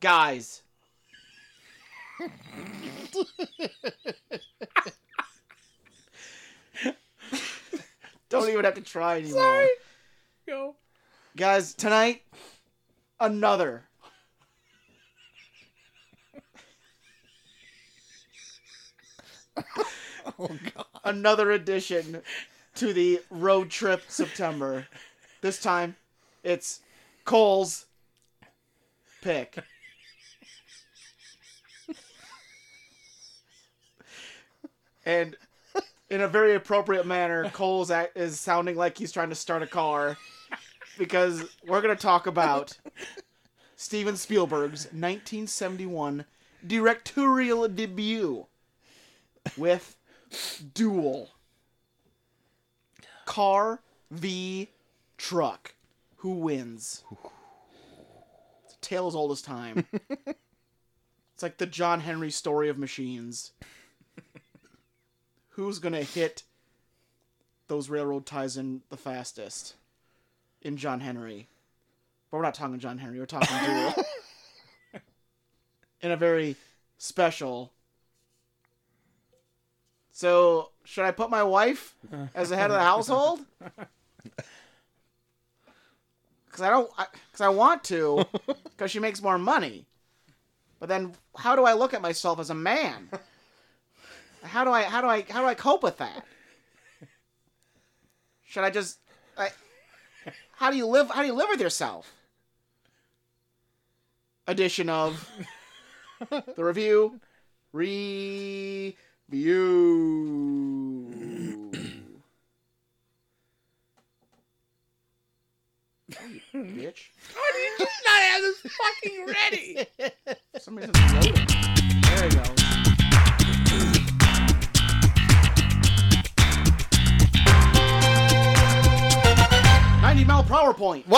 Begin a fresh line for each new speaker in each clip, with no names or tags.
guys. Don't even have to try anymore.
Sorry. Go.
Guys, tonight, another.
Oh god.
Another edition to the road trip September. This time, it's Cole's pick. and in a very appropriate manner, Cole's act- is sounding like he's trying to start a car because we're going to talk about Steven Spielberg's 1971 directorial debut with Duel Car v Truck. Who wins? It's a tale as old as time. it's like the John Henry story of machines. Who's gonna hit those railroad ties in the fastest? In John Henry. But we're not talking John Henry, we're talking Duel. in a very special. So, should I put my wife as the head of the household? Because I don't, because I, want to, because she makes more money. But then, how do I look at myself as a man? How do I, how do I, how do I cope with that? Should I just, I, how do you live? How do you live with yourself? Edition of the review, review. Bitch.
How did you just not have this fucking ready?
For some reason it's loading. There we go. Ninety mile per hour point.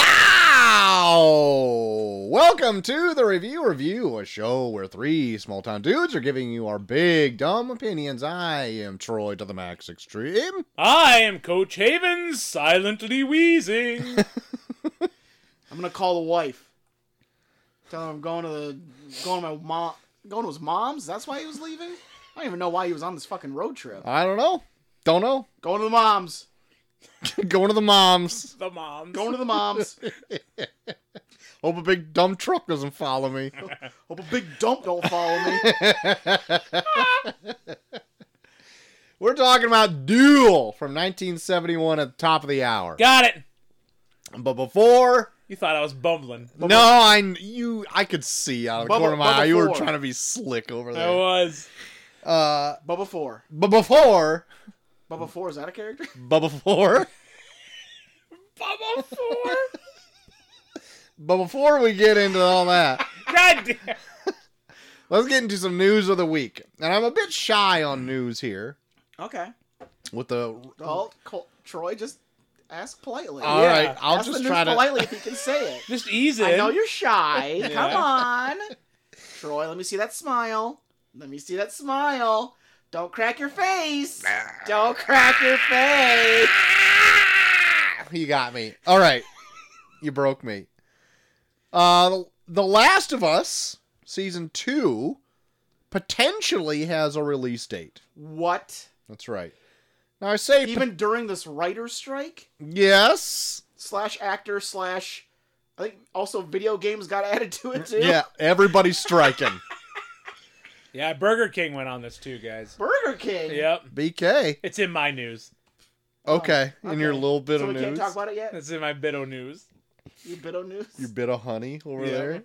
Wow! Welcome to the Review Review, a show where three small town dudes are giving you our big dumb opinions. I am Troy to the max extreme.
I am Coach Havens, silently wheezing.
I'm gonna call the wife. Tell her I'm going to the going to my mom going to his mom's. That's why he was leaving. I don't even know why he was on this fucking road trip.
I don't know. Don't know.
Going to the mom's.
Going to the moms.
the moms.
Going to the mom's.
Hope a big dumb truck doesn't follow me.
Hope a big dump don't follow me.
We're talking about Duel from 1971 at the top of the hour.
Got it.
But before,
You thought I was bumbling.
no, I you I could see out of the
Bubba-
corner of my eye you were
Bubba four.
trying to be slick over
I
there.
was.
Uh,
Bubba four.
but before,
Bubba four is that a character?
but before,
Bubble four.
but before we get into all that,
God damn.
let's get into some news of the week. And I'm a bit shy on news here
Okay.
with the
Well, Col- Troy, just ask politely.
All
yeah.
right, I'll
Ask the
just
news
try to
politely if you can say it.
Just ease it.
I know you're shy. Come
Yeah.
on, Troy. Let me see that smile. Let me see that smile. Don't crack your face. Don't crack your face.
You got me. All right. You broke me. Uh The Last of Us season 2 potentially has a release date.
What?
That's right. Now I say pot-
Even during this writer's strike
yes.
slash actor slash, I think also video games got added to it too.
Yeah, everybody's striking.
Yeah, Burger King went on this too, guys.
Burger King.
Yep.
BK.
It's in my news.
Okay, in your
Oh, okay.
little bit
So
of
we
news.
can't talk about it yet.
It's in my bit of news.
You bit of news.
your bit of honey over
Yeah.
there.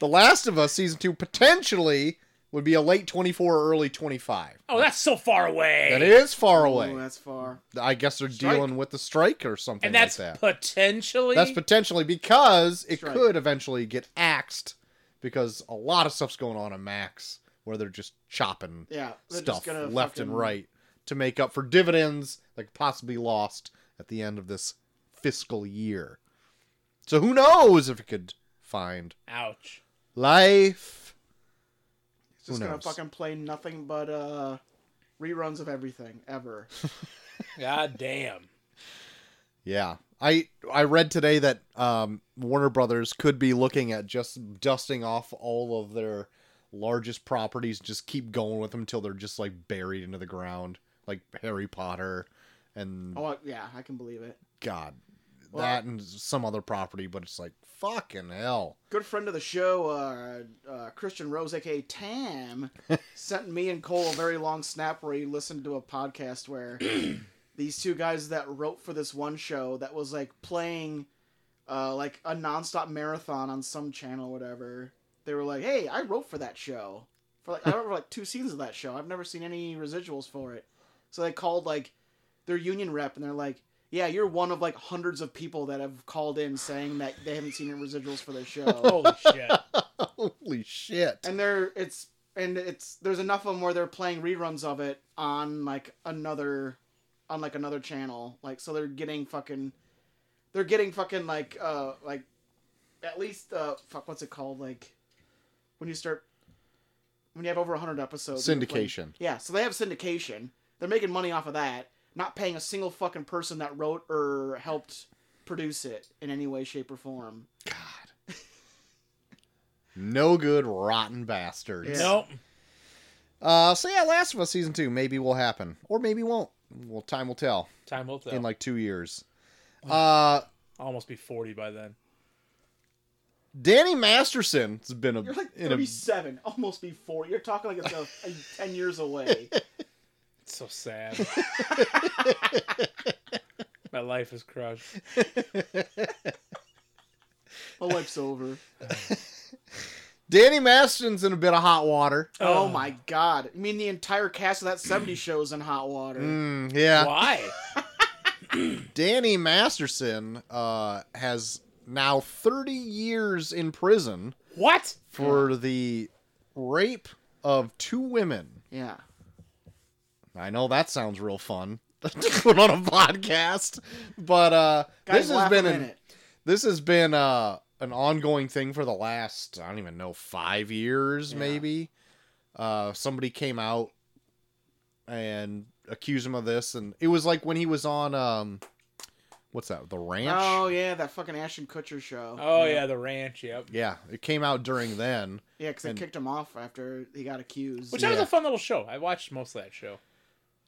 The Last of Us season 2 potentially would be a late 24 or early 25.
Oh, that's so far away.
That is far away.
Ooh, that's far.
I guess they're
Strike.
dealing with the strike or something
And that's
like that.
potentially.
That's potentially because it
Strike.
could eventually get axed because a lot of stuff's going on in Max where they're just chopping
Yeah. they're just
stuff
gonna
left and
fucking-
right to make up for dividends that could possibly be lost at the end of this fiscal year. So who knows if it could find
Ouch.
life. Who
Just gonna
knows?
fucking play nothing but uh reruns of everything ever.
God damn.
Yeah. I I read today that um, Warner Brothers could be looking at just dusting off all of their largest properties, just keep going with them till they're just like buried into the ground, like Harry Potter, and
Oh yeah, I can believe it.
God,
Well-
that and some other property. But it's like fucking hell.
Good friend of the show, uh, uh, Christian Rose, aka Tam, sent me and Cole a very long snap where he listened to a podcast where these two guys that wrote for this one show that was like playing uh, like a nonstop marathon on some channel or whatever. They were like, "Hey, I wrote for that show for like I wrote for like two seasons of that show. I've never seen any residuals for it." So they called like their union rep and they're like, "Yeah, you're one of like hundreds of people that have called in saying that they haven't seen any residuals for their show."
Holy shit.
Holy shit!
and they're it's and it's there's enough of them where they're playing reruns of it on like another on like another channel like so they're getting fucking they're getting fucking like uh like at least uh fuck what's it called like when you start when you have over 100 episodes and you're playing-
Syndication.
yeah so they have syndication they're making money off of that not paying a single fucking person that wrote or helped produce it in any way shape or form
God. No good, rotten bastards.
Yeah.
Nope.
Uh, so yeah, Last of Us season two maybe will happen, or maybe won't. Well, time will tell.
Time will tell.
In like two years. Uh,
I'll almost be 40 by then.
Danny Masterson has been a,
You're like
in a
37, almost be 40. You're talking like it's a, a 10 years away.
It's so sad. My life is crushed.
My life's over.
Danny Masterson's in a bit of hot water.
Oh
Ugh.
my god. I mean, the entire cast of that 70 show is in hot water.
Mm, yeah,
Why?
Danny Masterson uh, has now 30 years in prison
What?
for the rape of two women.
Yeah.
I know that sounds real fun to put on a podcast, but uh,
Guys,
this has been
a
an,
minute.
this has been uh, an ongoing thing for the last I don't even know five years
Yeah.
maybe. Uh, somebody came out and accused him of this, and it was like when he was on um, what's that? The ranch.
Oh, yeah, that fucking Ashton Kutcher show.
Oh yeah, the ranch. Yep.
Yeah, it came out during then.
Yeah, because they
And-
kicked him off after he got accused.
Which that was
Yeah.
a fun little show. I watched most of that show.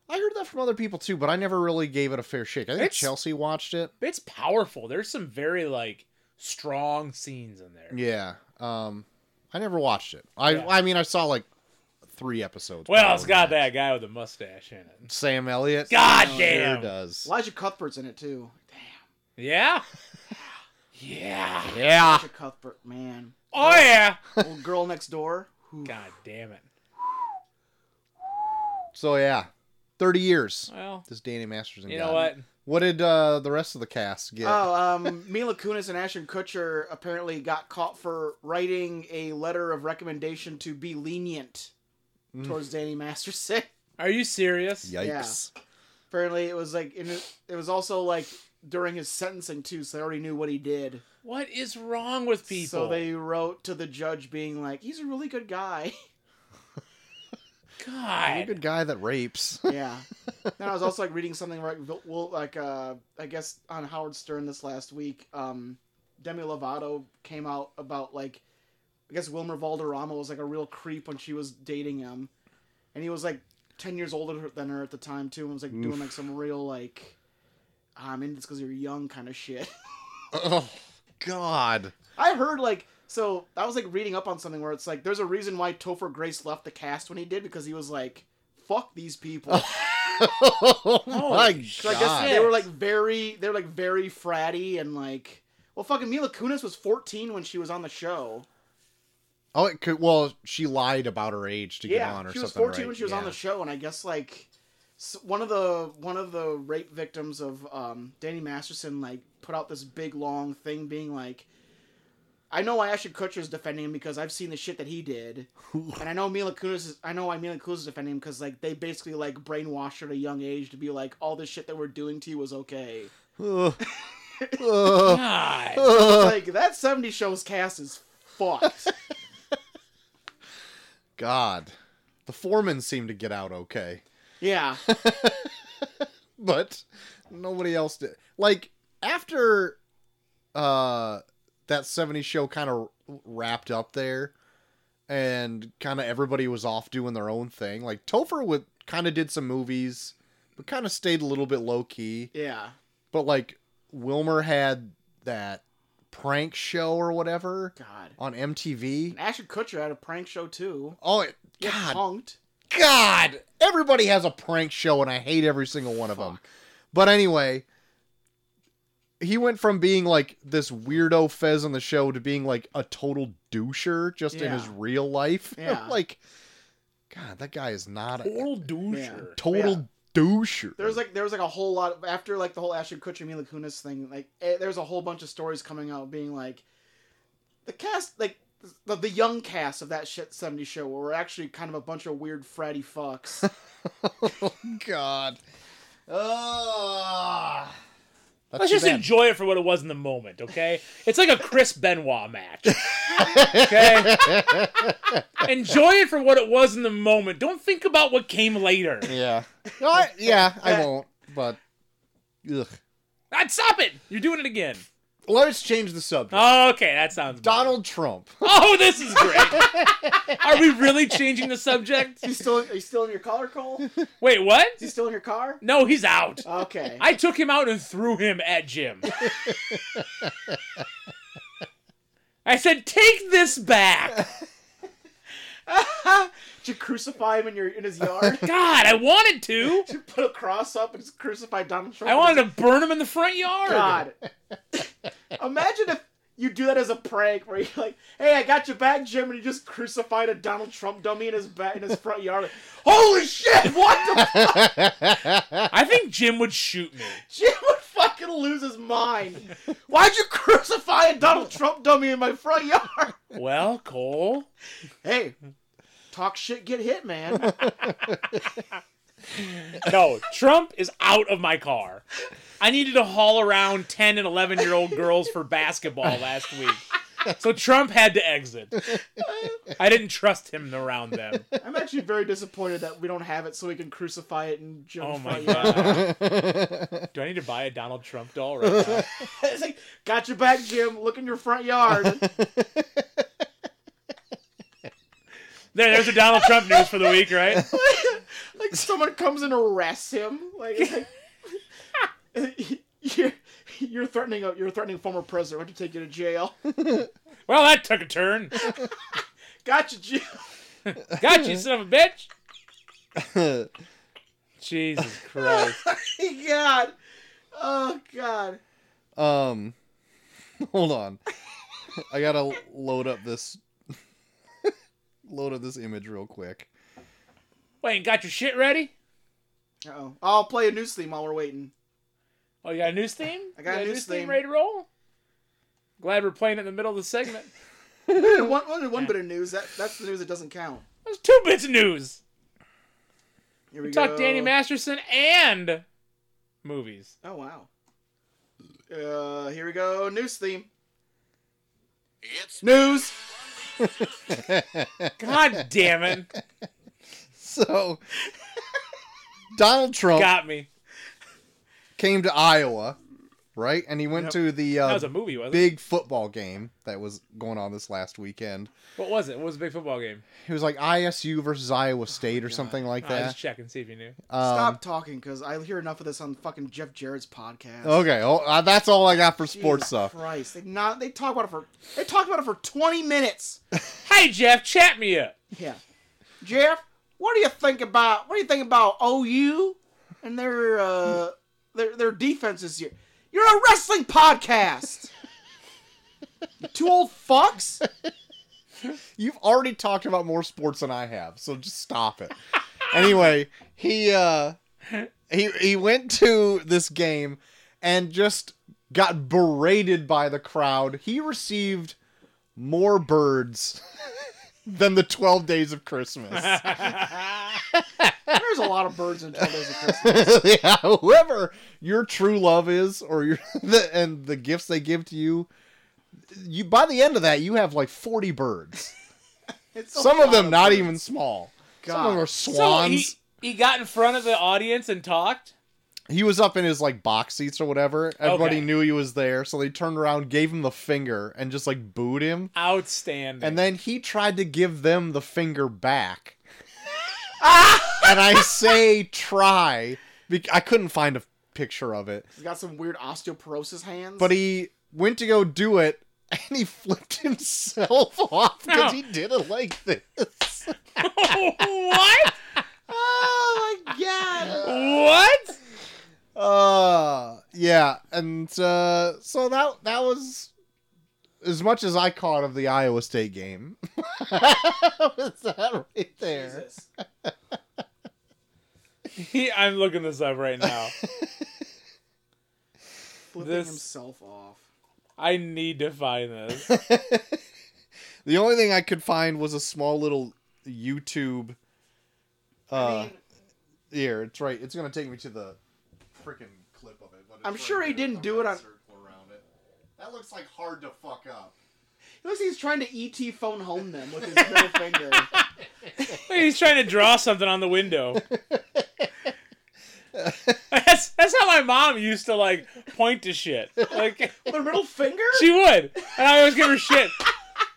I heard that from other people too, but I never really gave it a fair shake. I think
It's-
Chelsea watched it.
It's powerful. There's some very like strong scenes in there.
Yeah. Um, I never watched it. I
Yeah.
I mean, I saw like three episodes.
Well, it's
probably.
got that guy with the mustache in it.
Sam Elliott.
God
Oh,
sure
damn.
does.
Elijah Cuthbert's in it, too. Damn.
Yeah. Yeah.
Yeah.
Elijah Cuthbert, man.
Oh yeah.
Old girl next door. Whew.
God damn it.
So yeah, thirty years.
Well,
This Danny Masterson.
you
got.
know what?
What did uh, the rest of the cast get?
Oh, um, Mila Kunis and Ashton Kutcher apparently got caught for writing a letter of recommendation to be lenient
Mm.
towards Danny Masterson.
Are you serious?
Yikes.
Apparently, it was like in, it was also like during his sentencing too, so they already knew what he did.
What is wrong with people?
So they wrote to the judge, being like, "He's a really good guy."
You're a
God.
good guy that rapes.
yeah. Then I was also like reading something like, well, like uh, I guess on Howard Stern this last week, um, Demi Lovato came out about like, I guess Wilmer Valderrama was like a real creep when she was dating him, and he was like ten years older than her at the time too, and was like doing like some real like, "Ah, I'm in this because you're young kind of shit.
oh God.
I heard like so I was like reading up on something where it's like there's a reason why Topher Grace left the cast when he did because he was like fuck these people.
oh my God.
so I guess they were like very they were like very fratty and like well fucking Mila Kunis was 14 when she was on the show.
oh, it could, well, she lied about her age to get
yeah,
on or
she was
something.
14
right?
when she was on
Yeah.
the show and I guess like s- one of the one of the rape victims of um, Danny Masterson like put out this big long thing being like I know why Ashton Kutcher is defending him because I've seen the shit that he did, and I know Mila Kunis. Is, I know why Mila Kunis is defending him because like they basically like brainwashed her at a young age to be like all this shit that we're doing to you was okay.
Ugh. Ugh.
God.
Ugh.
like that '70s show's cast is fucked.
God. The foreman seemed to get out okay.
yeah,
but nobody else did. Like after uh that 70s show kind of wrapped up there and kind of everybody was off doing their own thing like topher would kind of did some movies but kind of stayed a little bit low key
Yeah.
but like wilmer had that prank show or whatever
God.
on mtv
And Ashton Kutcher had a prank show too.
oh it-
Get
god
punked.
God, everybody has a prank show, and I hate every single one of them.
Fuck.
But anyway, he went from being like this weirdo Fez on the show to being like a total doucher just in his
Yeah.
real life.
Yeah.
like, God, that guy is not a
Total doucher.
total doucher.
There was like there was like a whole lot of, after like the whole Ashton Kutcher Mila Kunis thing. Like eh, there was a whole bunch of stories coming out being like the cast like the, the young cast of that shit 70 show were actually kind of a bunch of weird fratty fucks.
oh God. Ah. That's
Let's
too
just
bad.
enjoy it for what it was in the moment, okay? It's like a Chris Benoit match. Okay? enjoy it for what it was in the moment. Don't think about what came later.
Yeah. No, I- yeah, I
That-
won't. But ugh.
Ah, stop it! You're doing it again. Oh,
let's change the subject.
Okay, that sounds better.
Donald Trump.
Oh, this is great. Are we really changing the subject?
He's still he's still in your car, Cole? Is
Wait, what?
he still in your car?
No, he's out.
Okay.
I took him out and threw him at Jim. I said, "Take this back."
Did you crucify him in your in his yard?
God, I wanted to.
Did you put a cross up and just crucify Donald Trump?
I wanted to burn him in the front yard.
God. Imagine if you do that as a prank where you're like, hey, I got your back, Jim, and you just crucified a Donald Trump dummy in his back in his front yard. Like, Holy shit, what the fuck?
I think Jim would shoot me.
Jim would fucking lose his mind. Why'd you crucify a Donald Trump dummy in my front yard?
Well, Cole,
Hey, talk shit, get hit, man.
no, Trump is out of my car. I needed to haul around 10 and 11 year old girls for basketball last week. So Trump had to exit. I didn't trust him around them.
I'm actually very disappointed that we don't have it so we can crucify it in Jim's
Oh my
front yard.
god. Do I need to buy a Donald Trump doll right now?
it's like, got your back, Jim. Look in your front yard.
There, there's a Donald Trump news for the week, right?
like someone comes and arrests him. Like, like you're, you're threatening a, you're threatening a former president. I have to take you to jail.
Well, that took a turn.
Gotcha, Jim.
Got you, son of a bitch. Jesus Christ.
God. Oh God.
um, hold on. I gotta load up this load up this image real quick.
Wayne, got your shit ready?
Oh, I'll play a news theme while we're waiting.
Oh, you got a news theme?
I got
You
a news theme.
ready to roll. Glad we're playing it in the middle of the segment.
Only one, only one bit of news. That that's the news that doesn't count.
There's two bits of news.
Here we,
We
go.
talked Danny Masterson and movies.
Oh wow. Uh, here we go. News theme. It's news.
God damn it.
So Donald Trump
Got me.
came to Iowa, right? And he went
Yep.
to the
That
uh,
was a movie, wasn't it?
big football game that was going on this last weekend.
What was it? What was a big football game?
It was like ISU versus Iowa State or
God.
something like
I was
that.
just checking, see if you knew.
Um,
Stop talking, cause I hear enough of this on fucking Jeff Jarrett's podcast.
Okay, oh, uh, that's all I got for sports
Jesus
stuff.
Christ, they not they talk about it for they talked about it for twenty minutes.
Hey, Jeff, chat me up.
Yeah, Jeff, what do you think about what do you think about OU and their uh, their their defense this year? You're a wrestling podcast. you two old fucks.
You've already talked about more sports than I have, so just stop it. anyway, he uh he he went to this game and just got berated by the crowd. He received more birds than the 12 days of Christmas.
There's a lot of birds in twelve days of Christmas.
yeah, whoever your true love is or your the, and the gifts they give to you, you by the end of that you have like 40 birds.
It's a
Some of
lot
them not
birds.
even small. Some
God.
of them are
So
swans.
he, he got in front of the audience and talked.
he was up in his like box seats or whatever. Everybody
Okay.
knew he was there, so they turned around, gave him the finger, and just like booed him.
Outstanding.
And then he tried to give them the finger back. and I say try. bec- I couldn't find a picture of it.
He's got some weird osteoporosis hands.
But he went to go do it, and he flipped himself off because
No.
he did it like this.
what?
oh my god!
What?
Uh, yeah, and uh, so that that was as much as I caught of the Iowa State game. was that right there?
Jesus.
He, I'm looking this up right now.
Flipping
This-
himself off.
I need to find this.
The only thing I could find was a small little YouTube. Uh, here it's right. It's gonna take me to the freaking clip of it. But it's
I'm
right
sure he
there.
didn't
I'm
do it
gonna
on-
circle around it. That looks like hard to fuck up.
It looks like he's trying to ET phone home them with his middle finger.
Look, he's trying to draw something on the window. That's that's how my mom used to like point to shit. Like
With her middle finger?
she would, and I always give her shit.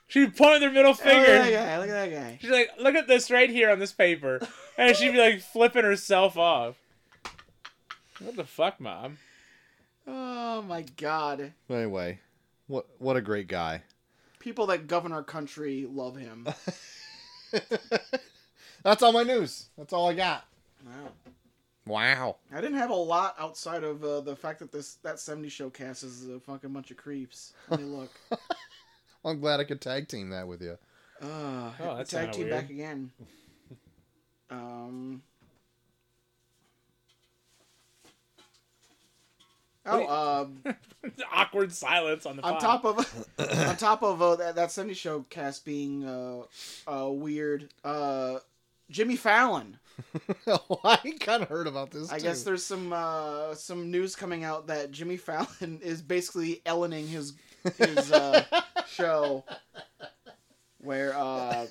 She'd point with her middle
Oh, Look at that
finger.
guy. Look at that guy.
She's like, "Look at this right here on this paper," and she'd be like flipping herself off. What the fuck, mom?
Oh my god.
Anyway, what what a great guy.
People that govern our country love him.
That's all my news. That's all I got.
Wow.
Wow.
I didn't have a lot outside of uh, the fact that this that 70 show cast is a fucking bunch of creeps. Let me look.
I'm glad I could tag team that with you.
Uh, oh,
that's
tag
kinda
team
weird.
back again. Um. Oh,
Wait.
um,
Awkward silence on the
on
pod.
top of on top of uh, that, that Sunday show cast being uh, uh, weird, uh, Jimmy Fallon.
I kind of heard about this.
I
too.
guess there's some uh, some news coming out that Jimmy Fallon is basically Ellening his his uh, show, where uh,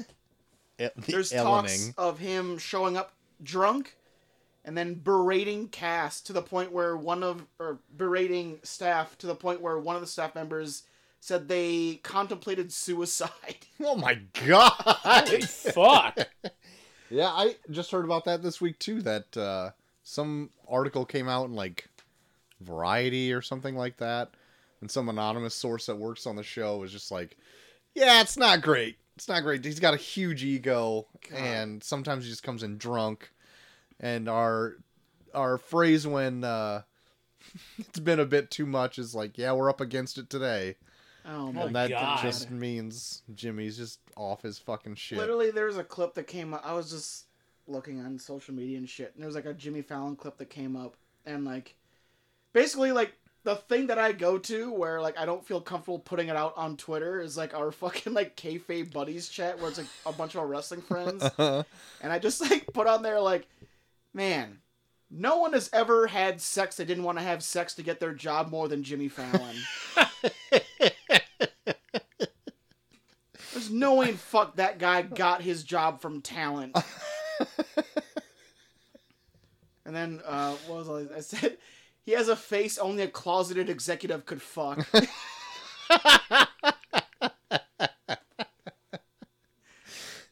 E- the
there's talks
Ellening.
of him showing up drunk and then berating cast to the point where one of or berating staff to the point where one of the staff members said they contemplated suicide.
Oh my god.
fuck.
yeah, I just heard about that this week too. That uh, some article came out in like Variety or something like that, and some anonymous source that works on the show was just like, "Yeah, it's not great. It's not great. He's got a huge ego,
God.
and sometimes he just comes in drunk." And our our phrase when uh, it's been a bit too much is like, "Yeah, we're up against it today."
Oh
Oh
my
and that
God.
just means Jimmy's just off his fucking shit.
Literally, there was a clip that came up. I was just looking on social media and shit, and there was like a Jimmy Fallon clip that came up, and like, basically, like the thing that I go to where like I don't feel comfortable putting it out on Twitter is like our fucking like kayfabe buddies chat where it's like a bunch of our wrestling friends, and I just like put on there like, man. No one has ever had sex they didn't want to have sex to get their job more than Jimmy Fallon. There's no way in fuck that guy got his job from talent. and then uh, what was I, I said? He has a face only a closeted executive could fuck.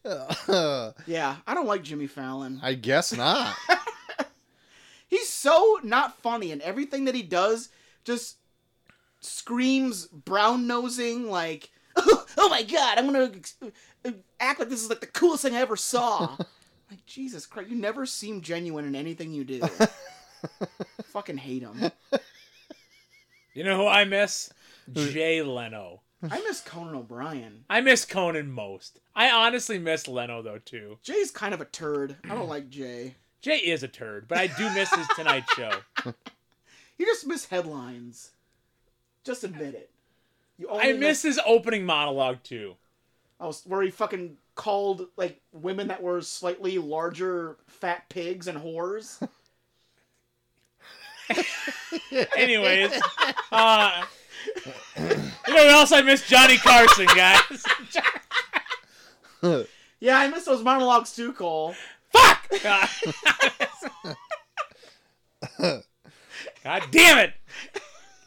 yeah, I don't like Jimmy Fallon.
I guess not.
He's so not funny, and everything that he does just screams brown nosing like. Oh my god! I'm gonna ex- uh, act like this is like the coolest thing I ever saw. like Jesus Christ, you never seem genuine in anything you do. Fucking hate him.
You know who I miss? Jay Leno.
I miss Conan O'Brien.
I miss Conan most. I honestly miss Leno though too.
Jay's kind of a turd. I don't like Jay.
Jay is a turd, but I do miss his Tonight Show.
You just miss headlines. Just admit it. You only
I miss his opening monologue too.
I was where he fucking called like women that were slightly larger fat pigs and whores.
Anyways, uh, you know what else I miss? Johnny Carson, guys.
Yeah, I miss those monologues too, Cole.
Fuck. Uh, God damn it!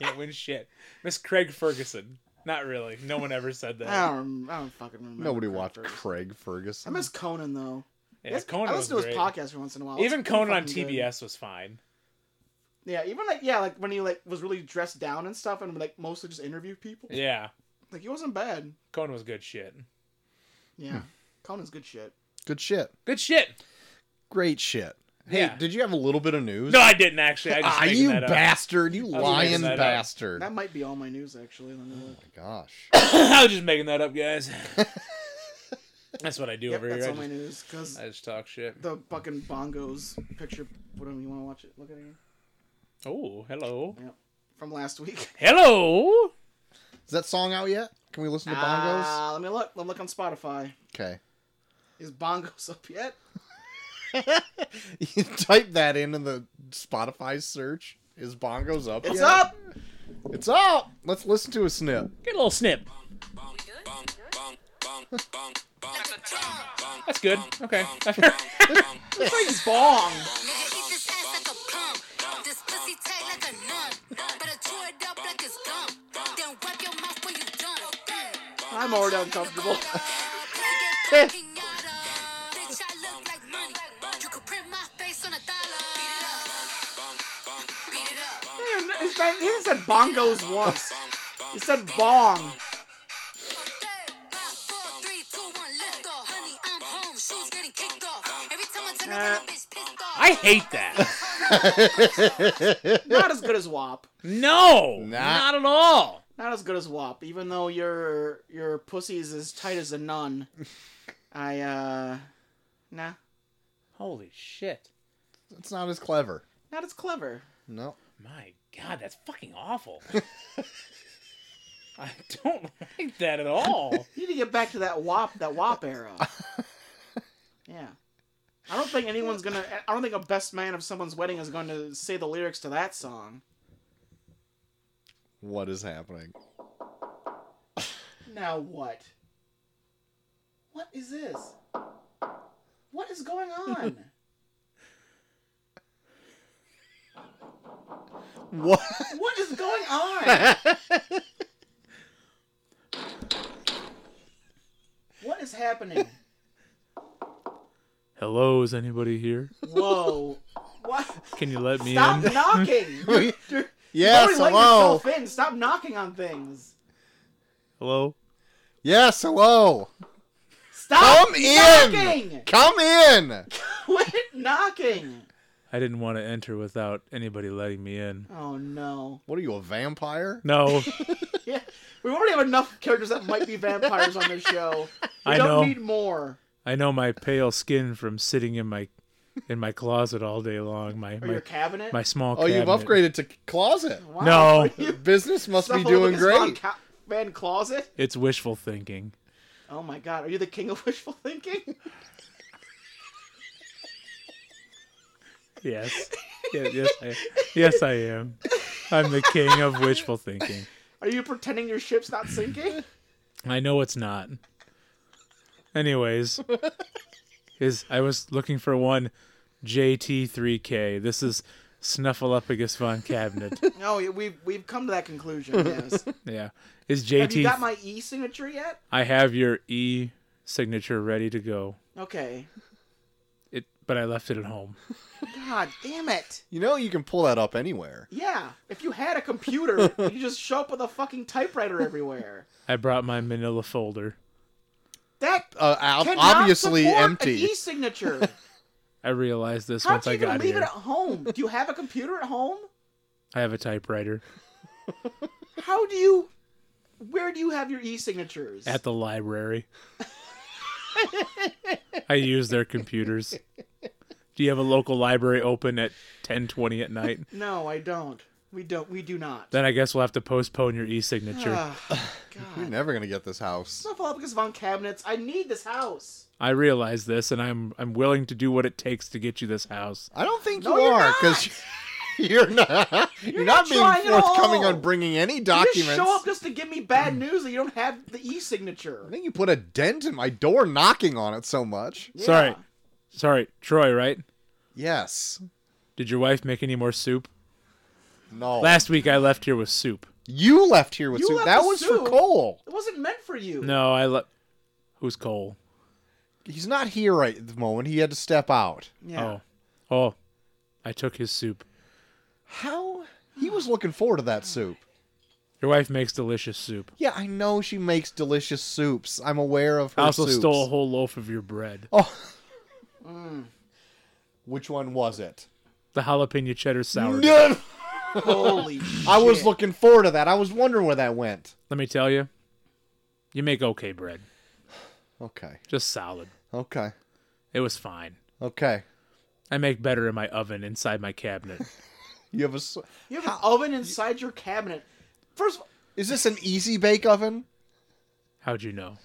Can't win shit. Miss Craig Ferguson. Not really. No one ever said that.
I don't, I don't fucking remember.
Nobody
Craig
watched
Ferguson.
Craig
I
Ferguson.
miss Conan though.
Yeah, Conan
I listen
was
to his
great.
podcast every once in a while. It's
Even
pretty
Conan on
fucking good.
TBS was fine.
Yeah, even like yeah, like when he like was really dressed down and stuff, and like mostly just interviewed people.
Yeah,
Like he wasn't bad.
Conan was good shit.
Yeah,
Hmm.
Conan's good shit.
Good shit.
Good shit.
Great shit. Hey,
Yeah.
did you have a little bit of news?
No, I didn't actually. I just
ah,
making
you
that up.
bastard. You
I was
lying
making that up.
bastard.
That might be all my news actually. Let me look.
Gosh.
I was just making that up, guys. that's what I do
Yep,
over here.
that's
I
all my
just,
news because
I just talk shit.
the fucking bongos picture. Whatever you want to watch it, look at it
Oh, hello,
from last week.
hello.
Is that song out yet? Can we listen to bongos?
Ah, let me look. Let me look on Spotify.
okay.
Is bongos up yet?
You type that in in the Spotify search. Is bongos up?
It's
yet?
up.
It's up. Let's listen to a snip.
Get a little snip. That's good. Okay.
This thing's bong.
I'm already uncomfortable.
Man, it's not- He hasn't said bongos once. He said bong.
I
I hate that.
Not as good as WAP.
No,
Nah.
not at all.
Not as good as WAP. Even though your your pussy's as tight as a nun. I uh, nah,
Holy shit.
It's not as clever.
not as clever.
No.
My God, that's fucking awful. I don't like that at all.
You need to get back to that WAP that WAP era. yeah. I don't think anyone's gonna. I don't think a best man of someone's wedding is going to say the lyrics to that song.
What is happening?
Now what? What is this? What is going on?
What?
what is going on? what is happening?
Hello, is anybody here?
Whoa. What?
Can you let me
Stop knocking! You
yes,
already let
hello.
yourself in. Stop knocking on things.
Hello?
Yes, hello.
Stop
Come in.
knocking!
Come in.
Quit knocking!
I didn't want to enter without anybody letting me in.
Oh no.
What are you, a vampire?
No,
Yeah, we already have enough characters that might be vampires on this show. We
I
don't
know.
need more.
I know my pale skin from sitting in my in my closet all day long. My
Or
my,
your cabinet?
my small
Oh, you've
cabinet.
upgraded to closet.
Wow,
No.
you-
Business must
Stuff
be
all
doing
over this Von
great.
Ca- Van Closet?
It's wishful thinking.
Oh my god, are you the king of wishful thinking?
Yes. yes, yes, I, yes, I am. I'm the king of wishful thinking.
Are you pretending your ship's not sinking?
I know it's not. Anyways, is I was looking for one JT3K. This is Snuffleupagus von Cabinet.
No, we've we've come to that conclusion. Yes.
Yeah. Is
have
JT?
you got my e signature yet?
I have your E signature ready to go.
Okay.
It, but I left it at home.
God damn it.
You know you can pull that up anywhere.
Yeah, if you had a computer, you just show up with a fucking typewriter everywhere.
I brought my Manila folder.
That
Uh, ob-
cannot
obviously
support An
empty.
e-signature.
I realized this
How
once
do you
I
even
got
leave it
here.
at home? Do you have a computer at home?
I have a typewriter
How do you? Where do you have your e-signatures?
at the library. I use their computers. Do you have a local library open at 10:20 at night?
no, I don't. We don't. We do not.
Then I guess we'll have to postpone your e-signature.
Ugh,
You're
God.
never gonna get this house.
Stuff all because Von Cabinets. I need this house.
I realize this, and I'm I'm willing to do what it takes to get you this house.
I don't think
No,
you
you're
are,
not.
because you're not. You're,
not
not, being
trying at
forthcoming
all.
on bringing any
You
documents.
just show up just to give me bad news that you don't have the
I
e-signature.
think you put a dent in my door knocking on it so much.
Yeah.
Sorry, sorry, Troy. Right?
Yes.
Did your wife make any more soup?
No.
Last week I left here with soup.
you left here with
You
soup.
left
That
with
was
soup?
for Cole.
It wasn't meant for you.
No, I left. Who's Cole?
He's not here right at the moment. He had to step out.
Yeah.
Oh, oh, I took his soup.
How? He was looking forward to that soup.
Your wife makes delicious soup.
Yeah, I know she makes delicious soups. I'm aware of her
I also
soups.
stole a whole loaf of your bread.
Oh. Which one was it?
The jalapeno cheddar sourdough.
No!
Holy shit.
I was looking forward to that. I was wondering where that went.
Let me tell you, you make okay bread.
Okay.
Just solid.
Okay.
It was fine.
Okay.
I make better in my oven inside my cabinet.
You have a. s-
You have an oven inside your cabinet. First of all,
Is this an easy bake oven?
How'd you know?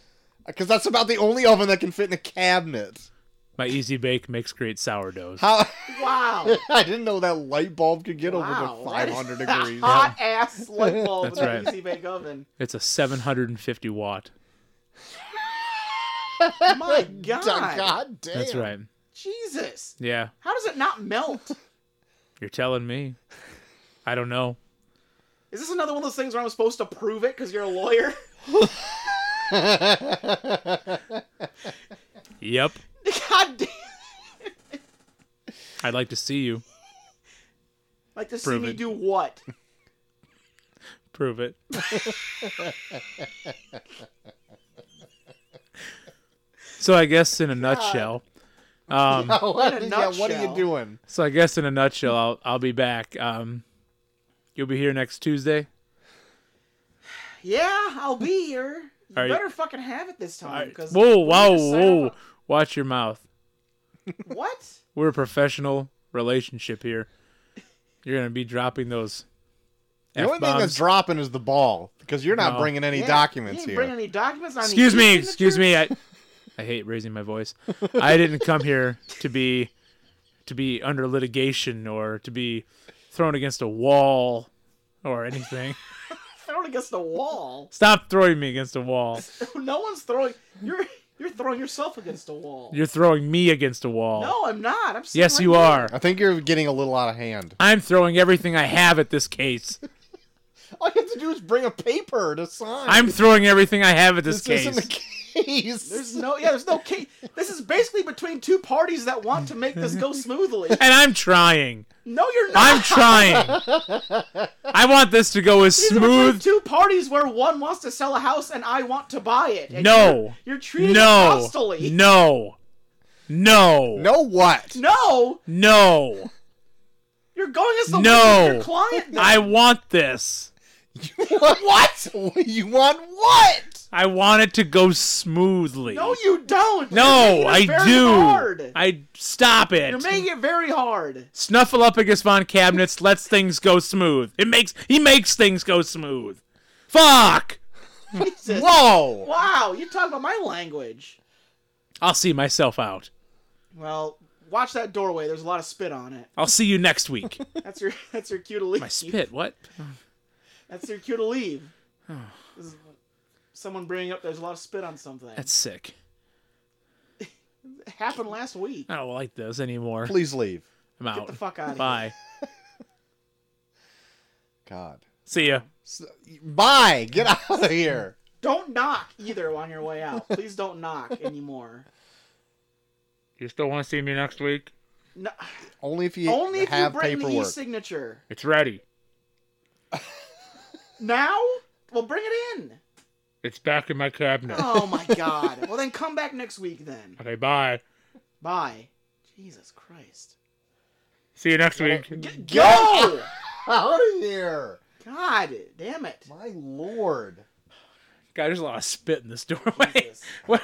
Because that's about the only oven that can fit in a cabinet.
My easy bake makes great sourdoughs.
How?
wow.
I didn't know that light bulb could get
wow.
over to 500
that is Oh
degrees.
A hot ass light bulb
That's
in
right.
an easy bake oven.
It's a 750 watt.
My
God,
God.
damn.
That's right.
Jesus.
Yeah,
How does it not melt?
you're telling me. I don't know.
Is this another one of those things where I'm supposed to prove it because you're a lawyer?
Yep.
God damn.
I'd like to see you
Like to
Prove
see me
it.
do what?
prove it. so I guess in a nutshell, um,
What,
In a
yeah, what are you
nutshell.
doing?
so I guess in a nutshell, I'll I'll be back. Um, you'll be here next Tuesday.
Yeah, I'll be here. You
All right.
better fucking have it this time. 'cause
Whoa,
we're
whoa,
gonna sign
whoa!
up
Watch your mouth.
on- What?
We're a professional relationship here. You're gonna be dropping those.
The only thing that's
F-bombs.
dropping is the ball because you're not
No.
bringing any
Yeah,
documents
you didn't
here.
Bring any documents? I need
excuse me,
e-signatures.
excuse me. I, I hate raising my voice. I didn't come here to be, to be under litigation or to be thrown against a wall or anything.
Thrown against the wall.
Stop throwing me against a wall.
No one's throwing. You're you're throwing yourself against a wall.
You're throwing me against a wall.
no, I'm not. I'm. sitting
yes,
right
you
here.
are.
I think you're getting a little out of hand.
I'm throwing everything I have at this case.
All you have to do is bring a paper to sign.
I'm throwing everything I have at this,
this isn't the
case.
case.
There's no. Yeah, there's no case. This is basically between two parties that want to make this go smoothly.
And I'm trying.
No, you're not.
I'm trying. I want this to go as
These are between
smooth.
Two parties where one wants to sell a house and I want to buy it. and
No.
You're, you're treating it
No.
hostily.
No. No.
no what?
No,
No. You're
going as the
No.
your client. Then.
I want this.
what? You want what?
I want it to go smoothly.
no, you don't.
No,
You're
I
making it very
do.
Hard.
I stop it.
You're making it very hard.
Snuffleupagus von Cabinets lets things go smooth. It makes he makes things go smooth. Fuck.
Jesus.
Whoa!
Wow, you talk about my language.
I'll see myself out.
Well, watch that doorway. There's a lot of spit on it.
I'll see you next week.
That's your that's your cue to leave.
My spit. What?
That's your cue to leave. This is someone bringing up there's a lot of spit on something.
That's sick.
It happened last week.
I don't like this anymore.
Please leave.
I'm out.
Get the fuck out of here.
Bye.
God.
See ya.
S- Bye. Get out of here.
Don't knock either on your way out. Please don't knock anymore.
You still want to see me next week?
No,
Only if you
only if you
have
bring the
paperwork.
e-signature.
It's ready.
Now? Well, bring it in.
It's back in my cabinet.
Oh my god. Well, then come back next week then.
Okay, bye.
Bye. Jesus Christ.
See you next week.
Go!
out of here.
God damn it.
My lord.
God, there's a lot of spit in this doorway.
Jesus.
What-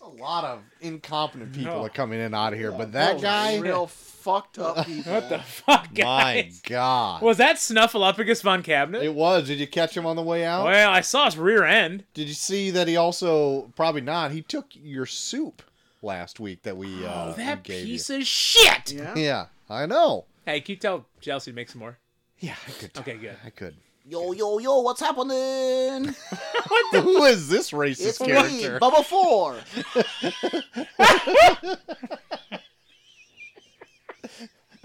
There's a lot of incompetent people
No.
are coming in and out of here, but
Those
that
are
guy.
real fucked up people.
what the fuck,
My
guys?
God.
Was that Snuffleupagus von Cabinet?
It was. Did you catch him on the way out?
Well, I saw his rear end.
Did you see that he also probably not? He took your soup last week that we uh,
oh, that
gave
piece of shit!
Yeah.
you. Yeah, I know.
Hey, can you tell Chelsea to make some more?
Yeah, I could.
Okay, good.
I could.
Yo yo yo, what's happening?
Who is this racist
It's me,
character?
Bubba Four.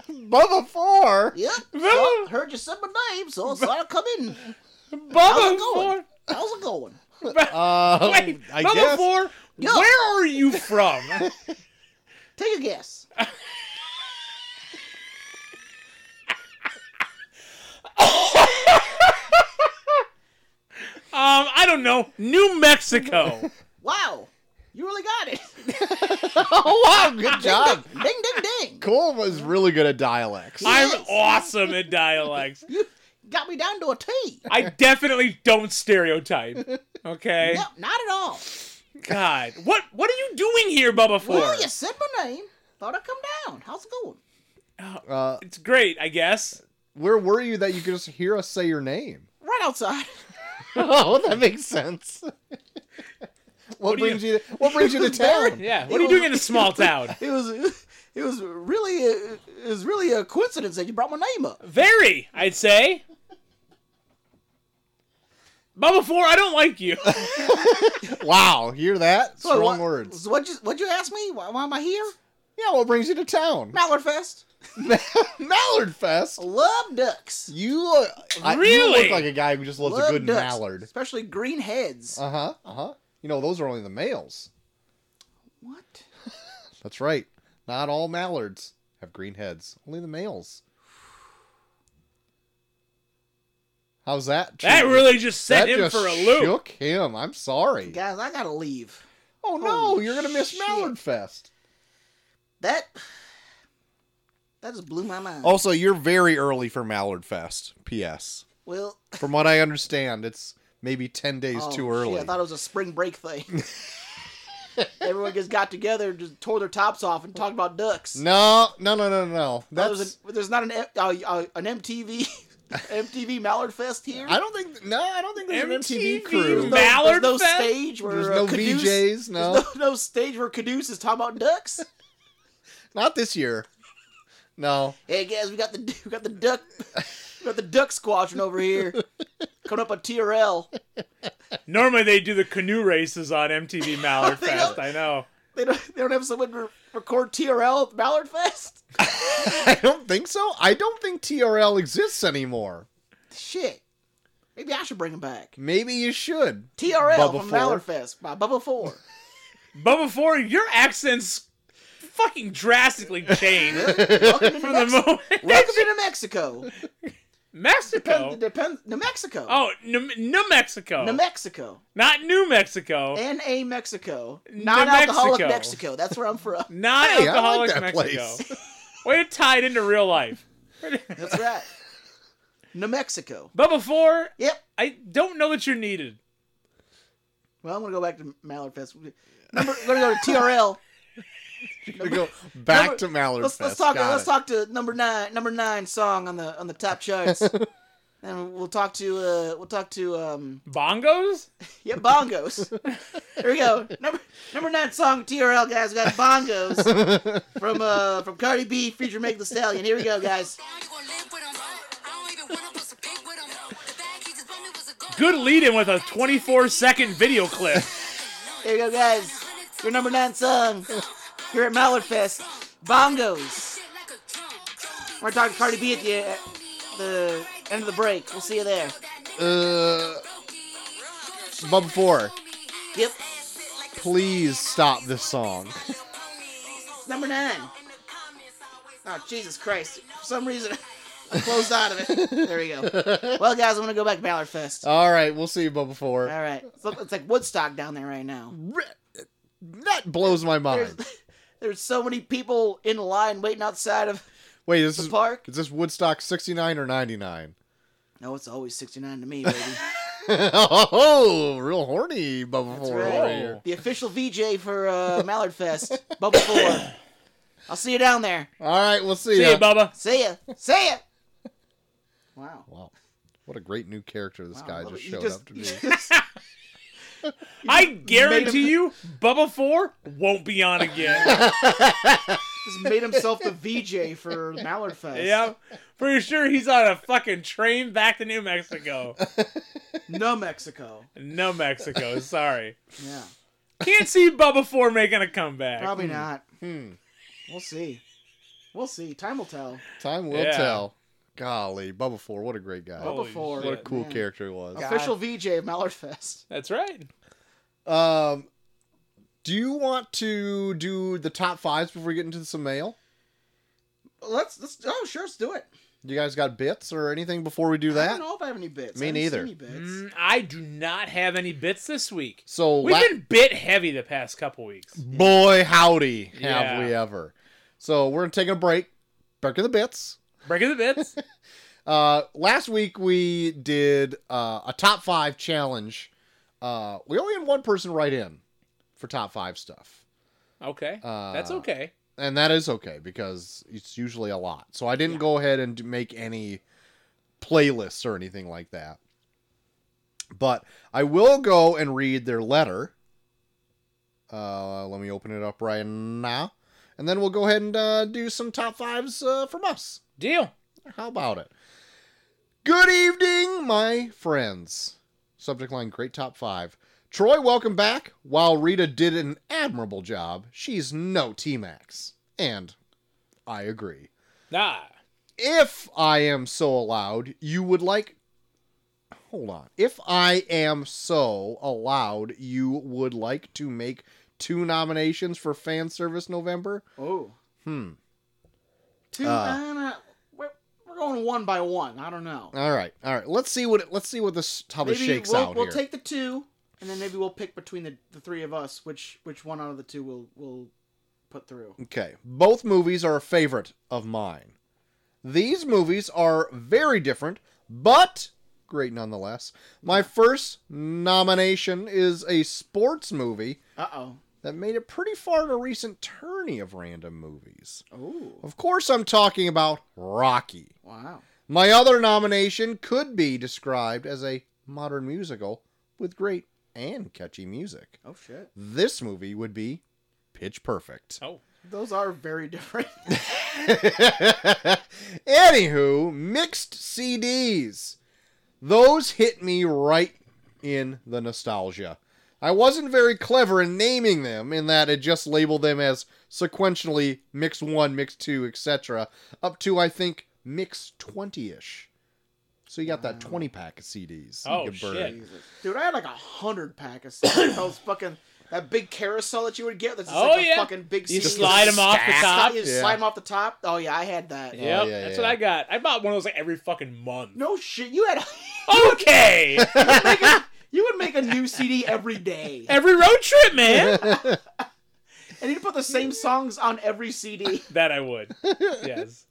Bubba Four.
Yep. Well, heard you said my name, so I thought I'd come in. How's
Bubba
it going?
Four.
How's it going?
Uh,
Wait,
I
Bubba
guess.
Four.
Yeah.
Where are you from? Um,
Take a guess.
um, I don't know. New Mexico.
Wow. You really got it.
Oh wow, good job.
Ding, ding, ding.
Cole was really good at dialects.
I'm awesome at dialects.
Got me down to a T.
I definitely don't stereotype. Okay.
Yep, not at all.
God, what what are you doing here, Bubba Four?
Well, you said my name. Thought I'd come down. How's it going?
Uh,
It's great, I guess.
where were you that you could just hear us say your name?
Right outside.
oh, that makes sense. what
do you-
brings you? to, what brings you to town?
Yeah. What are you doing in a small town?
It was it was really a, it was really a coincidence that you brought my name up.
Very, I'd say. Bubba Four, I don't like you.
Wow, hear that?
So
Strong
what-
words.
So what'd you what'd you ask me? Why, why am I here?
Yeah, what brings you to town?
Mallard Fest.
mallard Fest.
Love ducks.
You look, I- you
Really?
look like a guy who just loves
Love
a good
ducks,
mallard.
Especially green heads.
Uh huh. Uh huh. You know, those are only the males.
what?
That's right. Not all mallards have green heads. Only the males. How's that?
That
treat-
really just set
that
him
just
for a loop.
Shook him. I'm sorry.
Guys, I gotta leave.
Oh no,
Holy
you're gonna miss
shit.
Mallard Fest.
That that just blew my mind.
Also, you're very early for Mallard Fest. P.S.
Well,
From what I understand, it's maybe ten days
oh,
too
shit,
early.
I thought it was a spring break thing. Everyone just got together, and just tore their tops off, and talked about ducks.
No, no, no, no, no.
Oh,
That's
there's, a, there's not an M- uh, uh, an MTV MTV Mallard Fest here.
I don't think. No, I don't think there's an MTV
MTV
crew.
Ma- Mallard
there's no
Fest?
stage where
There's
uh,
no
Caduce-
VJs. No,
There's no, no stage where Caduce is talking about ducks.
not this year. No.
hey guys, we got the we got the duck we got the duck squadron over here coming up on TRL.
Normally they do the canoe races on MTV Mallard
They
Fest.
don't-
I know.
They don't they don't have someone re- record TRL at Mallard Fest.
I don't think so. I don't think TRL exists anymore.
Shit, maybe I should bring him back.
Maybe you should.
TRL
Bubba
from
Four.
Mallard Fest by Bubba Four.
Bubba Four, your accent's fucking drastically changed
Welcome to New
from the
Mexico.
moment.
Welcome to New Mexico.
Mexico.
Depends, depends, New Mexico.
Oh, New, New Mexico.
New Mexico.
Not New Mexico.
N.A. Mexico.
New
Non-alcoholic
Mexico.
Mexico. That's where I'm from.
Not
Hey, I like
alcoholic
that
Mexico. Way to tie it into real life.
That's right. New Mexico.
Bubba Four,
Yep.
I don't know that you're needed.
Well, I'm gonna go back to Mallard Fest. Number, we're gonna go to TRL.
We go back
Number-
to Mallard
Let's, let's
Fest.
talk.
Got
Let's
it.
talk to number nine. Number nine song on the on the top charts. And we'll talk to uh, we'll talk to um,
Bongos?
yeah bongos. There we go. Number number nine song TRL guys. We got bongos from uh, from Cardi B featuring Meg The Stallion. Here we go guys.
Good lead in with a 24 second video clip.
Here we go guys. Your number nine song here at Mallard Fest. Bongos. We're talking Cardi B at the, at the end of the break. We'll see you there.
Uh, Bub Four,
Yep.
please stop this song.
Number nine. Oh, Jesus Christ. For some reason, I closed out of it. There we go. Well, guys, I'm going to go back to Ballard Fest. All
All right, we'll see you, Bubba Four.
right. It's like- It's like Woodstock down there right now.
Re- That blows my mind.
There's so many people in line waiting outside of.
Wait, this
the
is
park?
Is this Woodstock '69 or '99?
No, it's always 69 to me, baby.
oh, real horny Bubba
That's
Four
right.
over here.
The official VJ for uh, Mallard Fest, Bubble 4. I'll see you down there.
All right, we'll see,
See
ya.
ya, Bubba.
See ya. See ya. Wow.
Wow, what a great new character this
Wow,
guy
love
just
it. You
showed
just-
up to be.
I guarantee you, Bubba Four won't be on again.
Just made himself the VJ for Mallard Fest.
yeah, pretty sure he's on a fucking train back to New Mexico.
No Mexico.
No Mexico, sorry.
Yeah.
Can't see Bubba Four making a comeback.
Probably not. Hmm. We'll see. We'll see. Time will tell.
Time will
Yeah.
tell. Golly, Bubba Four, what a great guy.
Bubba
Holy
Four.
what a
shit.
cool
man.
character he was.
God.
Official VJ of Mallard Fest.
That's right.
Um, do you want to do the top fives before we get into some mail?
Let's let's oh sure let's do it.
You guys got bits or anything before we do
I don't
that?
know if I have any bits.
Me
I haven't seen
neither.
Any bits.
Mm, I do not have any bits this week.
So
We've
la-
been bit heavy the past couple weeks.
boy howdy, have
Yeah.
we ever? So we're taking a break. Breaking the bits.
Breaking the bits.
Uh, last week we did uh, a top five challenge. Uh, we only had one person write in for top five stuff.
Okay.
Uh,
That's okay.
and that is okay because it's usually a lot. So I didn't go ahead and make any playlists or anything like that. But I will go and read their letter. Uh, let me open it up right now, and then we'll go ahead and uh, do some top fives uh, from us.
Deal.
How about it? Good evening, my friends. Subject line Great Top 5. Troy, welcome back. While Rita did an admirable job, she's no T Max. And I agree.
Nah.
If I am so allowed, you would like. Hold on. If I am so allowed, you would like to make two nominations for Fan Service November?
Oh.
Hmm.
Two.
Uh,
I don't- we're, we're going one by one. I don't know.
All right. All right. Let's see what let's see what this how this shakes
we'll,
out
we'll
here.
take the two, and then maybe we'll pick between the, the three of us which which one out of the two we'll we'll put through.
Okay. Both movies are a favorite of mine. These movies are very different, but great nonetheless. My first nomination is a sports movie
Uh oh.
that made it pretty far in a recent tourney of random movies.
Oh.
Of course, I'm talking about Rocky.
Wow.
My other nomination could be described as a modern musical with great and catchy music.
Oh shit.
This movie would be Pitch Perfect.
Oh.
Those are very different.
Anywho, mixed CDs. Those hit me right in the nostalgia. I wasn't very clever in naming them, in that it just labeled them as sequentially mix 1, mix 2, etc., up to, I think, mix 20 ish. So you got that 20 pack of CDs. you
Oh,
could
shit.
Jesus. Dude, I had like a hundred pack of stuff. those fucking that big carousel that you would get. That's just
Oh,
like a
yeah.
fucking big.
You
CD.
slide them off the
stack.
top.
You
Yep.
Yeah.
slide 'em off the top. Oh yeah, I had that.
Yeah.
That's
yeah.
what I got. I bought one of those like every fucking month.
No shit. You had.
Okay.
You would make a new CD every day,
every road trip, man.
and you'd put the same songs on every CD.
that I would. Yes.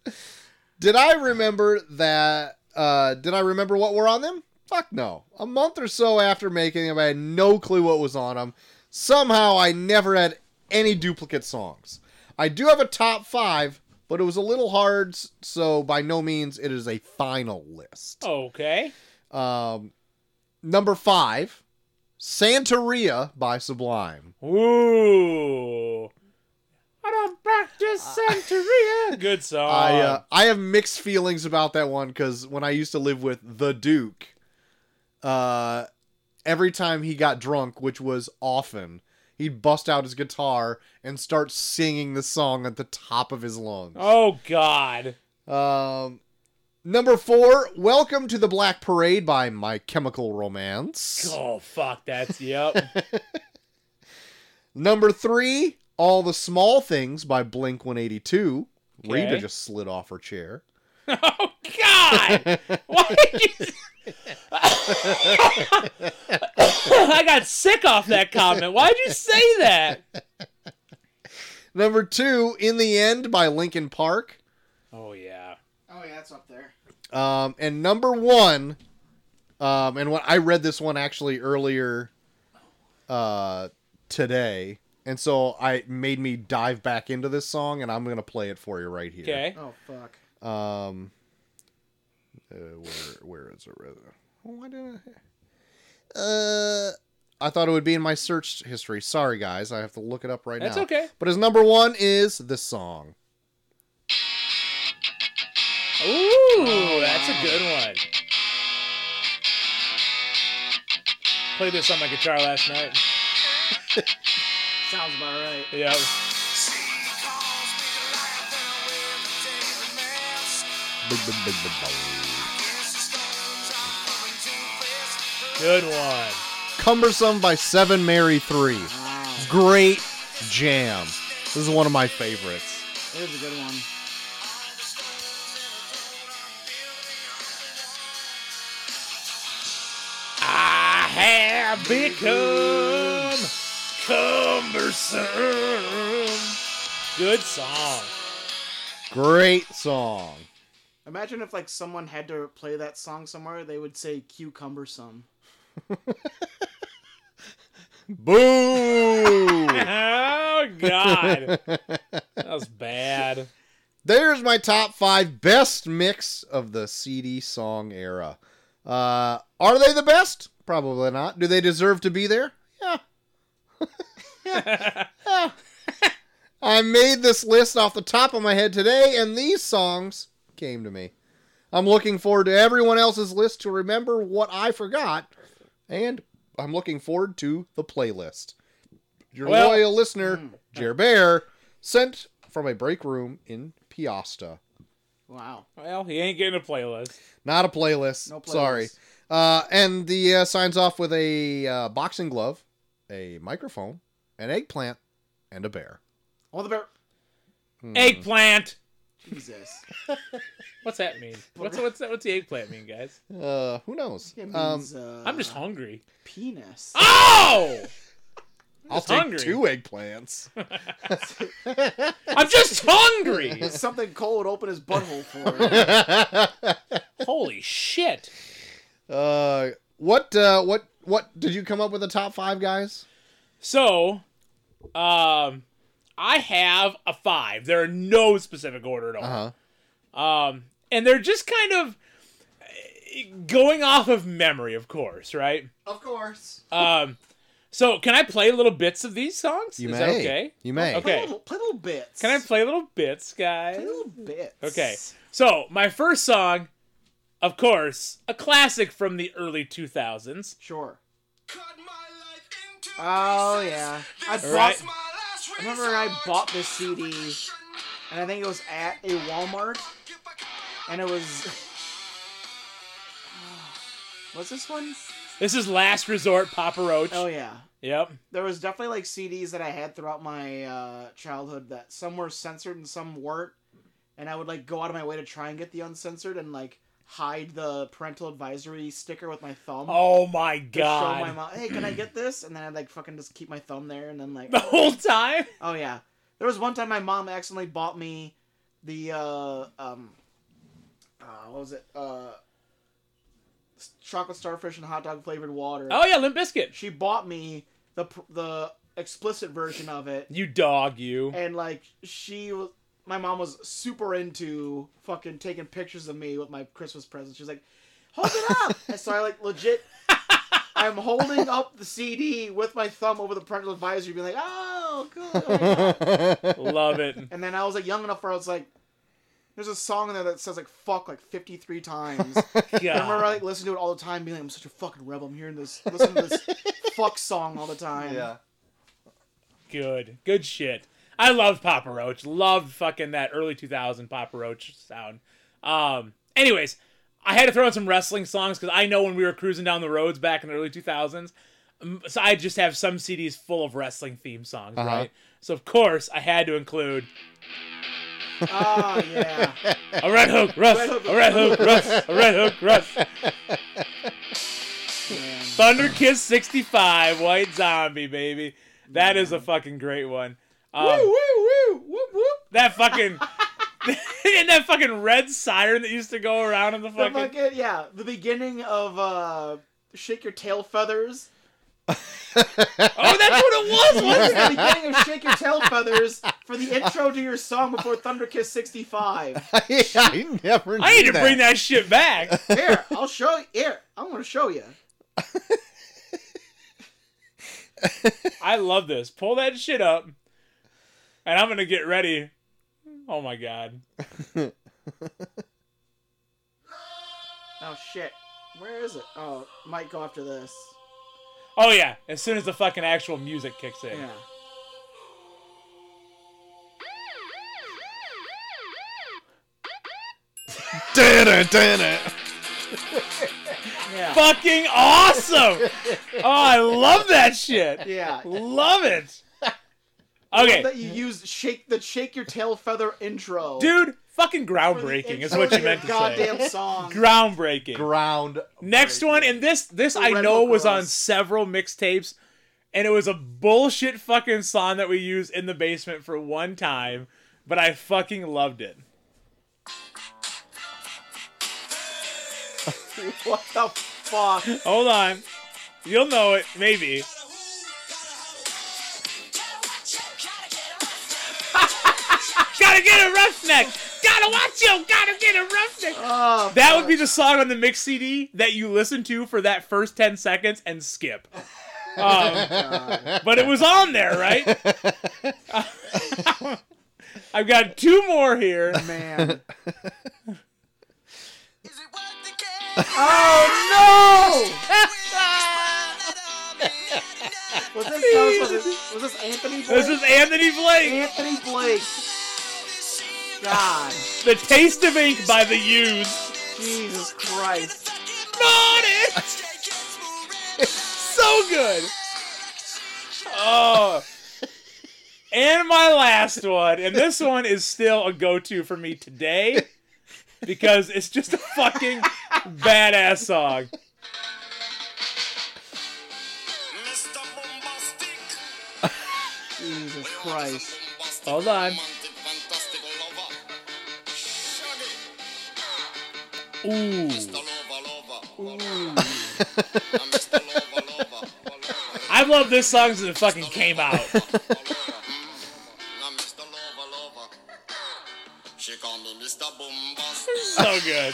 Did I remember that? Uh, did I remember what were on them? Fuck no. A month or so after making them, I had no clue what was on them. Somehow, I never had any duplicate songs. I do have a top five, but it was a little hard, s- so by no means it is a final list.
Okay.
Um, number five, Santeria by Sublime.
Ooh. I don't practice Santeria. Uh, Good song.
I uh, I have mixed feelings about that one because when I used to live with the Duke, uh, every time he got drunk, which was often, he'd bust out his guitar and start singing the song at the top of his lungs.
oh God.
Um, number four, "Welcome to the Black Parade" by My Chemical Romance.
Oh fuck. That's yep.
Number three, "All the Small Things" by Blink One Eighty Two. Rita
Okay.
just slid off her chair.
Oh God! Why did you? I got sick off that comment. Why'd you say that?
Number two, "In the End" by Linkin Park.
Oh yeah.
Oh yeah, that's up there.
Um, and number one, um, and when I read this one actually earlier uh, today, and so I made me dive back into this song, and I'm gonna play it for you right here.
Okay.
Oh fuck.
Um, uh, where where is it? Rather, oh, why did I? Uh, I thought it would be in my search history. Sorry, guys, I have to look it up right
That's
now.
okay.
But his number one is this song.
Ooh, that's a good one. Played this on my guitar last night.
Sounds about right.
Yeah.
Big, big, big, big, big.
Good one.
Cumbersome by Seven Mary Three. Great jam. This is one of my favorites.
There's a good one.
I have become cumbersome. Good song.
Great song.
Imagine if like someone had to play that song somewhere, they would say cucumbersome.
Boo!
Oh God, that was bad.
There's my top five best mix of the CD song era. Uh, are they the best? Probably not. Do they deserve to be there? Yeah. Yeah. I made this list off the top of my head today, and these songs came to me. I'm looking forward to everyone else's list to remember what I forgot, and I'm looking forward to the playlist. Your
Well-
loyal listener, Jer Bear, sent from a break room in Piasta.
Wow.
Well, he ain't getting a playlist.
Not a playlist.
No playlist.
Sorry. Uh, and the uh, signs off with a uh, boxing glove, a microphone, an eggplant, and a bear.
All the bear.
Eggplant.
Jesus.
What's that mean? What's what's that, what's the eggplant mean, guys?
Uh, who knows?
It
Um,
means, uh,
I'm just hungry.
penis.
Oh!
I'll
just
take
hungry.
two eggplants.
I'm just hungry.
Something cold open his butthole for.
Holy shit!
uh, what? Uh, what? What? Did you come up with the top five guys?
So, um, I have a five. There are no specific order at all.
Uh
Um, and they're just kind of eh, going off of memory, of course, right?
Of course.
Um, so can I play little bits of these songs?
You
Is
may.
that okay?
You may.
Okay.
Play little, play little bits.
Can I play little bits, guys?
play little bits?
Okay. So my first song, of course, a classic from the early 2000s.
Sure.
Oh yeah. I bought.
Right.
I
Remember, I bought this CD, and I think it was at a Walmart, and it was. What's this one?
This is Last Resort, Papa Roach.
Oh yeah.
Yep.
There was definitely like CDs that I had throughout my uh, childhood that some were censored and some weren't, and I would like go out of my way to try and get the uncensored and like hide the parental advisory sticker with my thumb.
Oh
to
my
Show my
god.
mom, hey, can I get this? And then I'd like fucking just keep my thumb there, and then like,
The whole time?
oh yeah. There was one time my mom accidentally bought me the uh um, uh, what was it uh, s- chocolate starfish and hot dog flavored water.
Oh yeah, Limp Biscuit.
She bought me the pr- the explicit version of it
You dog, you.
and like she was my mom was super into fucking taking pictures of me with my christmas present she was like hold it up and so i like legit i'm holding up the cd with my thumb over the parental advisory being like oh cool
Love it.
and then i was like young enough where i was like there's a song in there that says like fuck like 53 times I remember I
God.
like listening to it all the time, being like, "I'm such a fucking rebel. I'm hearing this, listening to this fuck song all the time."
Good. Good shit. I loved Papa Roach. Loved fucking that early 2000 Papa Roach sound. Um, anyways, I had to throw in some wrestling songs because I know when we were cruising down the roads back in the early 2000s, um, so I just have some CDs full of wrestling theme songs,
Uh-huh.
right? So, of course, I had to include
Ah, yeah.
a red hook, Russ,
Red hook.
a red hook, Russ, a red hook, Russ.
Man.
Thunder Kiss 65, White Zombie, baby. That is a fucking great one. Um,
woo, woo, woo, whoop, whoop.
That fucking and that fucking red siren that used to go around in the
The
fucking.
fucking, yeah, the beginning of uh, Shake Your Tail Feathers.
Oh, that's what it was.
What's
Wasn't it?
the beginning of Shake Your Tail Feathers for the intro to your song before Thunder Kiss 65?
I never.
I need
knew
to bring that shit back.
Here, I'll show you. Here, I want to show you.
I love this. Pull that shit up, and I'm gonna get ready. Oh my god.
Oh, shit. Where is it? Oh, might go after this.
Oh yeah. As soon as the fucking actual music kicks in.
Yeah.
Dun-dun, dun-dun.
Yeah.
Fucking awesome! Oh, I love that shit.
Yeah.
Love it. Okay,
That you use shake the shake your tail feather intro.
dude, fucking
for the
groundbreaking is
intro
what you
your
meant to say.
goddamn song.
Groundbreaking.
Ground.
Next one, and this this I
Red
know
Hook
was on
Rose.
several mixtapes, and it was a bullshit fucking song that we used in the basement for one time, but I fucking loved it.
what the fuck?
Hold on, you'll know it maybe. Gotta get a roughneck. Gotta watch you. Gotta get a roughneck.
Oh,
That would be the song on the mix CD that you listen to for that first 10 seconds and skip. Um, but it was on there, right? I've got two more here.
man. Oh, Was this, that was, was this, was this Anthony Blake?
This is Anthony Blake,
Anthony Blake. God,
The Taste of Ink by The Used.
Jesus Christ.
Not it! So good! Oh. And my last one, and this one is still a go to for me today because it's just a fucking badass song.
Jesus Christ.
Hold on. Ooh. I love this song since it fucking came out.
She called me Mr. Bombastic.
So good.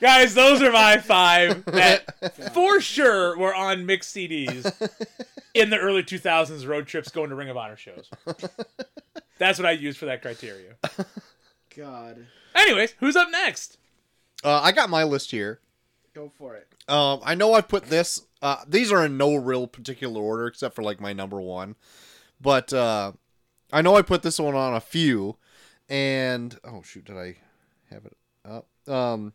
Guys, those are my five that for sure were on mixed CDs in the early 2000s road trips going to Ring of Honor shows. That's what I used for that criteria.
God,
Anyways, who's up next?
Uh, I got my list here.
go for it.
Um, I know I put this. Uh, these are in no real particular order except for like my number one, but uh, I know I put this one on a few, and oh shoot, did I have it up? Um,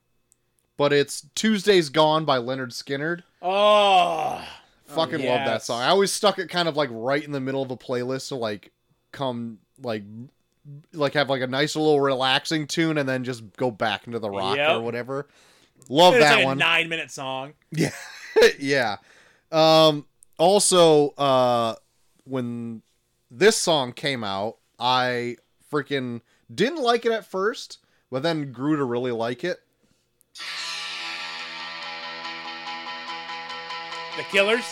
but it's Tuesday's Gone by Leonard Skinnerd.
Oh,
Fucking love that
yes.
song. I always stuck it kind of like right in the middle of a playlist to like come like like have like a nice little relaxing tune and then just go back into the rock or
Yep.
whatever. Love
Oh, it's
that
like
one.
a nine minute song.
Yeah. yeah. Um also uh when this song came out, I freaking didn't like it at first, but then grew to really like it.
The Killers?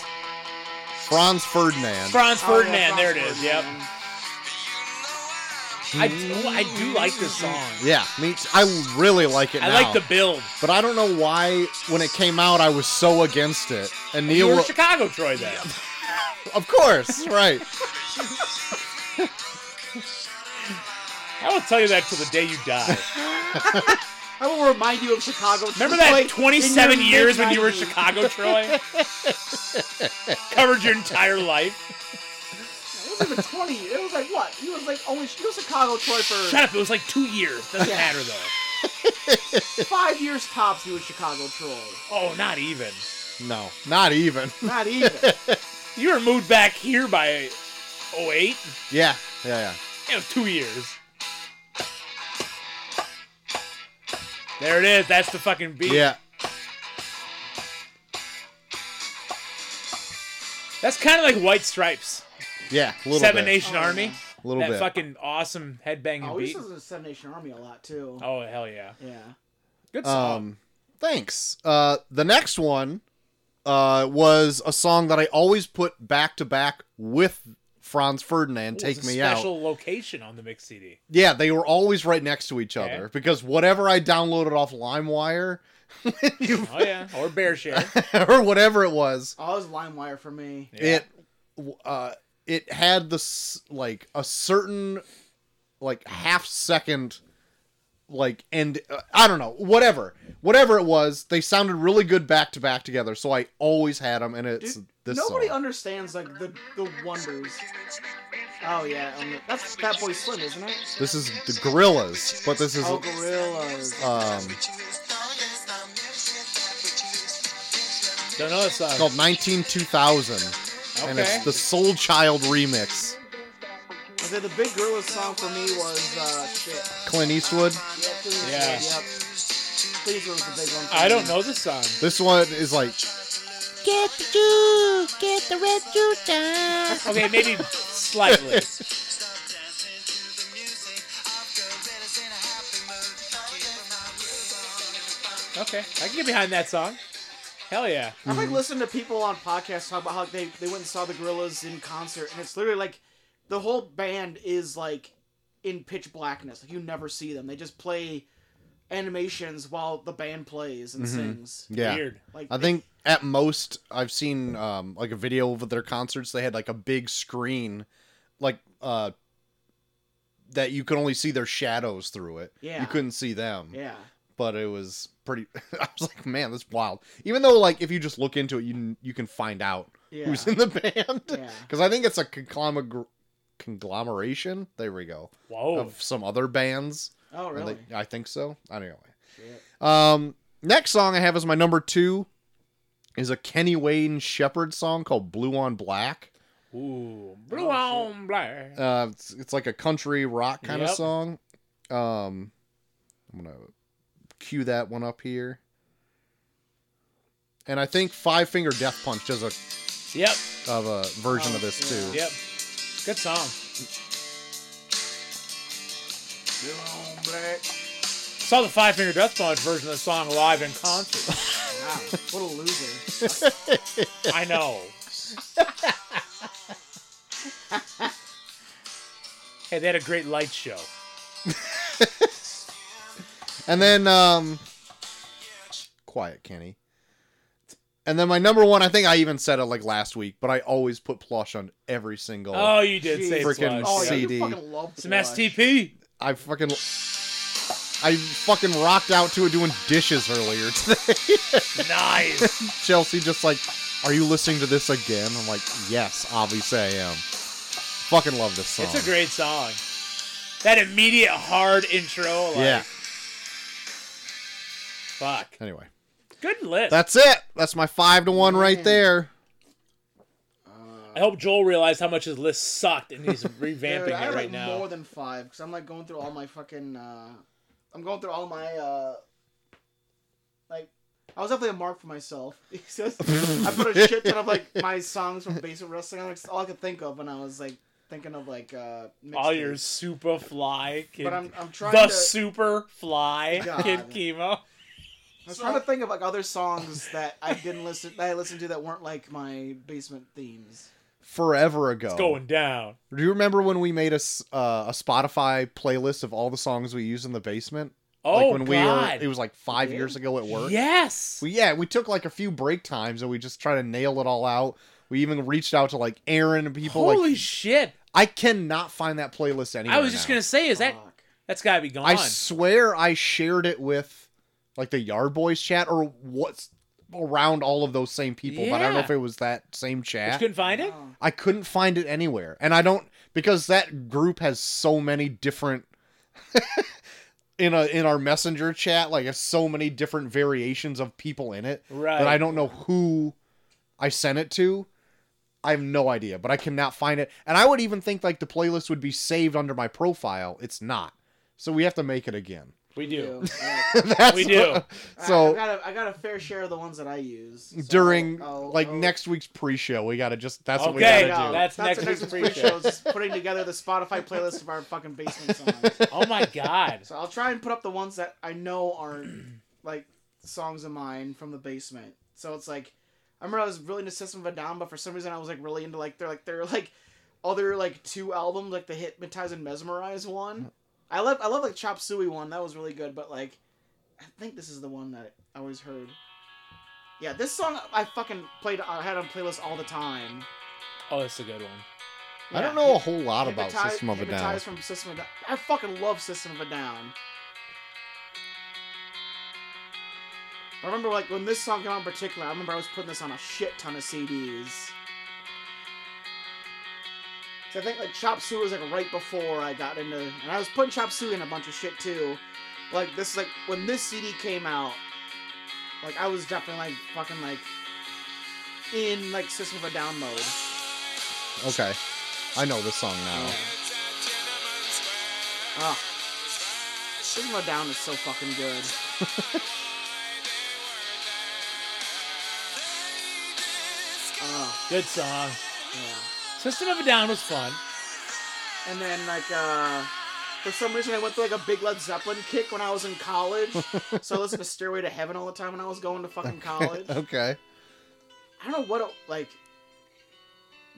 Franz Ferdinand.
Franz
Oh, yeah,
Ferdinand, there it
Franz
is. Yep.
Ferdinand.
I, do- I do like this song.
yeah, me t- I really like it
I
now.
like the build.
but I don't know why when it came out I was so against it. And
You
Neil
were
wa-
Chicago Troy then.
Of course, right.
I will tell you that till the day you die.
I will remind you of Chicago.
Remember that
Blake
27
in your
years when you were in
mid-nineties.
Chicago, Troy? Covered your entire life.
It wasn't even 20. It was like what? He was like only he was Chicago Troy
Shut
for
up, it was like two years. Doesn't
Yeah.
matter though.
five years tops. He was Chicago Troy.
Oh, not even.
No, not even.
Not even.
You were moved back here by 08?
Yeah, yeah, yeah.
It was two years. There it is. That's the fucking beat.
Yeah.
That's kind of like White Stripes,
Yeah, a little
Seven
bit.
Nation
Oh,
Army.
A little
That
bit.
fucking awesome headbanging
oh, he
beat.
was in the Seven Nation Army a lot too.
Oh hell yeah.
Yeah.
Good song.
Um, thanks. Uh, the next one uh, was a song that I always put back to back with Franz Ferdinand,
Ooh,
Take
it's a
Me Out.
Special location on the mix CD.
Yeah, they were always right next to each
Okay.
other because whatever I downloaded off LimeWire you-
Oh yeah, or Bear Share.
or whatever it was,
Oh, it was LimeWire for me.
Yeah.
it uh, it had this like a certain like half second like and uh, I don't know whatever whatever it was they sounded really good back to back together so I always had them and it's
Dude,
this
nobody
song.
understands like the the wonders Oh yeah, um, that's Fat Boy Slim, isn't it?
This is the Gorillas, but this is
Oh, gorillas.
um,
Don't know this song.
called 19 2000, and it's
Okay.
the Soul Child remix.
I said the big gorilla song for me was uh, shit.
Clint Eastwood.
Yeah. Please,
Yeah.
Yep. Please was the big one. for
I
me.
don't know this song.
This one is like
Get the juice, get the red juice down.
Okay, maybe slightly. Okay, I can get behind that song. Hell yeah.
I've like listened to people on podcasts talk about how they, they went and saw the gorillas in concert, and it's literally like the whole band is like in pitch blackness. Like you never see them. They just play animations while the band plays and sings.
yeah.
Weird.
Like
I think at most I've seen um, like a video of their concerts. They had like a big screen, like uh, that you could only see their shadows through it.
Yeah.
you couldn't see them.
yeah,
but it was pretty. I was like, man, that's wild. Even though like if you just look into it, you you can find out
yeah,
who's in the band.
Yeah.
Because I think it's a conglomer- conglomeration. There we go.
Whoa.
Of some other bands.
oh
I
really?
think- I think so. Anyway.
Shit.
Um, next song I have as my number two is a Kenny Wayne Shepherd song called "Blue on Black."
Ooh. Blue on black.
Uh, it's, it's like a country rock kind of
Yep.
song. Um, I'm gonna cue that one up here. And I think Five Finger Death Punch does a
Yep.
of a version
Oh,
of this
yeah.
too.
Yep. Good song. Saw the Five Finger Death Punch version of the song live in concert.
Wow, what a loser!
I know. hey, they had a great light show.
And then um Quiet Kenny. And then my number one, I think I even said it like last week, but I always put plush on every single
Oh, you did say freaking
Freaking
Oh yeah,
see.
yeah.
CD.
you fucking love
Some
Blood.
STP.
I fucking I fucking rocked out to it doing dishes earlier today.
Nice.
Chelsea just like, are you listening to this again? I'm like, yes, obviously I am. Fucking love this song.
it's a great song. That immediate hard intro. Like,
yeah.
Fuck.
Anyway,
Good list.
that's it. That's my five to one
Mm.
right there.
I hope Joel realized how much his list sucked and he's revamping
Dude, I
it
have,
right
like,
now.
More than five, because I'm like going through all my fucking. Uh, I'm going through all my. Uh, like, I was definitely a mark for myself. I put a shit ton of like my songs from basement wrestling. on it, 'cause It's all I could think of when I was like thinking of like. Uh,
all
mixtapes.
your super fly. Kid,
But I'm, I'm trying
the
to.
super fly
God.
kid chemo.
I was trying to think of like other songs that I didn't listen that I listened to that weren't like my basement themes.
Forever ago.
Going down.
Do you remember when we made a, s- uh, a Spotify playlist of all the songs we use in the basement?
Oh
like when
God.
we were, it was like five
Yeah.
years ago at work.
Yes.
We, yeah, we took like a few break times and we just tried to nail it all out. We even reached out to like Aaron and people.
Holy
like,
shit!
I cannot find that playlist anywhere.
I was just
now.
gonna say, is that
Fuck.
that's gotta be gone?
I swear I shared it with like the Yard Boys chat or what's around all of those same people, but I don't know
Yeah.
if it was that same
But you
chat.
couldn't find it.
Oh.
I couldn't find it anywhere. And I don't because that group has so many different in a in our messenger chat, like it's so many different variations of people in it
Right.
that I don't know who I sent it to. I have no idea, but I cannot find it. And I would even think like the playlist would be saved under my profile. It's not. So we have to make it again.
We do.
Yeah.
That's
We do.
what-
so I,
so
got a, I got a fair share of the ones that I use Ah, so
during
I'll-
like
I'll-
next week's pre-show, we got to just that's what we
Okay.
got
I'll-
to do.
No, that's next
the
week's
week's
pre-show.
is just putting together the Spotify playlist of our fucking basement songs.
Oh my god.
So I'll try and put up the ones that I know aren't like songs of mine from the basement. So it's like I remember I was really into System of a Down, but for some reason I was like really into like their like their like other like two albums, like the Hypnotize and Mesmerize one. I love I love like Chop Suey one that was really good, but like I think this is the one that I always heard. Yeah, this song I fucking played. I had on playlist all the time.
Oh, that's a good one.
I don't
Yeah.
know a whole lot about
Hypnotize-
System of a Down.
Hypnotize from System of a Down. I fucking love System of a Down. I remember like when this song came out in particular, I remember I was putting this on a shit ton of CDs. So I think like chop suey was like right before I got into, and I was putting chop suey in a bunch of shit too. Like this, like when this CD came out, like I was definitely like fucking like in like System of a Down mode.
Okay. I know this song now.
Oh. System of a Down is so fucking good. oh,
Good song.
yeah.
System of a Down was fun.
And then like uh for some reason I went through like a big Led Zeppelin kick when I was in college. so I listened to Stairway to Heaven all the time when I was going to fucking college. I
Okay.
don't know what it- like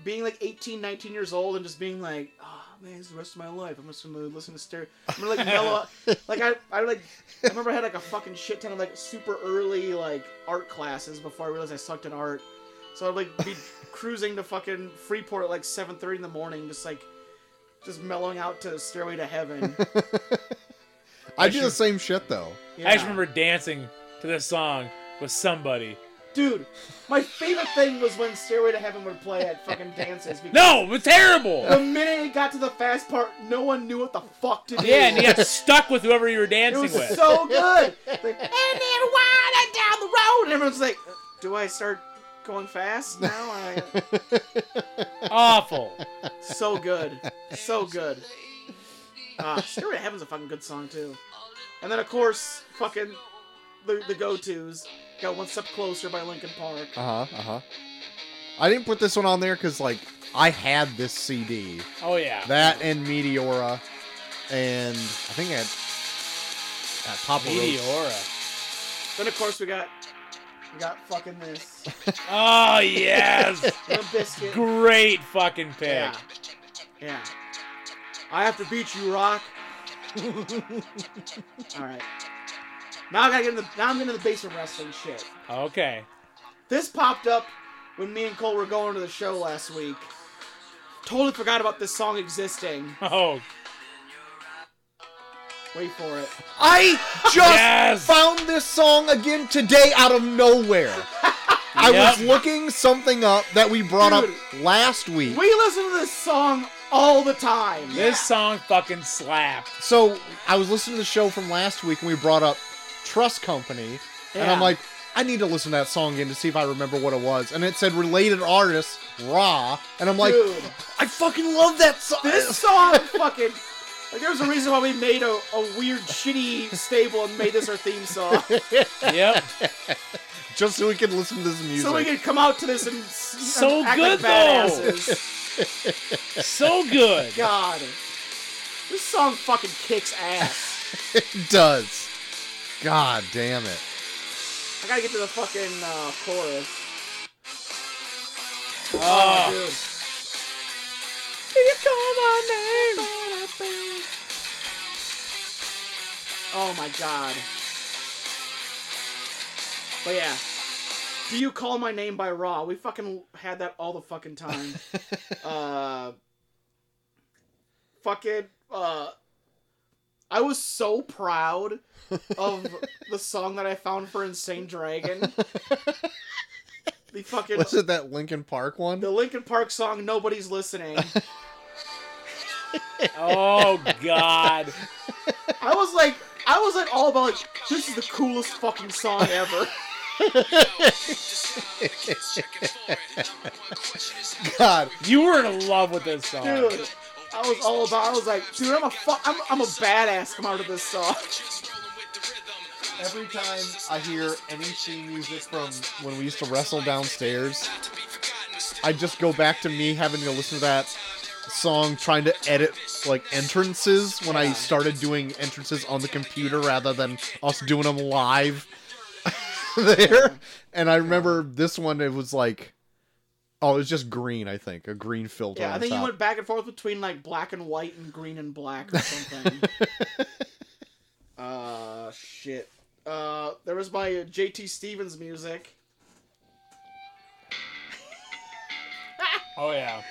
being like 18, 19 years old and just being like, oh man, this is the rest of my life. I'm just gonna listen to Stairway. I'm gonna like mellow out. Like I, I like I remember I had like a fucking shit ton of like super early like art classes before I realized I sucked at art. So I'd like be cruising to fucking Freeport at like seven thirty in the morning, just like just mellowing out to Stairway to Heaven.
I do the same shit though.
I
Yeah.
just remember dancing to this song with somebody.
dude, my favorite thing was when Stairway to Heaven would play at fucking dances. Because
No, it was terrible.
The minute it got to the fast part, no one knew what the fuck to do.
Oh, Yeah, and you got stuck with whoever you were
it
dancing
was
with.
so good. Like, and then wide and down the road, and everyone's like, "Do I start going fast now?" I,
Uh-huh,
Awful.
so good, so good. Ah, Stairway to Heaven's a fucking good song too. And then of course, fucking the, the go-tos got one step closer by Linkin Park.
Uh huh. Uh huh. I didn't put this one on there because like I had this CD
Oh yeah.
that and Meteora, and I think I had that Papa Roach.
Meteora.
Then of course we got we got fucking this
Oh yes.
Limp Biscuit.
Great fucking pick.
Yeah. Yeah. I have to beat you, Rock. All right. Now I gotta get in the now I'm into the basement wrestling shit.
Okay.
This popped up when me and Cole were going to the show last week. Totally forgot about this song existing.
Oh
Wait for it.
I just
Yes!
found this song again today out of nowhere. I
Yep.
was looking something up that we brought up
Dude.
last week.
We listen to this song all the time.
This song fucking slapped.
So I was listening to the show from last week and we brought up Trust Company, and I'm
Yeah.
like, I need to listen to that song again to see if I remember what it was. And it said related artists, raw, and I'm like,
Dude.
I fucking love that song.
This song fucking like there's a reason why we made a, a weird shitty stable and made this our theme song.
Yep.
just so we could listen to this music.
So we could come out to this and s- and
So
act
good,
like badasses.
so good.
God, this song fucking kicks ass.
it does. God damn it.
I gotta get to the fucking uh, chorus.
Oh.
dude. Oh my god. But yeah. Do you call my name by Raw? We fucking had that all the fucking time. uh fucking uh I was so proud of the song that I found for Insane Dragon. The fucking
Was it that Linkin Park one?
the Linkin Park song Nobody's Listening.
Oh God.
I was like I was like all about like this is the coolest fucking song ever.
God.
You were in love with this song.
Dude, I was all about. I was like, dude, I'm a fu- I'm, I'm a badass. Come out of this song.
Every time I hear any theme music from when we used to wrestle downstairs, I just go back to me having to listen to that song, trying to edit like entrances when I started doing entrances on the computer rather than us doing them live there. And I remember this one, it was like, oh, it was just green, I think, a green filter.
Yeah,
on
I think you
top.
went back and forth between like black and white and green and black or something. uh, shit. Uh, there was my uh, JT Stevens music.
Oh yeah.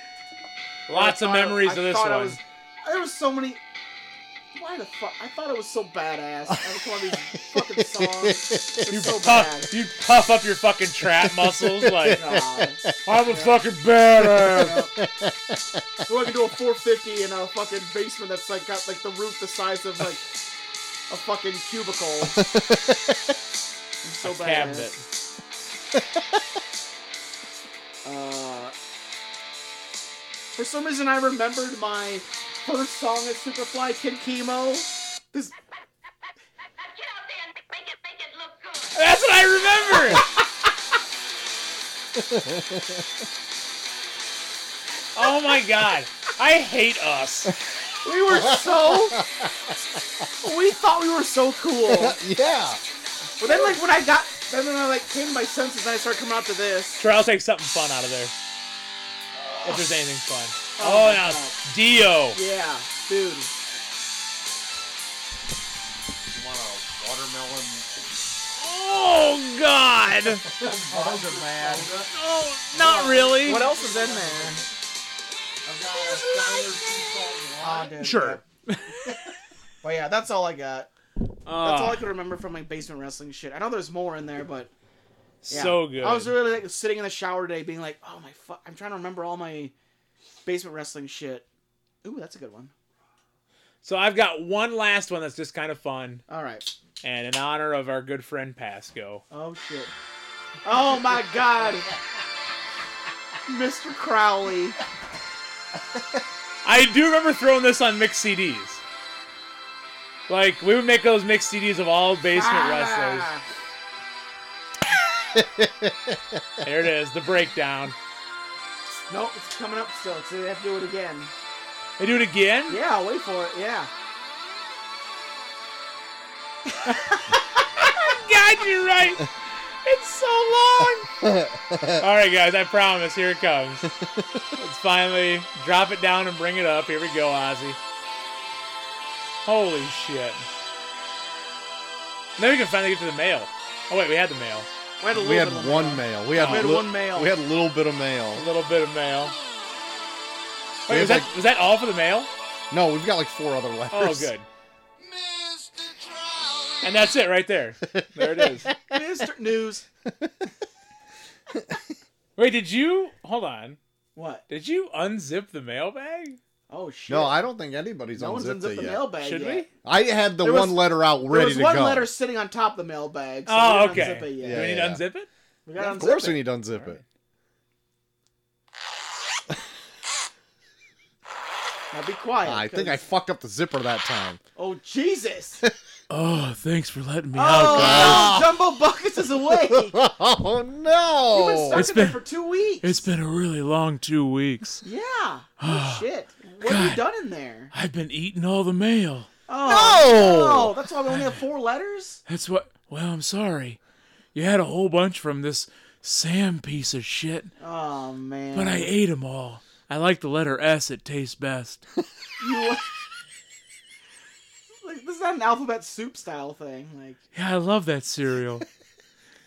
Lots
I
of
thought-
memories
I
of this
thought I
one.
was- there was so many. Why the fuck? I thought it was so badass. I just want these fucking songs. They're so bad.
Puff, you puff up your fucking trap muscles like
Nah.
I'm a fucking badass.
So I can do a 450 in a fucking basement that's like got like the roof the size of like a fucking cubicle. I'm so bad.
Cabinet.
Uh, for some reason, I remembered my first song at Superfly, Kid Chemo. This
Get out there and make it, make it look good.
That's what I remember. oh my god. I hate us.
we were so we thought we were so cool,
yeah.
but then like when I got then when I like came to my senses and I started coming out to this.
Try I'll take something fun out of there. If there's anything fun. Oh,
my
now
God.
Dio.
Yeah, dude.
Want a watermelon
Oh god.
buzzer man?
Oh, not really.
What else is in there? Ah, dude.
Sure.
But yeah, that's all I got.
Uh,
That's all I can remember from my basement wrestling shit. I know there's more in there, but yeah.
So good.
I was really like sitting in the shower today, being like, "Oh my fuck!" I'm trying to remember all my basement wrestling shit. Ooh, that's a good one.
so I've got one last one that's just kind of fun,
All right.
and in honor of our good friend Pasco.
Oh shit. Oh my god. Mr. Crowley.
I do remember throwing this on mixed CDs. Like we would make those mixed CDs of all basement
Ah.
wrestlers. There it is, the breakdown.
Nope, it's coming up still, so they have to do it again.
They do it again.
Yeah, wait for it. Yeah.
God, you're right. It's so long. all right, guys, I promise. Here it comes. Let's finally drop it down and bring it up. Here we go, Ozzy. Holy shit. Then we can finally get to the mail. Oh wait, we had the mail.
We had, a little
We had
bit of
one mail. We had,
We had
li-
one mail.
We had a little bit of mail.
A little bit of mail.
We
Wait, was
have,
that was that all for the mail?
No, we've got like four other letters.
Oh, good. And that's it right there. There it is.
Mr. News.
Wait, did you hold on?
What?
Did you unzip the mailbag?
Oh shit.
No, I don't think anybody's
no one's
unzipped
unzipped
it
the
yet.
mailbag
Should
yet.
we?
I had the
There
one
was-
letter out
There
ready
was
to
one
go.
letter sitting on top of the mailbag. So
Oh,
we didn't
okay.
Unzip it yet.
Do we need
Yeah.
to unzip it?
We gotta
Of
unzip
course,
it.
we need to unzip it.
Now be quiet.
I think I
'cause-
fucked up the zipper that time.
Oh Jesus!
Oh, thanks for letting me
Oh, no, Jumbo Buckets is away. You've been
Oh no!
stuck
It's
in there
been-
for two weeks.
been a really long two weeks.
Yeah. Oh shit. What have you
God.
done in there?
I've been eating all the mail.
Oh no! That's why we only have four letters.
That's what. Well, I'm sorry. You had a whole bunch from this Sam piece of shit,
Oh man.
ate them all. I like the letter S, it tastes best.
You... like, this is not an alphabet soup style thing. Like,
Yeah, I love that cereal.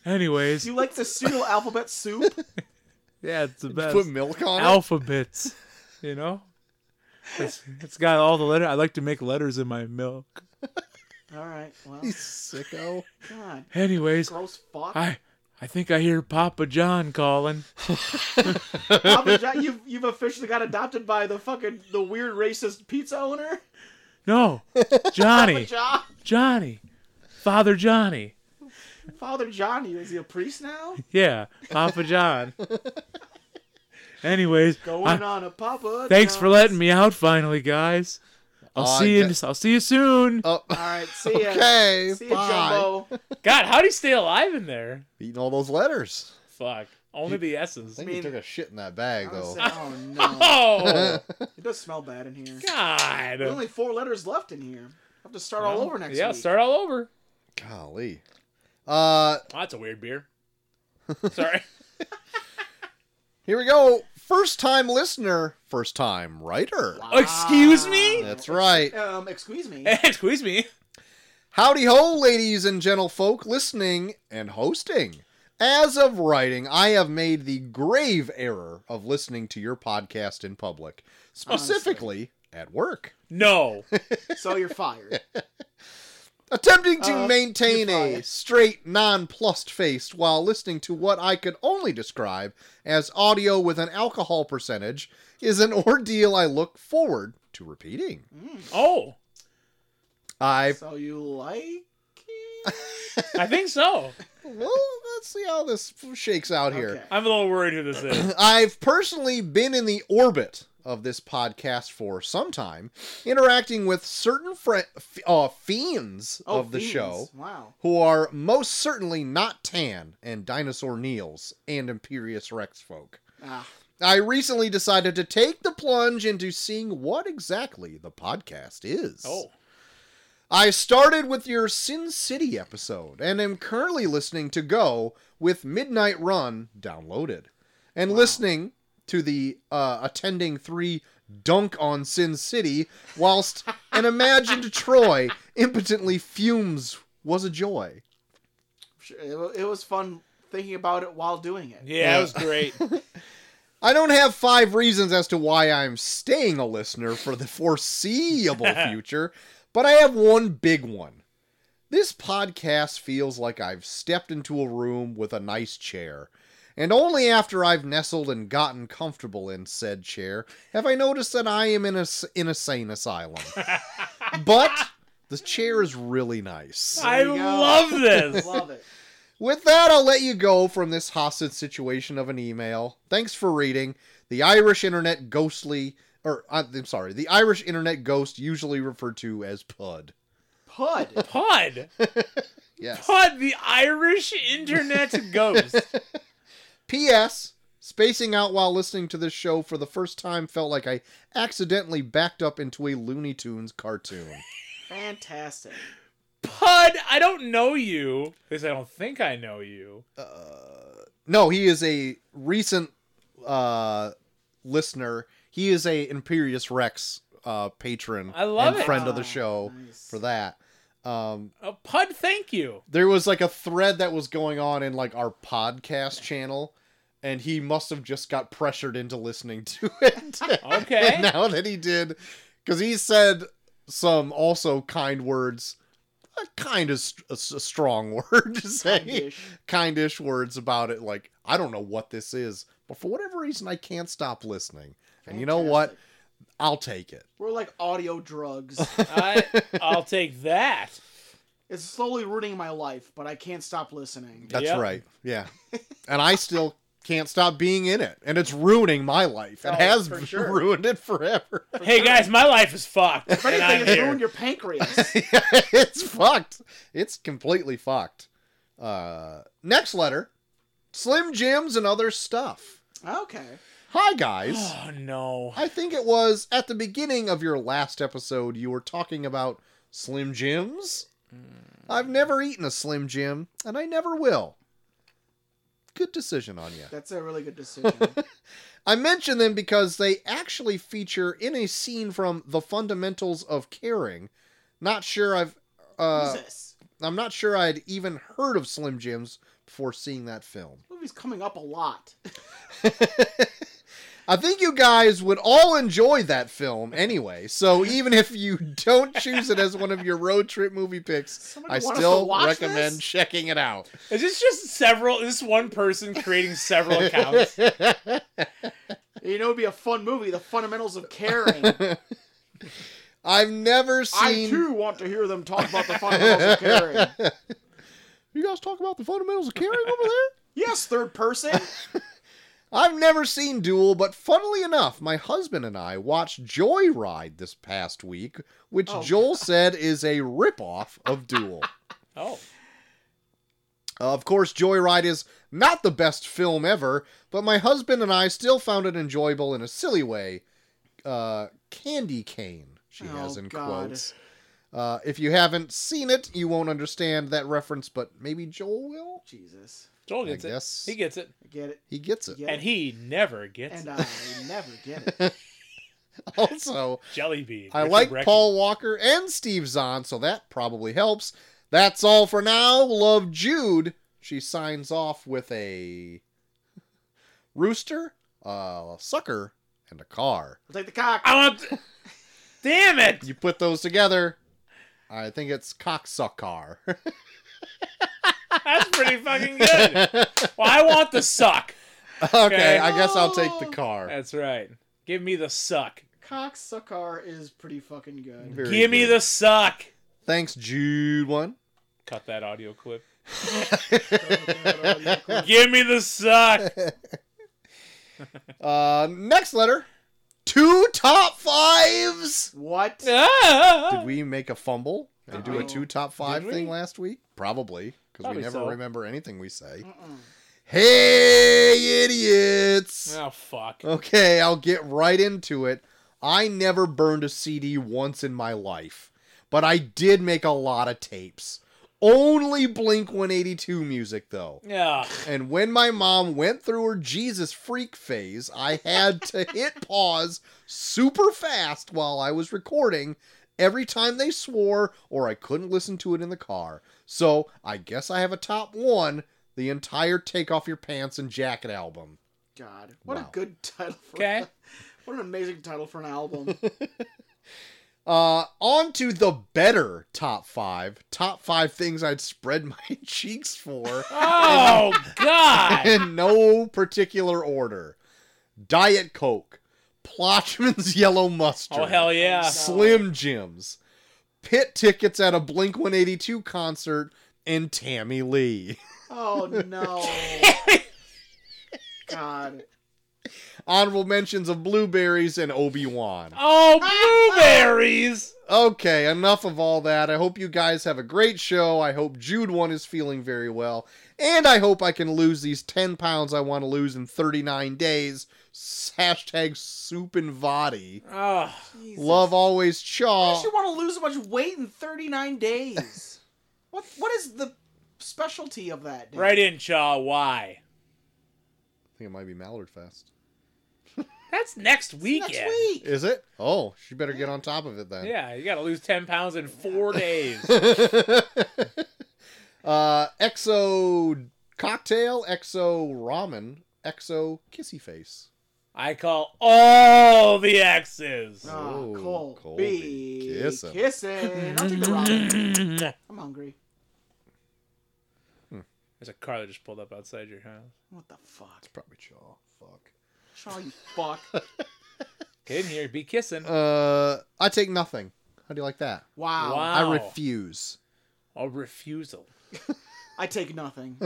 Anyways,
do you like the pseudo alphabet soup?
yeah, it's the best.
Put milk on
Alphabets, you know? It's, it's got all the letter. I like to make letters in my milk.
All right. Well,
it. Sicko.
God.
Anyways,
Gross fuck.
I I think I hear Papa John calling.
Papa John, you've you've officially got adopted by the fucking the weird racist pizza owner.
No, Johnny,
John,
Johnny, Father Johnny.
Father Johnny, is he a priest now?
Yeah, Papa John. Anyways,
Going
I-
on a Papa.
thanks for
John's.
letting me out finally, guys. I'll
Uh,
see you.
th-
I'll see you soon.
Oh,
All right. See ya.
okay.
See ya,
Bye.
Jumbo.
God, how'd he stay alive in there?
Eating all those letters.
Fuck, only the S's.
I think
mean-
he took a shit in that bag
I was
though.
saying, oh no,
Oh
it does smell bad in here.
God.
There's only four letters left in here. I have to start all over next
yeah,
week.
start all over.
Golly.
Oh,
Uh,
that's a weird beer. Sorry.
here we go. First time listener, first time writer.
Ah.
Excuse me? Eh,
That's right.
Um, excuse me.
Excuse me.
Howdy ho, ladies and gentlefolk listening and hosting. As of writing, I have made the grave error of listening to your podcast in public, specifically at work.
No.
So you're fired.
Attempting to
Uh,
maintain
you're
a
fired.
straight, nonplussed face while listening to what I could only describe as audio with an alcohol percentage is an ordeal I look forward to repeating.
Oh,
I
so you like it?
I think so.
well, let's see how this shakes out here.
Okay.
I'm a little worried who this is.
I've personally been in the orbit of this podcast for some time, interacting with certain fri f- uh, fiends
Oh,
of the
fiends.
show
Wow.
who are most certainly not Tan and Dinosaur Neils and Imperious Rex folk.
Ah,
I recently decided to take the plunge into seeing what exactly the podcast is.
Oh,
I started with your Sin City episode and am currently listening to Go with Midnight Run downloaded and listening to the uh, attending three dunk on Sin City whilst an imagined Troy impotently fumes was a joy.
sure. it, wa- it was fun thinking about it while doing it.
yeah, that was great.
I don't have five reasons as to why I'm staying a listener for the foreseeable future, but I have one big one. This podcast feels like I've stepped into a room with a nice chair, and only after I've nestled and gotten comfortable in said chair have I noticed that I am in a s- in a sane asylum. but the chair is really nice.
I
you go.
love this.
Love it.
With that, I'll let you go from this hostage situation of an email. Thanks for reading. The Irish internet ghostly, or uh, I'm sorry, the Irish internet ghost usually referred to as PUD.
Pud.
Pod.
Yes.
Pod, the Irish internet ghost.
P.S. Spacing out while listening to this show for the first time felt like I accidentally backed up into a Looney Tunes cartoon.
Fantastic.
Pod, I don't know you. At least I don't think I know you.
No, he is a recent uh, listener. He is a Imperious Rex uh, patron
I love
and
it. Oh,
friend of the show
Ah, nice.
for that. Um,
Uh, Pod, thank you.
there was like a thread that was going on in like our podcast channel and he must have just got pressured into listening to it
Okay.
now that he did because he said some also kind words uh, kind is a, s- a strong word to say
Kindish.
kindish words about it like i don't know what this is but for whatever reason i can't stop listening and you know what
Fantastic.
i'll take it
We're like audio drugs.
I, I'll take that.
it's slowly ruining my life, but I can't stop listening.
That's
Yep.
right. Yeah. And I still can't stop being in it. And it's ruining my life. It
Oh,
has
for sure.
ruined it forever.
Hey, guys, my life is fucked.
If
and
anything,
I'm
it's
here.
ruined your pancreas.
it's fucked. It's completely fucked. Uh next letter. Slim Jims and other stuff.
okay.
Hi guys.
Oh, no.
I think it was at the beginning of your last episode you were talking about Slim Jims.
Hmm.
I've never eaten a Slim Jim, and I never will. Good decision on you.
That's a really good decision.
I mention them because they actually feature in a scene from The Fundamentals of Caring. Not sure I've
Who's
uh,
this?
I'm not sure I'd even heard of Slim Jims before seeing that film.
movie's coming up a lot.
I think you guys would all enjoy that film anyway. So even if you don't choose it as one of your road trip movie picks,
Somebody
I
want us to
still
watch
recommend
this?
checking it out.
Is this just several? Is this one person creating several accounts?
You know, it'd be a fun movie, The Fundamentals of Caring.
I've never
I
seen
too want to hear them talk about the fundamentals of caring.
You guys talk about the fundamentals of caring over there?
Yes, third person.
I've never seen Duel, but funnily enough, my husband and I watched Joyride this past week, which
Oh.
Joel said is a ripoff of Duel. Uh,
Oh,
of course, Joyride is not the best film ever, but my husband and I still found it enjoyable in a silly way. Uh, candy cane, she has
Oh,
in
God.
quotes. Uh, if you haven't seen it, you won't understand that reference, but maybe Joel will.
Jesus.
Joel
I
gets it.
guess.
He gets it,
I get it.
He gets
I
it.
get
and
it.
he never gets
and uh,
it.
I never get it.
Also,
Jelly bean.
I
Richard
like
Breckman.
Paul Walker and Steve Zahn, so that probably helps. That's all for now. Love Jude. She signs off with a rooster, a sucker, and a car.
I'll take the cock.
I want. Damn it!
You put those together. I think it's cocksucker.
That's pretty fucking good. Well, I want the suck.
okay, I guess I'll take the car.
That's right. Give me the suck.
Cocksucker is pretty fucking good.
Very
Give me
good.
the suck.
Thanks, Jude. One.
Cut that audio clip. Give me the suck.
Uh, next letter. Two top fives.
What?
Ah.
Did we make a fumble and do a two top five
Did we?
thing last week? Probably, because we
Probably
never
so.
remember anything we say. Hey, idiots!
Oh fuck.
Uh, Okay, I'll get right into it. I never burned a CD once in my life, but I did make a lot of tapes. Only Blink 182 music, though.
Yeah.
And when my mom went through her Jesus freak phase, I had to hit pause super fast while I was recording every time they swore or I couldn't listen to it in the car. So I guess I have a top one the entire Take Off Your Pants and Jacket album.
God, what
Wow.
a good title. For
Okay.
what an amazing title for an album.
Uh, on to the better top five. Top five things I'd spread my cheeks for.
Oh god.
in no particular order. Diet Coke, Plotchman's Yellow Mustard,
Oh hell yeah.
Slim Jims, pit tickets at a Blink 182 concert, and Tammy Lee.
Oh no. God.
Honorable mentions of blueberries and Obi Wan.
Oh blueberries.
Okay, enough of all that. I hope you guys have a great show. I hope Jude 1 is feeling very well. And I hope I can lose these 10 pounds I want to lose in 39 days. S- Hashtag soup and vody.
Oh,
Love always
Why
chaw.
does she want to lose so much weight in 39 days? what What is the specialty of that? dude?
right in, Chaw. Why?
I think it might be Mallard Fest.
That's next weekend.
Next week.
Is it? Oh, she better get on top of it then.
Yeah, you gotta lose ten pounds in four days.
uh, Exo cocktail, Exo ramen, Exo kissy face.
I call all the X's.
Oh,
Ooh,
Cole.
Colby.
Be
Kiss him.
kissing. I'll take the ramen. I'm hungry.
There's a car that just pulled up outside your house.
What the fuck?
Probably chaw. Fuck.
Shaw, you fuck.
Get in here, be kissing.
Uh, I take nothing. How do you like that?
Wow.
Wow.
I refuse.
A refusal.
I take nothing.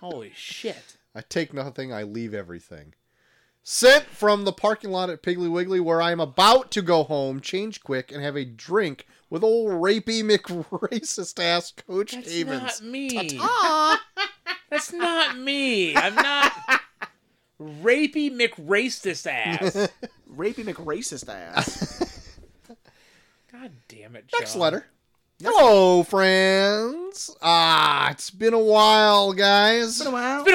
Holy shit.
I take nothing. I leave everything. Sent from the parking lot at Piggly Wiggly, where I am about to go home, change quick, and have a drink with old rapey McRacist ass Coach
That's
Havens.
not me. That's not me. I'm not rapey McRacist ass.
Rapey McRacist ass.
God damn it,
Next
John.
letter. Hello, friends. Ah, it's been a while, guys.
It's been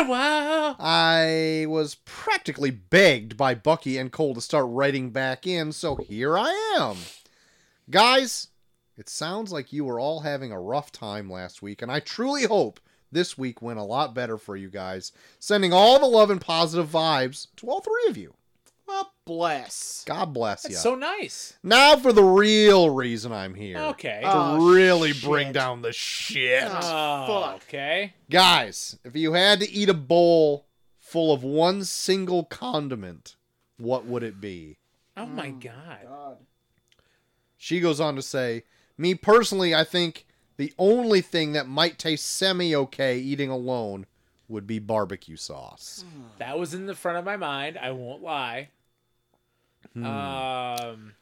a while.
I was practically begged by Bucky and Cole to start writing back in, so here I am. Guys, it sounds like you were all having a rough time last week, and I truly hope this week went a lot better for you guys. Sending all the love and positive vibes to all three of you.
well, bless.
God bless
That's
you.
so nice.
now for the real reason I'm here.
Okay.
To
Oh,
really
shit.
bring down the shit.
Oh,
fuck.
okay.
Guys, if you had to eat a bowl full of one single condiment, what would it be?
Oh my god.
God.
She goes on to say, Me personally, I think the only thing that might taste semi okay eating alone would be barbecue sauce.
That was in the front of my mind. I won't lie.
Hmm.
Um.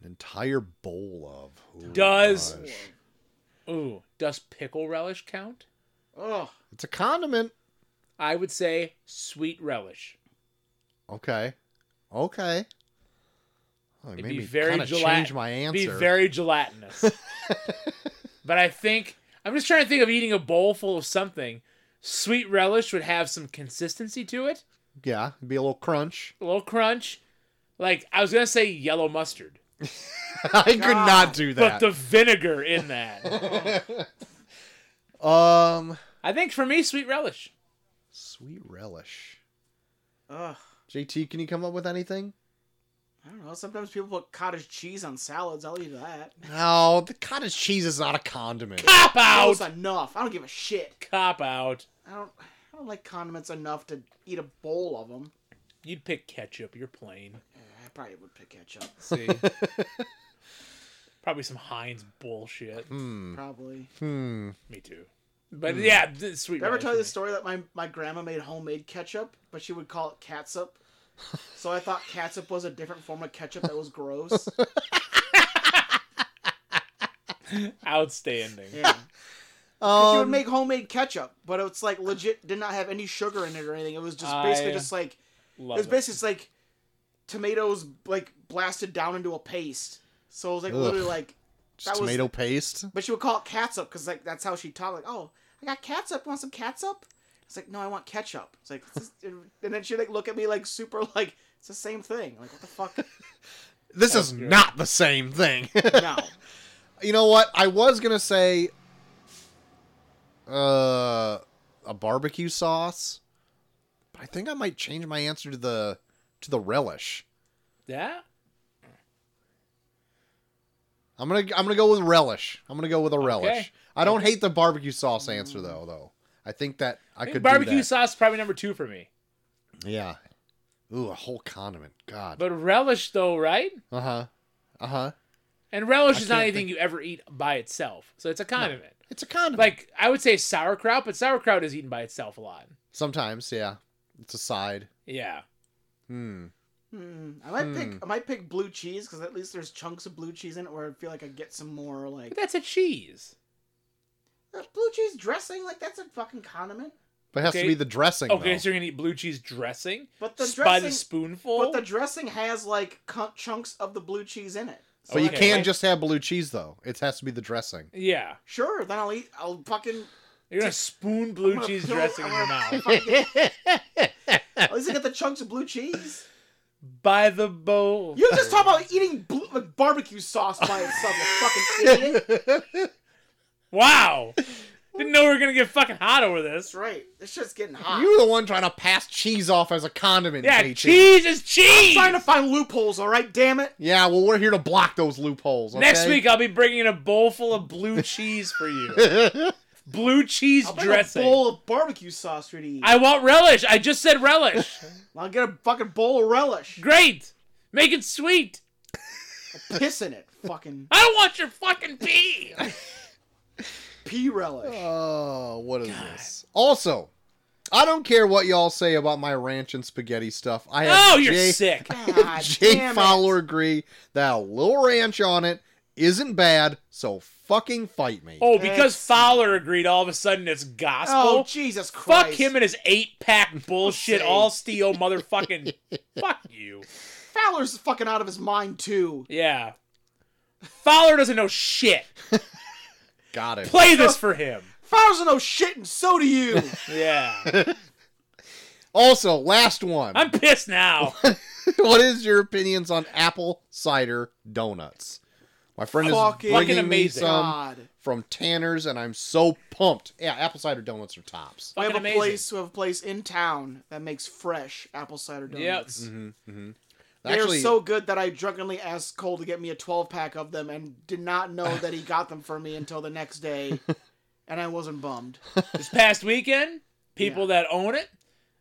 An entire bowl of. oh Ooh,
Does-
gosh.
Ooh. Does pickle relish count?
Oh,
It's a condiment.
I would say sweet relish.
Okay. Okay. Oh, it
It'd
made
be
me
very
kinda
gelat-
change my answer.
Be very gelatinous. but I think I'm just trying to think of eating a bowl full of something. Sweet relish would have some consistency to it,
yeah, it'd be a little crunch.
a little crunch. Like I was gonna say yellow mustard,
I could not do
but
that.
the vinegar in that.
um.
I think for me, sweet relish.
Sweet relish.
ugh.
JT, can you come up with anything?
I don't know. Sometimes people put cottage cheese on salads. I'll eat that.
No, the cottage cheese is not a condiment.
Cop
Close
out.
enough. I don't give a shit.
Cop out.
I don't. I don't like condiments enough to eat a bowl of them.
You'd pick ketchup. You're plain.
I probably would pick ketchup.
See. Probably some Heinz bullshit.
Probably.
Hmm.
Me too. But yeah, th- sweet.
Did I ever
relish
tell
for
you the
me.
story that my, my grandma made homemade ketchup, but she would call it catsup? So I thought catsup was a different form of ketchup that was gross.
Outstanding.
Yeah. she would
Um,
make homemade ketchup, but it's like legit did not have any sugar in it or anything. It was just basically
I
just like
Love
it was
it.
basically just like tomatoes like blasted down into a paste. So it was like literally
Ugh.
like
just
that was-
tomato paste.
but she would call it catsup because like that's how she taught. Like, oh, I got catsup. Want some catsup? It's like, no, I want ketchup. It's like, "This is-" and then she like look at me like super like it's the same thing. Like, what the fuck?
This is not the same thing.
No,
you know what? I was gonna say, uh, a barbecue sauce. But I think I might change my answer to the to the relish.
yeah.
I'm gonna I'm gonna go with relish. I'm gonna go with a relish.
Okay.
I don't hate the barbecue sauce answer though. Though I think that I
Maybe
could do
barbecue
that.
sauce is probably number two for me.
Yeah. Ooh, a whole condiment. God.
But relish though, right?
Uh huh. Uh huh.
And relish is not
can't
anything you ever eat by itself. So it's a condiment.
It's a condiment.
Like I would say sauerkraut, but sauerkraut is eaten by itself a lot.
sometimes, yeah. It's a side.
Yeah.
Hmm.
Hmm. I might pick I might pick blue cheese because at least there's chunks of blue cheese in it where I feel like I get some more like
But that's a cheese.
Uh, blue cheese dressing. Like that's a fucking condiment.
But it has to
Okay.
be the dressing.
Okay,
though.
so you're gonna eat blue cheese dressing?
But the
S- by the
dressing-
spoonful.
But the dressing has like cu- chunks of the blue cheese in it. So
But you
Okay.
can't just have blue cheese though. It has to be the dressing.
yeah.
sure. Then I'll eat. I'll fucking
You're gonna spoon blue
gonna
cheese
throw-
dressing in your mouth.
at least I get the chunks of blue cheese.
By the bowl.
You just talk about eating blue, like, barbecue sauce by itself, you fucking idiot.
Wow. Didn't know we were gonna get fucking hot over this.
That's right. This shit's getting hot.
You were the one trying to pass cheese off as a condiment.
Ah. Yeah,
JT.
cheese is cheese.
trying to find loopholes, all right? Damn it.
Yeah, well, we're here to block those loopholes.
Next
okay?
week I'll be bringing in a bowl full of blue cheese for you. blue cheese
I'll bring
dressing.
a bowl of barbecue sauce for you to eat.
I want relish. I just said relish.
I'll get a fucking bowl of relish.
Great. Make it sweet.
Piss in it. Fucking
I don't want your fucking pee.
pea relish.
Oh, what is this? Also, I don't care what y'all say about my ranch and spaghetti stuff. I have
Oh, you're
Jay,
sick.
God
Jay
damn it.
Fowler agree that a little ranch on it isn't bad. So fucking fight me.
Oh, because
Excellent.
Fowler agreed, all of a sudden it's
Oh,
gospel.
Jesus Christ.
Fuck him and his eight pack bullshit, all steel motherfucking. Fuck you.
Fowler's fucking out of his mind, too.
Yeah. Fowler doesn't know shit.
Got it.
Play this for him.
Fowler's no shit, and so do you.
Yeah.
Also, last one.
I'm pissed now.
what is your opinions on apple cider donuts? My friend is
Fucking
bringing
amazing.
me some
God.
from Tanner's, and I'm so pumped. Yeah, apple cider donuts are tops.
We have a
Fucking amazing.
place, we have a place in town that makes fresh apple cider
Yep.
donuts. They
Actually,
are so good that I drunkenly asked Cole to get me a 12 pack of them and did not know that he got them for me until the next day. And I wasn't bummed.
This past weekend, people that own it,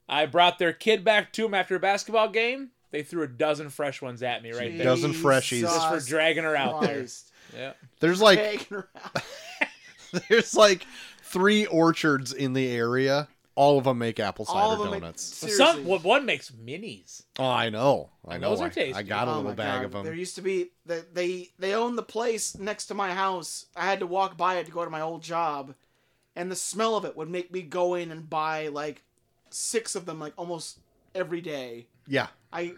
I brought their kid back to them after a basketball game. They threw a dozen fresh ones at me right there.
Dozen freshies.
Jesus
Just
Just for dragging her out there.
Christ.
Yeah.
there's like
Dragging her out.
there's like three orchards in the area. All of them make apple cider
All of them.
donuts.
Make,
Some well, one makes minis.
Oh, I know. I
And
know.
those are
I- I,
tasty.
got a little
Oh my
bag
God.
of them.
There used to be they, they they owned the place next to my house. I had to walk by it to go to my old job, and the smell of it would make me go in and buy like six of them, like almost every day.
yeah,
I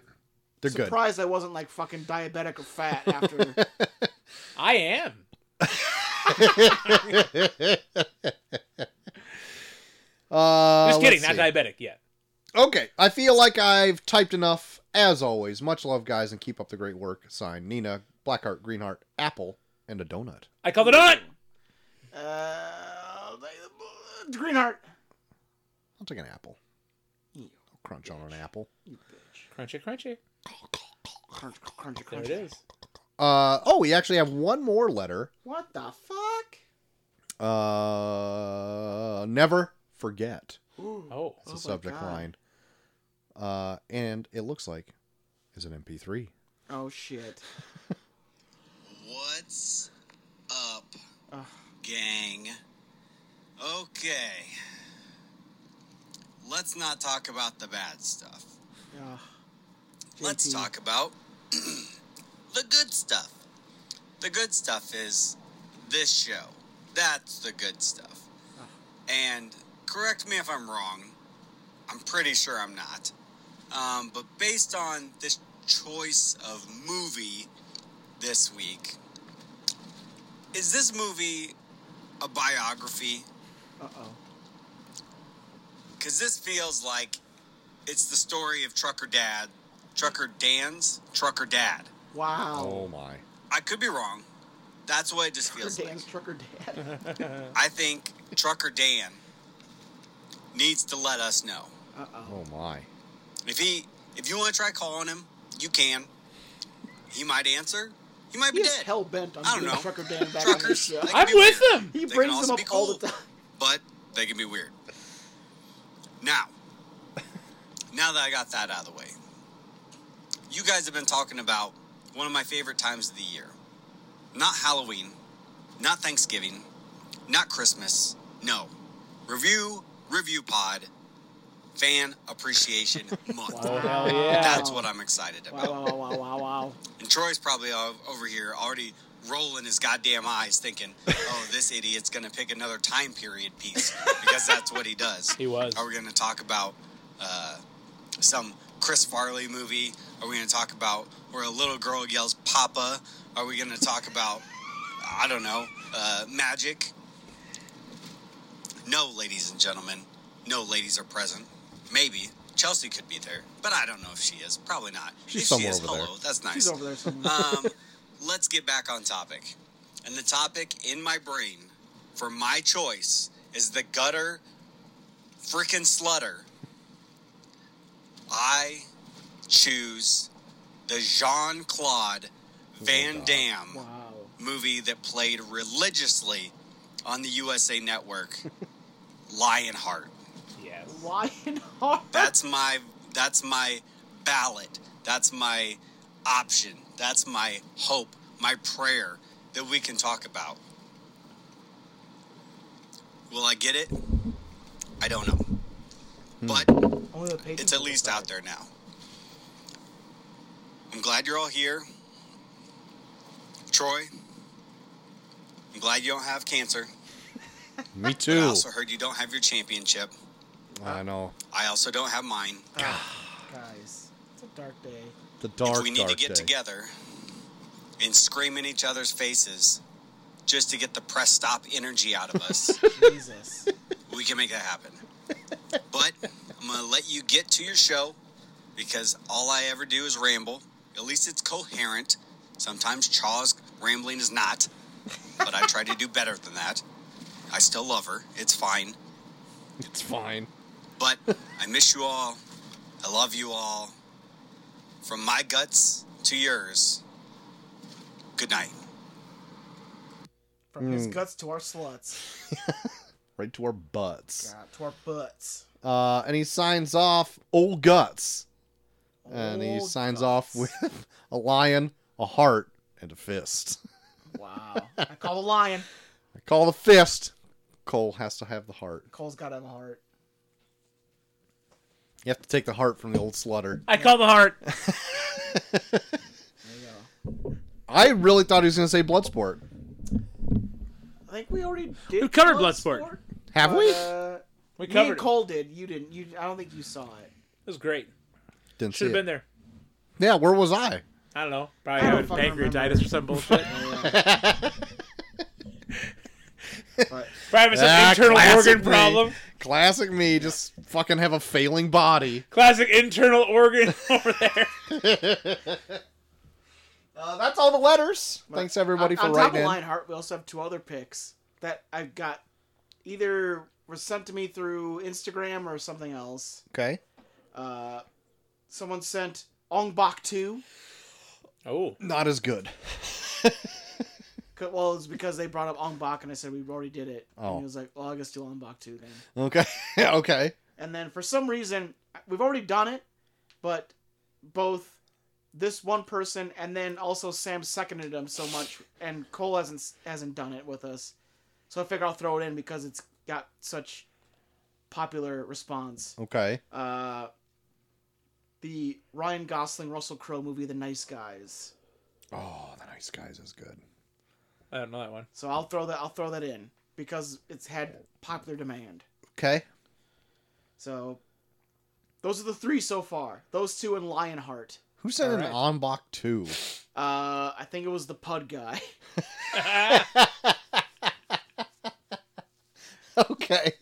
they're good.
surprised I wasn't like fucking diabetic or fat after.
I am.
Uh,
Just kidding,
let's
not
see.
diabetic yet.
Okay, I feel like I've typed enough. As always, much love, guys, and keep up the great work. Signed, Nina, Blackheart, Greenheart, Apple, and a donut.
I call it on.
uh, they- Greenheart.
I'll take an apple. I'll crunch on an apple.
Crunchy, crunchy.
Crunch, crunch,
There
crunch.
it is.
Uh, oh, we actually have one more letter.
What the fuck?
Uh, never forget.
Ooh.
Oh.
It's
Oh
a
my
subject
God.
line. Uh, and it looks like is an MP3.
Oh shit.
What's up,
Ugh.
gang? Okay. Let's not talk about the bad stuff.
Ugh.
Let's
JT.
talk about the good stuff. The good stuff is this show. That's the good stuff. And correct me if I'm wrong. I'm pretty sure I'm not. Um, but based on this choice of movie this week, is this movie a biography?
Uh oh.
Because this feels like it's the story of Trucker Dad, Trucker Dan's Trucker Dad.
Wow.
Oh my.
I could be wrong. That's what it just feels
trucker
like.
Dan's trucker dad.
I think Trucker Dan needs to let us know.
Uh oh.
Oh my.
If he, if you want to try calling him, you can. He might answer. He might
He
be
is
dead.
hell bent on
I don't
getting
know.
trucker Dan back on his
Truckers,
show.
they can
I'm
be
with
weird,
them.
He
They can
brings
also
them up
be
all the
cool.
time.
but they can be weird. Now, now that I got that out of the way, you guys have been talking about one of my favorite times of the year. Not Halloween, not Thanksgiving, not Christmas. No. Review, review pod, fan appreciation month.
Oh, hell yeah.
That's what I'm excited about.
Wow, wow, wow, wow, wow.
And Troy's probably o- over here already rolling his goddamn eyes, thinking, "Oh, this idiot's gonna pick another time period piece because that's what he does."
He was.
Are we gonna talk about uh, some Chris Farley movie? Are we gonna talk about where a little girl yells "Papa"? Are we gonna talk about I don't know uh, magic? No, ladies and gentlemen, no ladies are present. Maybe Chelsea could be there, but I don't know if she is. Probably not.
She's
if
somewhere
she is,
over there.
hello, that's nice
He's over there somewhere.
um, let's get back on topic. And the topic in my brain for my choice is the gutter freaking slutter. I choose the Jean Claude Van
God.
Damme
wow.
movie that played religiously on the USA Network, Lionheart.
Yes.
Lionheart.
That's my that's my ballot. That's my option. That's my hope, my prayer that we can talk about. Will I get it? I don't know. But
Only the patrons
it's at
will
least
decide.
out there now. I'm glad you're all here. Troy, I'm glad you don't have cancer.
Me
I
too.
also heard you don't have your championship.
I know.
I also don't have mine.
Guys, it's a dark day.
The dark,
if we need
dark
to get
day.
together and scream in each other's faces just to get the press stop energy out of us,
Jesus.
we can make that happen. But I'm going to let you get to your show because all I ever do is ramble. At least it's coherent. Sometimes Chaw's rambling is not, but I try to do better than that. I still love her. It's fine.
It's fine.
But I miss you all. I love you all. From my guts to yours. Good night.
From his
Mm.
guts to our sluts.
Right to our butts.
God, to our butts.
Uh, and he signs off old guts, and he
Old
signs off
guts.
with a lion, a heart, and a fist.
Wow. I call the lion.
I call the fist. Cole has to have the heart.
Cole's got to have a heart.
You have to take the heart from the old slutter.
I call the heart.
There you go.
I really thought he was going to say Bloodsport.
I think we already did.
We covered Bloodsport.
Have we?
Uh,
We
me
covered
and Cole did. You didn't. You. I don't think you saw it.
it. It was great.
Didn't see
Should have
it.
been there.
Yeah, where was I?
I don't know.
I don't
Probably
fucking
having pancreatitis or some bullshit.
But
Probably some
Ah,
internal
classic
organ
me.
problem.
Classic me, just fucking have a failing body.
Classic internal organ over there.
Uh, that's all the letters. Thanks everybody
on, on
for
top
writing
of
in.
Lionheart, we also have two other picks that I've got either were sent to me through Instagram or something else.
Okay.
Uh, someone sent Ong Bak 2
Oh,
Not as good.
C- Well, it's because they brought up Ong Bak and I said we already did it. And
Oh.
he was like, well, I guess do Ong Bak too then.
Okay. okay.
And then for some reason, we've already done it, but both this one person and then also Sam seconded him so much, and Cole hasn't hasn't done it with us. So I figure I'll throw it in because it's got such popular response.
Okay.
Uh, the Ryan Gosling Russell Crowe movie, The Nice Guys.
Oh, the nice guys is good.
I don't know that one.
So I'll throw that I'll throw that in because it's had popular demand.
Okay.
So those are the three so far. Those two and Lionheart.
Who said
All
an
right.
on Bach two?
Uh, I think it was the Pud guy.
okay.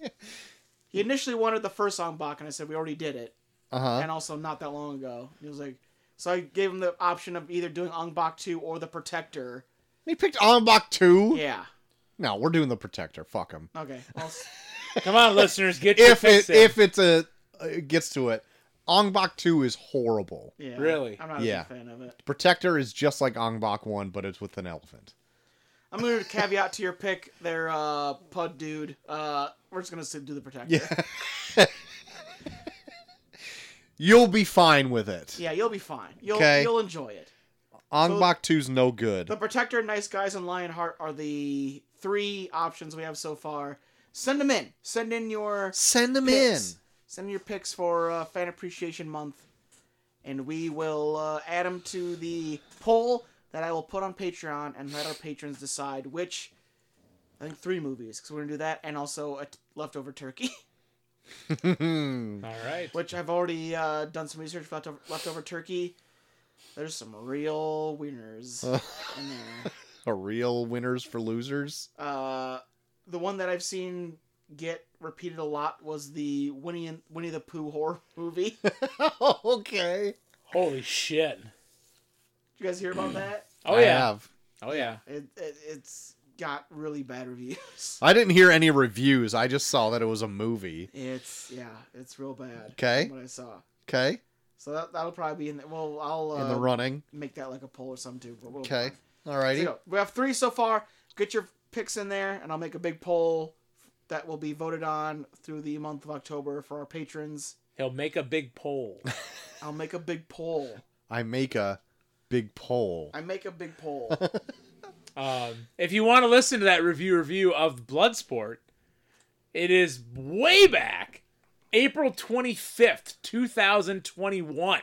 He initially wanted the first song Bach, and I said we already did it,
Uh huh.
and also not that long ago. He was like, so I gave him the option of either doing Ong Bak two or the Protector.
He picked on Bach two.
Yeah.
No, we're doing the protector. Fuck him.
Okay. I'll s-
Come on, listeners, get your
If it
fix in.
if it's a uh, it gets to it, Ong Bak two is horrible.
yeah.
Really?
I'm not
Yeah.
a big fan of it.
Protector is just like Ong Bak one, but it's with an elephant.
I'm gonna caveat to your pick there, uh, Pud dude. Uh, we're just gonna say do the Protector.
Yeah. You'll be fine with it.
Yeah, you'll be fine. You'll
Okay.
you'll enjoy it.
Ong Bak two's no good.
The Protector, Nice Guys, and Lionheart are the three options we have so far. Send them in. Send in your
Send them
picks.
in.
Send your picks for uh, Fan Appreciation Month, and we will uh, add them to the poll that I will put on Patreon and let our patrons decide which. I think three movies because we're gonna do that, and also a t- leftover turkey,
All right.
which I've already uh, done some research for leftover, leftover turkey. There's some real wieners in there.
A real winners for losers.
Uh, the one that I've seen get repeated a lot was the Winnie and Winnie the Pooh horror movie. Did
okay.
Holy shit.
you guys hear about that?
Oh
I
yeah.
have.
Oh yeah.
It, it it's got really bad reviews.
I didn't hear any reviews. I just saw that it was a movie.
It's yeah, it's real bad.
Okay.
from what I saw.
Okay.
So that that'll probably be in. The, well, I'll uh,
In the running.
make that like a poll or something too. But we'll,
Okay.
So, you
Alrighty.
know, we have three so far. Get your picks in there, and I'll make a big poll that will be voted on through the month of October for our patrons.
He'll make a big poll.
I'll make a big poll.
I make a big poll.
I make a big poll.
Um, if you want to listen to that review review of Bloodsport, it is way back, April twenty fifth, two thousand twenty one.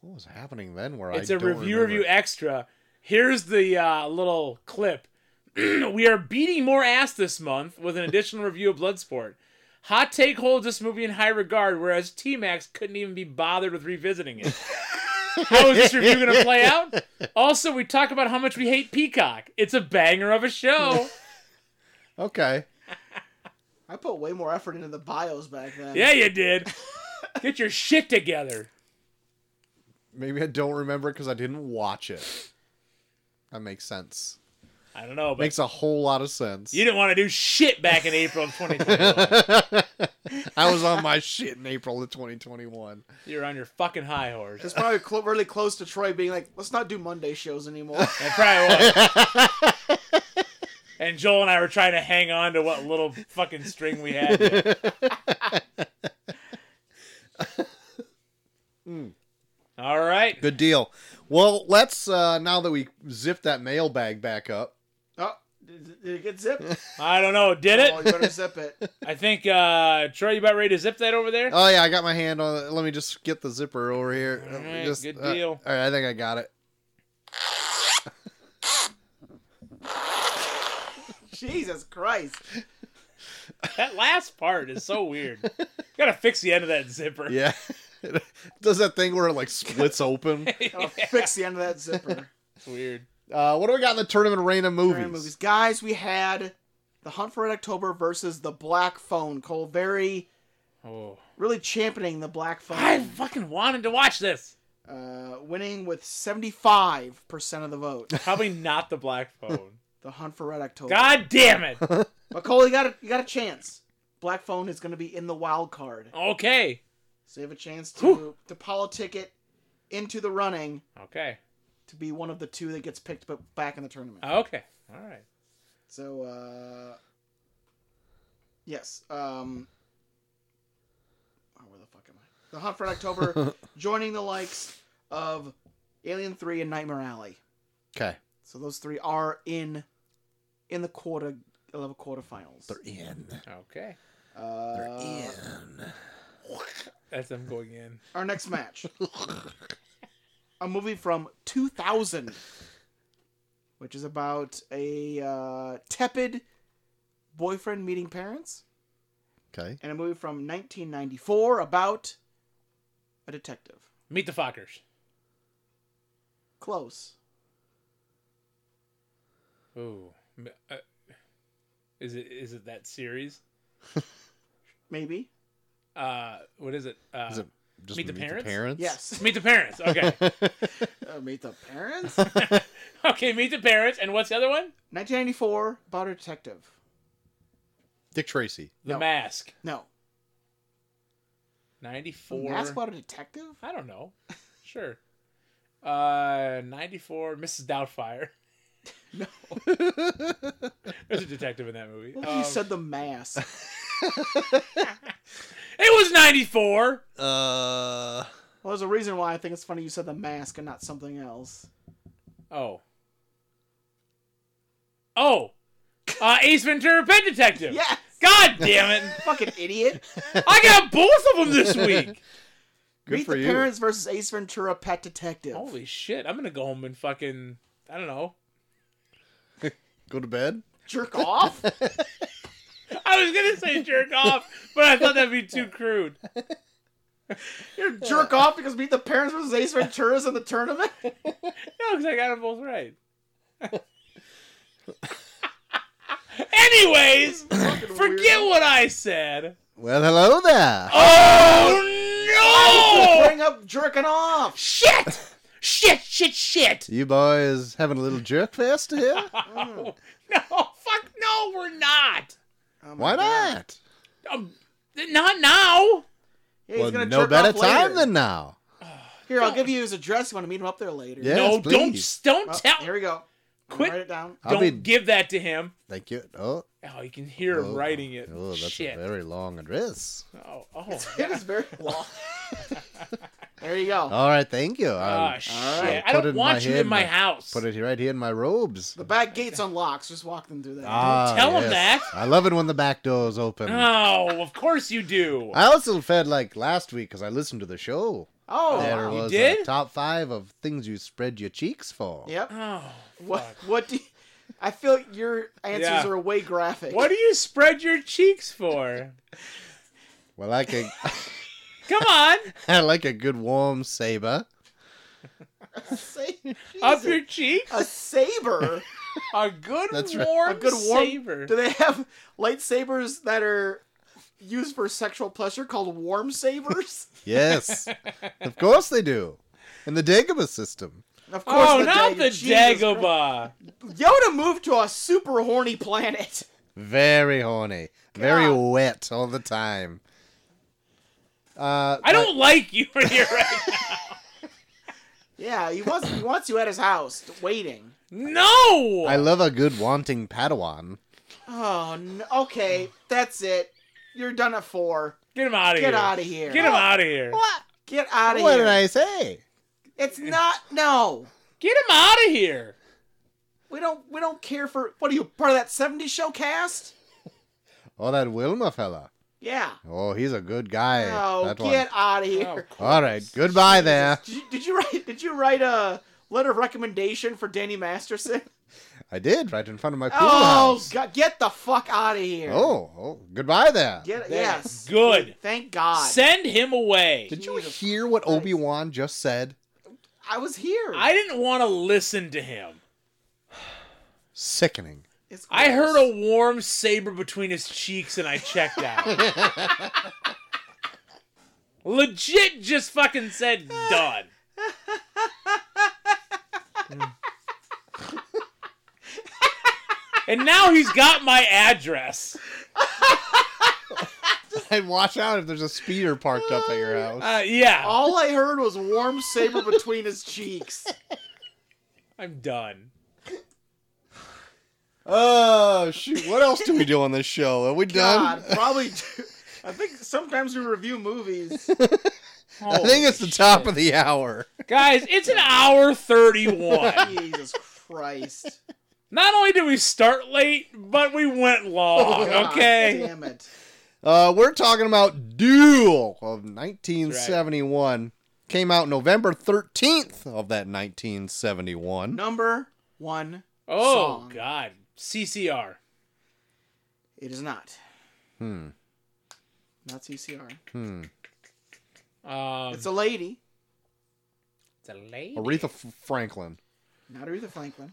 What was happening then? Where
It's
I
a
don't
review
remember?
review extra. Here's the uh, little clip. we are beating more ass this month with an additional review of Bloodsport. Hot take holds this movie in high regard, whereas T Max couldn't even be bothered with revisiting it. how is this review going to play out? Also, we talk about how much we hate Peacock. It's a banger of a show.
Okay.
I put way more effort into the bios back then.
Yeah, you did. Get your shit together.
Maybe I don't remember because I didn't watch it. That makes sense.
I don't know, but
Makes a whole lot of sense.
you didn't want to do shit back in April of 2021.
I was on my shit in April of 2021.
You're on your fucking high horse.
It's probably clo- really close to Troy being like, let's not do Monday shows anymore.
That probably was. and Joel and I were trying to hang on to what little fucking string we had.
Hmm.
All right.
Good deal. Well, let's uh now that we zipped that mailbag back up.
oh, did, did it get zipped?
I don't know. Did
Oh, you
it?
better zip it.
I think, uh, Troy, you about ready to zip that over there?
Oh yeah, I got my hand on it. Let me just get the zipper over here.
All right,
Just-
good
uh,
deal.
all right, I think I got it.
Jesus Christ.
That last part is so weird. Gotta fix the end of that zipper.
Yeah. It Does that thing where it like splits open?
I'll fix the end of that zipper.
It's weird.
Uh, what do we got in the tournament arena movies?
Movies. movies. Guys, we had The Hunt for Red October versus The Black Phone. Cole very,
Oh.
really championing The Black
I
Phone,
fucking wanted to watch this.
uh, winning with 75% of the vote.
Probably not the black phone.
The Hunt for Red October.
God damn it.
But Cole, you got a, you got a chance. Black Phone is going to be in the wild card.
Okay.
So you have a chance to
Whew.
to politic it into the running
Okay.
to be one of the two that gets picked but back in the tournament.
Oh.
Okay. All right.
So, uh, yes. Um, oh, where the fuck am I? The Hunt for October, joining the likes of Alien Three and Nightmare Alley.
Okay.
So those three are in in the quarter level quarterfinals.
They're in.
Okay.
Uh,
They're in.
That's them going in.
Our next match, a movie from 2000, which is about a uh, tepid boyfriend meeting parents.
Okay.
and a movie from 1994 about a detective.
Meet the Fockers.
Close.
Ooh. M- uh, Is it is it that series?
Maybe.
Uh, what is it? Uh,
Is it just
Meet the Parents?
Yes.
Meet the Parents. Okay.
Uh, meet the parents?
okay. Meet the Parents. And what's the other one?
1994 about a detective.
Dick Tracy.
The
No.
Mask.
No.
Ninety four.
That's about a detective?
I don't know. Sure. Uh, 94, Mrs. Doubtfire.
No.
There's a detective in that movie.
Well,
Um,
you said the mass.
it was 94.
Uh.
Well, there's a reason why I think it's funny you said the mask and not something else.
Oh. Oh. Uh, Ace Ventura Pet Detective.
Yes!
God damn it.
Fucking idiot.
I got both of them this week.
Good
meet
for
the
you.
parents versus Ace Ventura Pet Detective.
Holy shit. I'm going to go home and fucking, I don't know.
Go to bed.
Jerk off?
I was going to say jerk off, but I thought that'd be too crude.
You're jerk off because meet the parents versus Ace Ventura's in the tournament?
No, because I got them both right. Anyways,
Fucking
forget
weirdo.
what I said.
Well, hello there.
Oh no!
Bring up jerking off.
shit! Shit! Shit! Shit!
You boys having a little jerk fest here?
Oh, no! Fuck! No, we're not.
Oh my
Why
God.
not?
Um, not now.
Yeah, he's
well,
gonna
no
jerk
better
off
time
later.
than now.
Here, I'll give you his address. You want to meet him up there later?
Yeah.
no,
Yes, please.
don't don't
Well,
tell.
Here we go. I'm
Quit.
gonna Write it down.
I'll
Don't
be-
give that to him.
Thank you. Oh,
Oh, you can hear him
Oh.
writing it.
oh that's
shit.
a very long address.
Oh, oh.
It is very long. there you go.
All right, thank you.
Ah,
I'll
shit.
I'll
I
put
don't
it
want
in my
you
head
in my
and I-
house.
put it right here in my robes.
The back gate's unlocks. Just walk them through that.
Ah,
tell him that. Ah.
I love it when the back door's open.
No, of course you do.
I also fed like last week because I listened to the show.
oh,
there
wow.
was
You did?
a top five of things you spread your cheeks for.
yep.
Oh,
What?
fuck.
What do? You, I feel like your answers
Yeah.
are way graphic.
What do you spread your cheeks for?
Well, I could.
Come on,
I like a good warm saber.
A sa-
up
Jesus.
your cheeks.
A saber.
A good
That's right.
warm,
A good warm.
saber.
Do they have lightsabers that are used for sexual pleasure called warm sabers?
Yes, of course they do. In the Dagobah system.
Of course.
oh, not
Dagobah-
the
Jesus Christ.
Dagobah.
Yoda moved to a super horny planet.
Very horny, very
God.
wet all the time. Uh,
I don't like you here right
Yeah, he wants he wants you at his house waiting.
now. No.
I love a good wanting Padawan.
Oh, no, okay, that's it. You're done at four.
Get him out of here.
Get out of here. Oh,
Get him out of here.
What?
Get out of
What
here.
did I say?
It's not. No,
Get him out of here.
we don't. We don't care for. What are you part of that '70s show cast?
Oh, that Wilma fella.
Yeah.
Oh, he's a good guy.
No,
that one.
get out of
Oh,
here.
All right, goodbye there.
Did, you, did you write? Did you write a letter of recommendation for Danny Masterson?
I did right in front of my pool
Oh,
house.
God, get the fuck out of here.
Oh, oh, goodbye there.
Get yes.
Good.
Thank God.
Send him away.
Did you
Jesus
hear what
Christ.
Obi Wan just said?
I was here.
I didn't want to listen to him.
Sickening.
It's
I heard
gross.
a warm saber between his cheeks and I checked out. Legit just fucking said done. and now he's got my address.
and watch out if there's a speeder parked up at your
Oh,
house.
Uh, yeah,
All I heard was warm saber between his cheeks.
I'm done.
Oh shoot! What else do we do on this show? Are we done?
God, probably. do- I think sometimes we review movies.
I think it's the top of the hour.
Guys, it's an hour 31.
Jesus Christ.
Not only did we start late, but we went long,
Oh God
okay?
Damn it.
Uh, we're talking about Duel of 1971. Came out November 13th of that 1971.
Number one.
Oh,
Song.
God. CCR.
It is not.
Hmm.
Not CCR.
Hmm.
Um,
It's a lady.
it's a lady.
Aretha F- Franklin.
Not Aretha Franklin.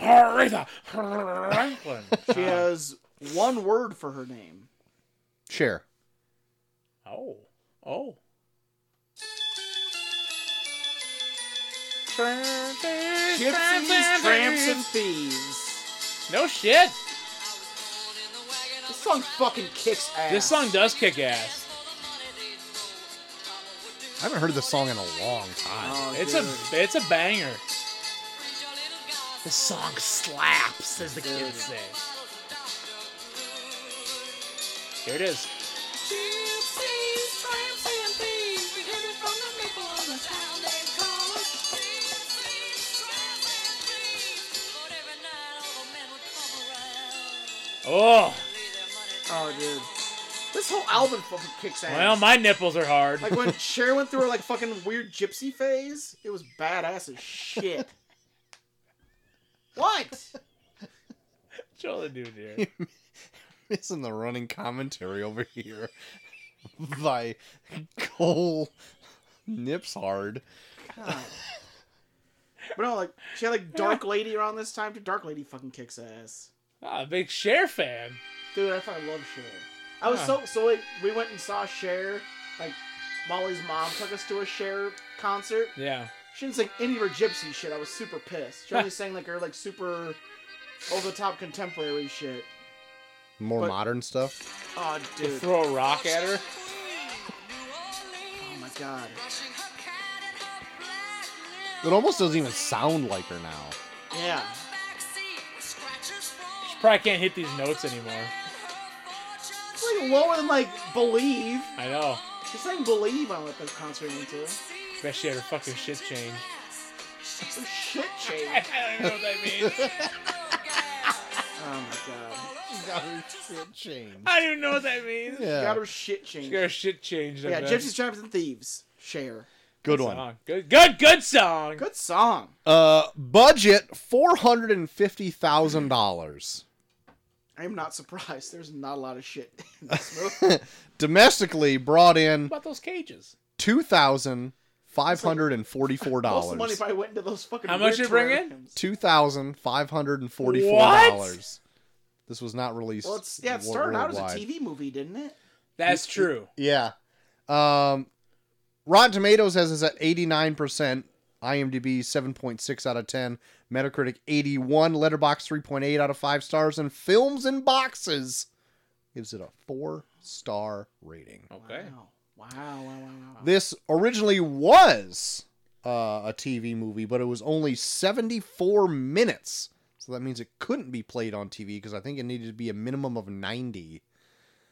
Aretha Franklin.
She
Ah.
has one word for her name.
Share.
Oh. Oh.
Gypsies, tramps, and thieves.
No shit.
This song fucking kicks ass.
This song does kick ass.
I haven't heard this song in a long time.
Oh,
It's
dude.
a it's a banger. The song slaps, as the kids say. Here it is. Oh,
Oh, dude. This whole album fucking kicks ass.
well, my nipples are hard.
Like when Cher went through her like fucking weird gypsy phase, it was badass as shit. What?
Joel and Dude here.
Missing the running commentary over here by Cole Nips Hard.
God. But no, like she had like Dark Lady around this time. too. Dark Lady fucking kicks ass.
Ah, a big Cher fan.
Dude, I fucking love Cher. I was so so like, we went and saw Cher. Like Molly's mom took us to a Cher concert.
Yeah.
She didn't sing any of her gypsy shit. I was super pissed. She only sang like her like super over the top contemporary shit.
More
But-
modern stuff.
Oh dude. Oh
Throw a rock at her.
my god.
It almost doesn't even sound like her now.
Yeah.
She probably can't hit these notes anymore.
It's like lower than like Believe.
I know.
She sang Believe on what the concert we went to.
Bet she had her fucking shit changed.
Some shit
I
change.
don't know what that means.
Oh my god.
I don't even know what that means.
She
Yeah.
got her shit
She
changed.
got her shit changed. I
Yeah,
bet.
Gypsies, Tramps, and Thieves. Share.
Good
Good
one.
song. Good, good, good song.
Good song.
Uh, budget four hundred and fifty thousand dollars.
I am not surprised. There's not a lot of shit in this movie.
Domestically brought
What
in
about those cages?
two thousand five hundred and forty-four
Most of the money
dollars.
probably went into those fucking.
How
weird
much you bring in?
terrariums.
Two thousand five hundred and forty-four dollars. This was not released.
Well, it's yeah. It
wor-
started out as a
worldwide.
TV movie, didn't it?
That's true.
Yeah. Um, Rotten Tomatoes has us at eighty-nine percent. IMDb seven point six out of ten. Metacritic eighty-one. Letterbox three point eight out of five stars. And Films and Boxes gives it a four-star rating.
Okay.
Wow. Wow. Wow. Wow. wow, wow.
This originally was uh, a TV movie, but it was only 74 minutes. So that means it couldn't be played on TV because I think it needed to be a minimum of 90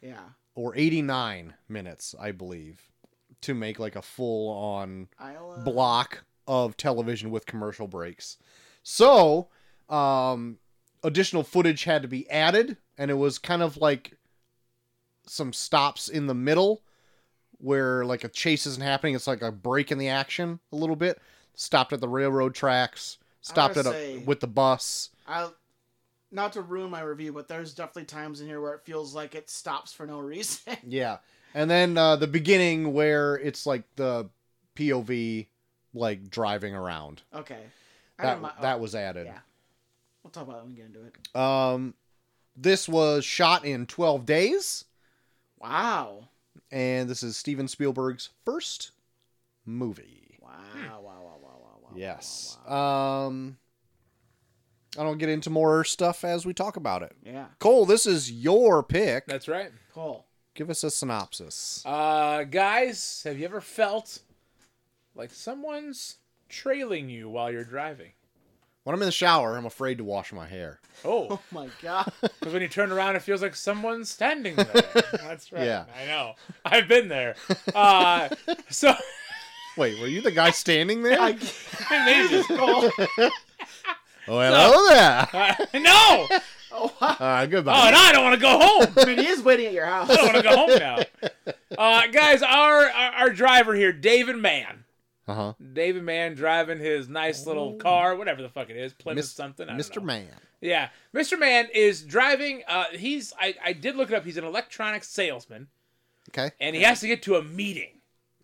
Yeah.
or 89 minutes, I believe, to make like a full on
I'll, uh,
block of television with commercial breaks. So, um, additional footage had to be added, and it was kind of like some stops in the middle where like a chase isn't happening. It's like a break in the action a little bit. Stopped at the railroad tracks. Stopped at
gotta
a,
say-
with the bus.
I'll. Not to ruin my review, but there's definitely times in here where it feels like it stops for no reason.
Yeah, and then uh, the beginning where it's like the POV like driving around.
okay. I
That
don't mi-
that
oh,
was added.
Yeah. We'll talk about that when we get into it.
Um, this was shot in 12 days,
Wow.
and this is Steven Spielberg's first movie.
Wow.
Hmm.
Wow. Wow. Wow. Wow. Wow.
Yes.
Wow, wow.
Um, I don't get into more stuff as we talk about it.
yeah.
Cole, this is your pick.
That's right.
Cool.
Give us a synopsis.
Uh, guys, have you ever felt like someone's trailing you while you're driving?
When I'm in the shower, I'm afraid to wash my hair.
Oh,
my god.
because when you turn around, it feels like someone's standing there. That's right.
Yeah.
I know. I've been there. Uh, so
Wait, were you the guy standing there?
I,
they just go.
Oh, hello there.
Uh, no.
oh, wow.
All right,
Oh,
goodbye.
and I don't want to go home.
I mean, he is waiting at your house.
I don't want to go home now. Uh, guys, our, our our driver here, David Mann.
Uh-huh.
David Mann driving his nice little car, whatever the fuck it is, Plymouth
Oh. Mis-
something. I don't know.
Mr. Man.
Yeah, Mr. Man is driving. Uh, he's I, I did look it up. He's an electronics salesman,
Okay.
and he has to get to a meeting.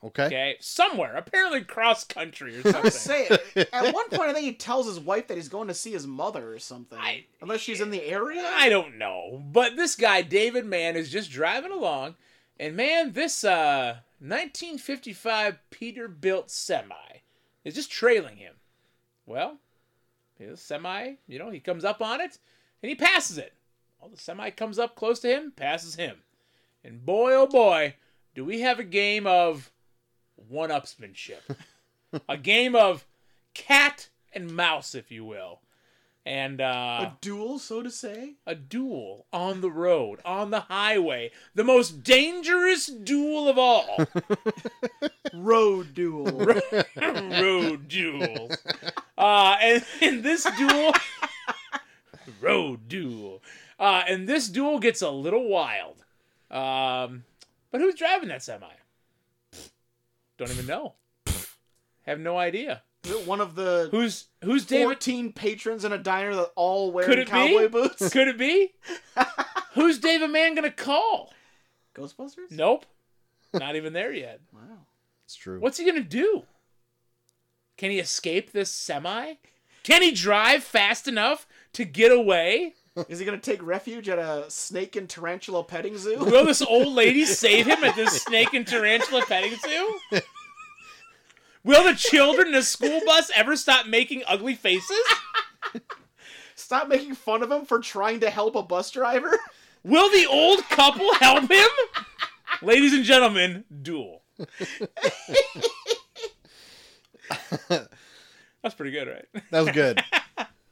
Okay.
Okay, somewhere apparently cross country or
I was
something.
saying, at one point, I think he tells his wife that he's going to see his mother or something.
I-
Unless she's in the area?
I don't know, but this guy David Mann is just driving along, and man, this uh 1955 Peterbilt semi is just trailing him. Well, his semi, you know, he comes up on it and he passes it. Well, the semi comes up close to him, passes him. And boy, oh boy, do we have a game of one upsmanship. a game of cat and mouse, if you will. And uh,
a duel, so to say?
a duel on the road, on the highway, the most dangerous duel of all.
Road duel.
road duels. Uh, and in this duel, road duel. Uh, and this duel gets a little wild. Um, but who's driving that semi? Don't even know. Have no idea.
Is it one of the
Who's who's David?
14 patrons in a diner that all
Could
wear
it be?
cowboy boots?
Could it be? who's David Mann gonna call?
Ghostbusters?
Nope. Not even there yet.
Wow.
It's true.
What's he gonna do? Can he escape this semi? Can he drive fast enough to get away?
Is he going to take refuge at a snake and tarantula petting zoo?
Will this old lady save him at this snake and tarantula petting zoo? Will the children in the school bus ever stop making ugly faces?
Stop making fun of him for trying to help a bus driver?
Will the old couple help him? Ladies and gentlemen, duel. That's pretty good, right?
That was good.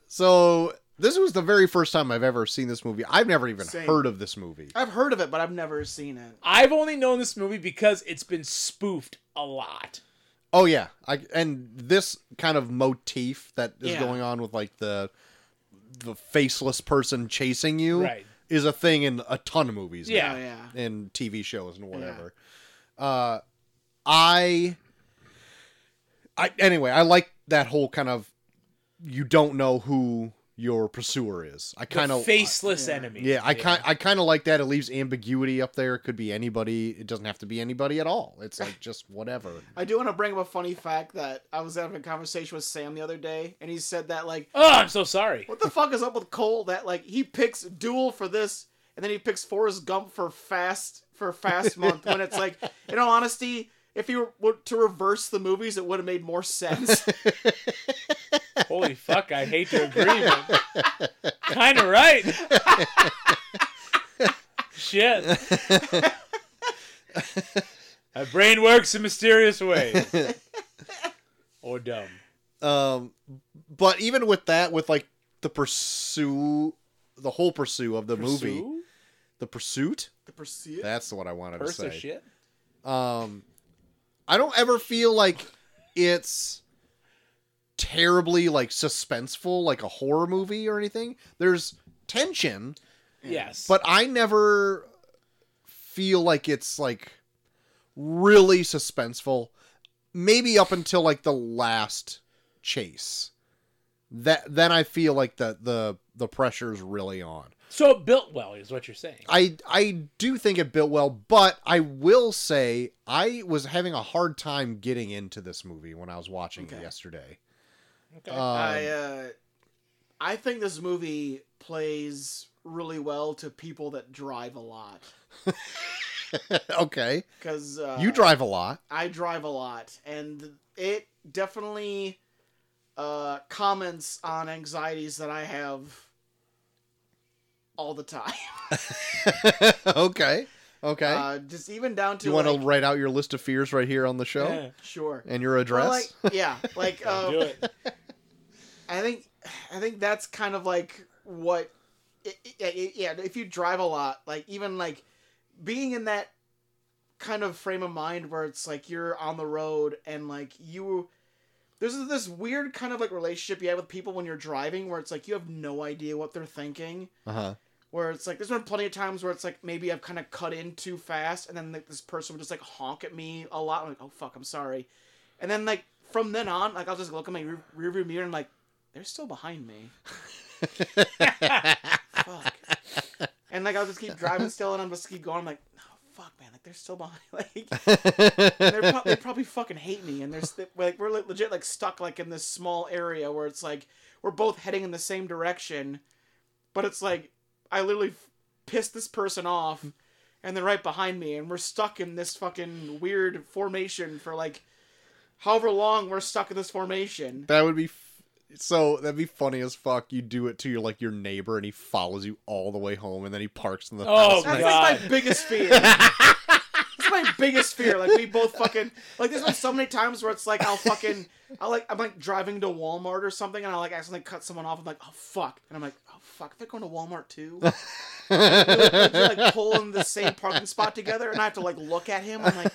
so this was the very first time I've ever seen this movie. I've never even
Same.
heard of this movie.
I've heard of it, but I've never seen it.
I've only known this movie because it's been spoofed a lot.
Oh yeah, I and this kind of motif that is
Yeah.
going on with like the the faceless person chasing you
Right.
is a thing in a ton of movies. now.
Yeah.
Oh, yeah.
and TV shows and whatever. Uh, I, I anyway, I like that whole kind of you don't know who your pursuer is. I kind
the
of
faceless
yeah.
enemy.
Yeah, I kind I kind of like that. It leaves ambiguity up there. It could be anybody. It doesn't have to be anybody at all. It's like just whatever.
I do want to bring up a funny fact that I was having a conversation with Sam the other day, and he said that, like,
Oh, I'm so sorry.
what the fuck is up with Cole that, like, he picks Duel for this, and then he picks Forrest Gump for Fast, for Fast Month, when it's like, in all honesty, if you were to reverse the movies, it would have made more sense.
Holy fuck, I hate to agree, but kind of right. Shit. My brain works in mysterious ways. or dumb.
Um, but even with that, with like the pursue, the whole pursue of the movie,
Pursue?
the pursuit.
the pursuit?
That's what I wanted
Purse
to
of
say.
shit?
Um, I don't ever feel like it's terribly like suspenseful, like a horror movie or anything. There's tension,
Yes.
but I never feel like it's like really suspenseful. Maybe up until like the last chase, that then I feel like the the the pressure's really on.
so it built well, is what you're saying.
I I do think it built well, but I will say I was having a hard time getting into this movie when I was watching it
Okay.
yesterday.
Okay.
Um,
I uh, I think this movie plays really well to people that drive a lot
okay,
because uh,
you drive a lot.
I drive a lot, and it definitely uh, comments on anxieties that I have all the time.
okay, Okay.
Uh, just even down to
you want to
like,
write out your list of fears right here on the show
Yeah.
sure
and your
Well,
address?
like, yeah, like uh,
Do it.
I think I think that's kind of like what i- i- i- yeah, if you drive a lot, like even like being in that kind of frame of mind where it's like you're on the road and like you there's this weird kind of like relationship you have with people when you're driving where it's like you have no idea what they're thinking
uh-huh.
where it's like there's been plenty of times where it's like maybe I've kind of cut in too fast, and then like this person would just like honk at me a lot. I'm like, oh fuck, I'm sorry. And then like from then on, like I'll just look at my rear rearview mirror and like they're still behind me. fuck. And like I'll just keep driving still, and I'm just keep going. I'm like, oh fuck, man, like they're still behind. Like and they're pro- they probably fucking hate me. And there's they, like we're like, legit like stuck like in this small area where it's like we're both heading in the same direction, but it's like I literally f- pissed this person off, and they're right behind me, and we're stuck in this fucking weird formation for like however long we're stuck in this formation.
That would be f- so. That'd be funny as fuck. You do it to your like your neighbor, and he follows you all the way home, and then he parks in the
Oh,
house.
That's
next-
like my
God.
biggest fear. That's my biggest fear. Like we both fucking like there's been so many times where it's like I'll fucking I like I'm like driving to Walmart or something and I like accidentally cut someone off. I'm like oh fuck, and I'm like oh fuck, if they're going to Walmart too, they're like pulling the same parking spot together, and I have to like look at him. I'm like,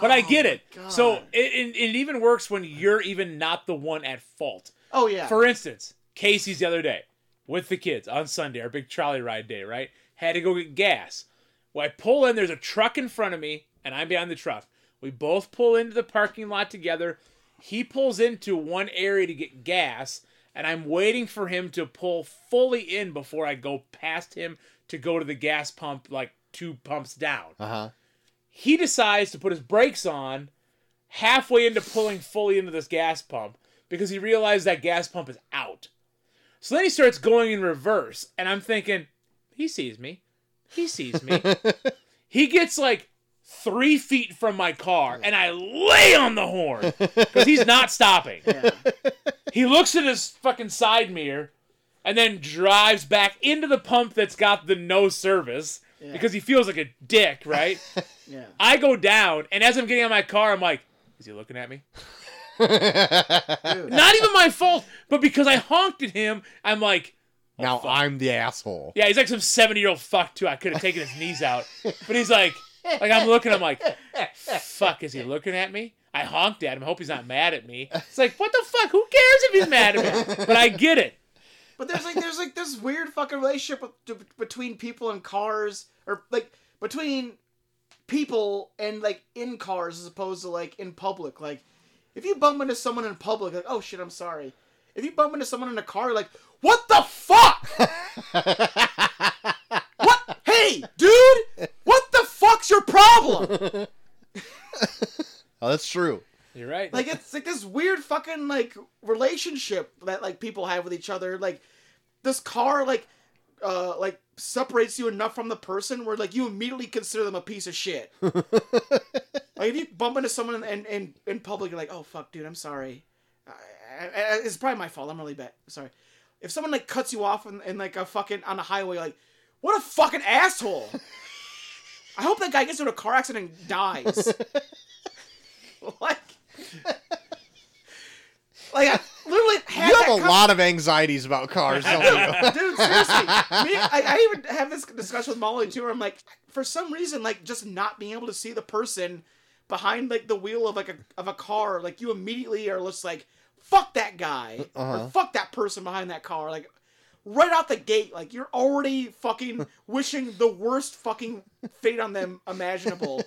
But I get it.
Oh God.
So it, it, it even works when you're even not the one at fault.
oh yeah,
For instance, Casey's the other day with the kids on Sunday, our big trolley ride day, right? Had to go get gas. Well, I pull in, there's a truck in front of me, and I'm behind the truck. We both pull into the parking lot together. He pulls into one area to get gas, and I'm waiting for him to pull fully in before I go past him to go to the gas pump, like two pumps down
Uh huh.
he decides to put his brakes on halfway into pulling fully into this gas pump because he realized that gas pump is out. So then he starts going in reverse, and I'm thinking, he sees me. He sees me. he gets like three feet from my car, and I lay on the horn because he's not stopping. He looks at his fucking side mirror and then drives back into the pump that's got the no service
Yeah.
because he feels like a dick, right?
yeah.
I go down, and as I'm getting out of my car, I'm like, is he looking at me?
Dude.
Not even my fault, but because I honked at him, I'm like,
Now I'm the asshole.
yeah, he's like some 70 year old fuck, too. I could have taken his knees out. But he's like, like I'm looking, I'm like, fuck, is he looking at me? I honked at him. I hope he's not mad at me. It's like, what the fuck? Who cares if he's mad at me? But I get it.
But there's like there's like this weird fucking relationship with, d- between people and cars, or like between people and like in cars as opposed to like in public. Like if you bump into someone in public, like oh shit, I'm sorry. If you bump into someone in a car, you're like what the fuck? what? Hey, dude, what the fuck's your problem?
Oh, that's true.
You're right.
Like it's like this weird fucking like relationship that like people have with each other. Like this car like uh like separates you enough from the person where like you immediately consider them a piece of shit. like if you bump into someone in in, in public, you're like, oh fuck, dude, I'm sorry. I, I, I- it's probably my fault. I'm really bad. Sorry. If someone like cuts you off in, in like a fucking on a highway, like what a fucking asshole. I hope that guy gets into a car accident and dies. like, like I literally had
You
that
have a
con-
lot of anxieties about cars, don't you?
dude. Seriously, me, I, I even have this discussion with Molly too. Where I'm like, for some reason, like just not being able to see the person behind like the wheel of like a of a car, like you immediately are just like, fuck that guy or fuck that person behind that car, like. Right out the gate, like you're already fucking wishing the worst fucking fate on them imaginable,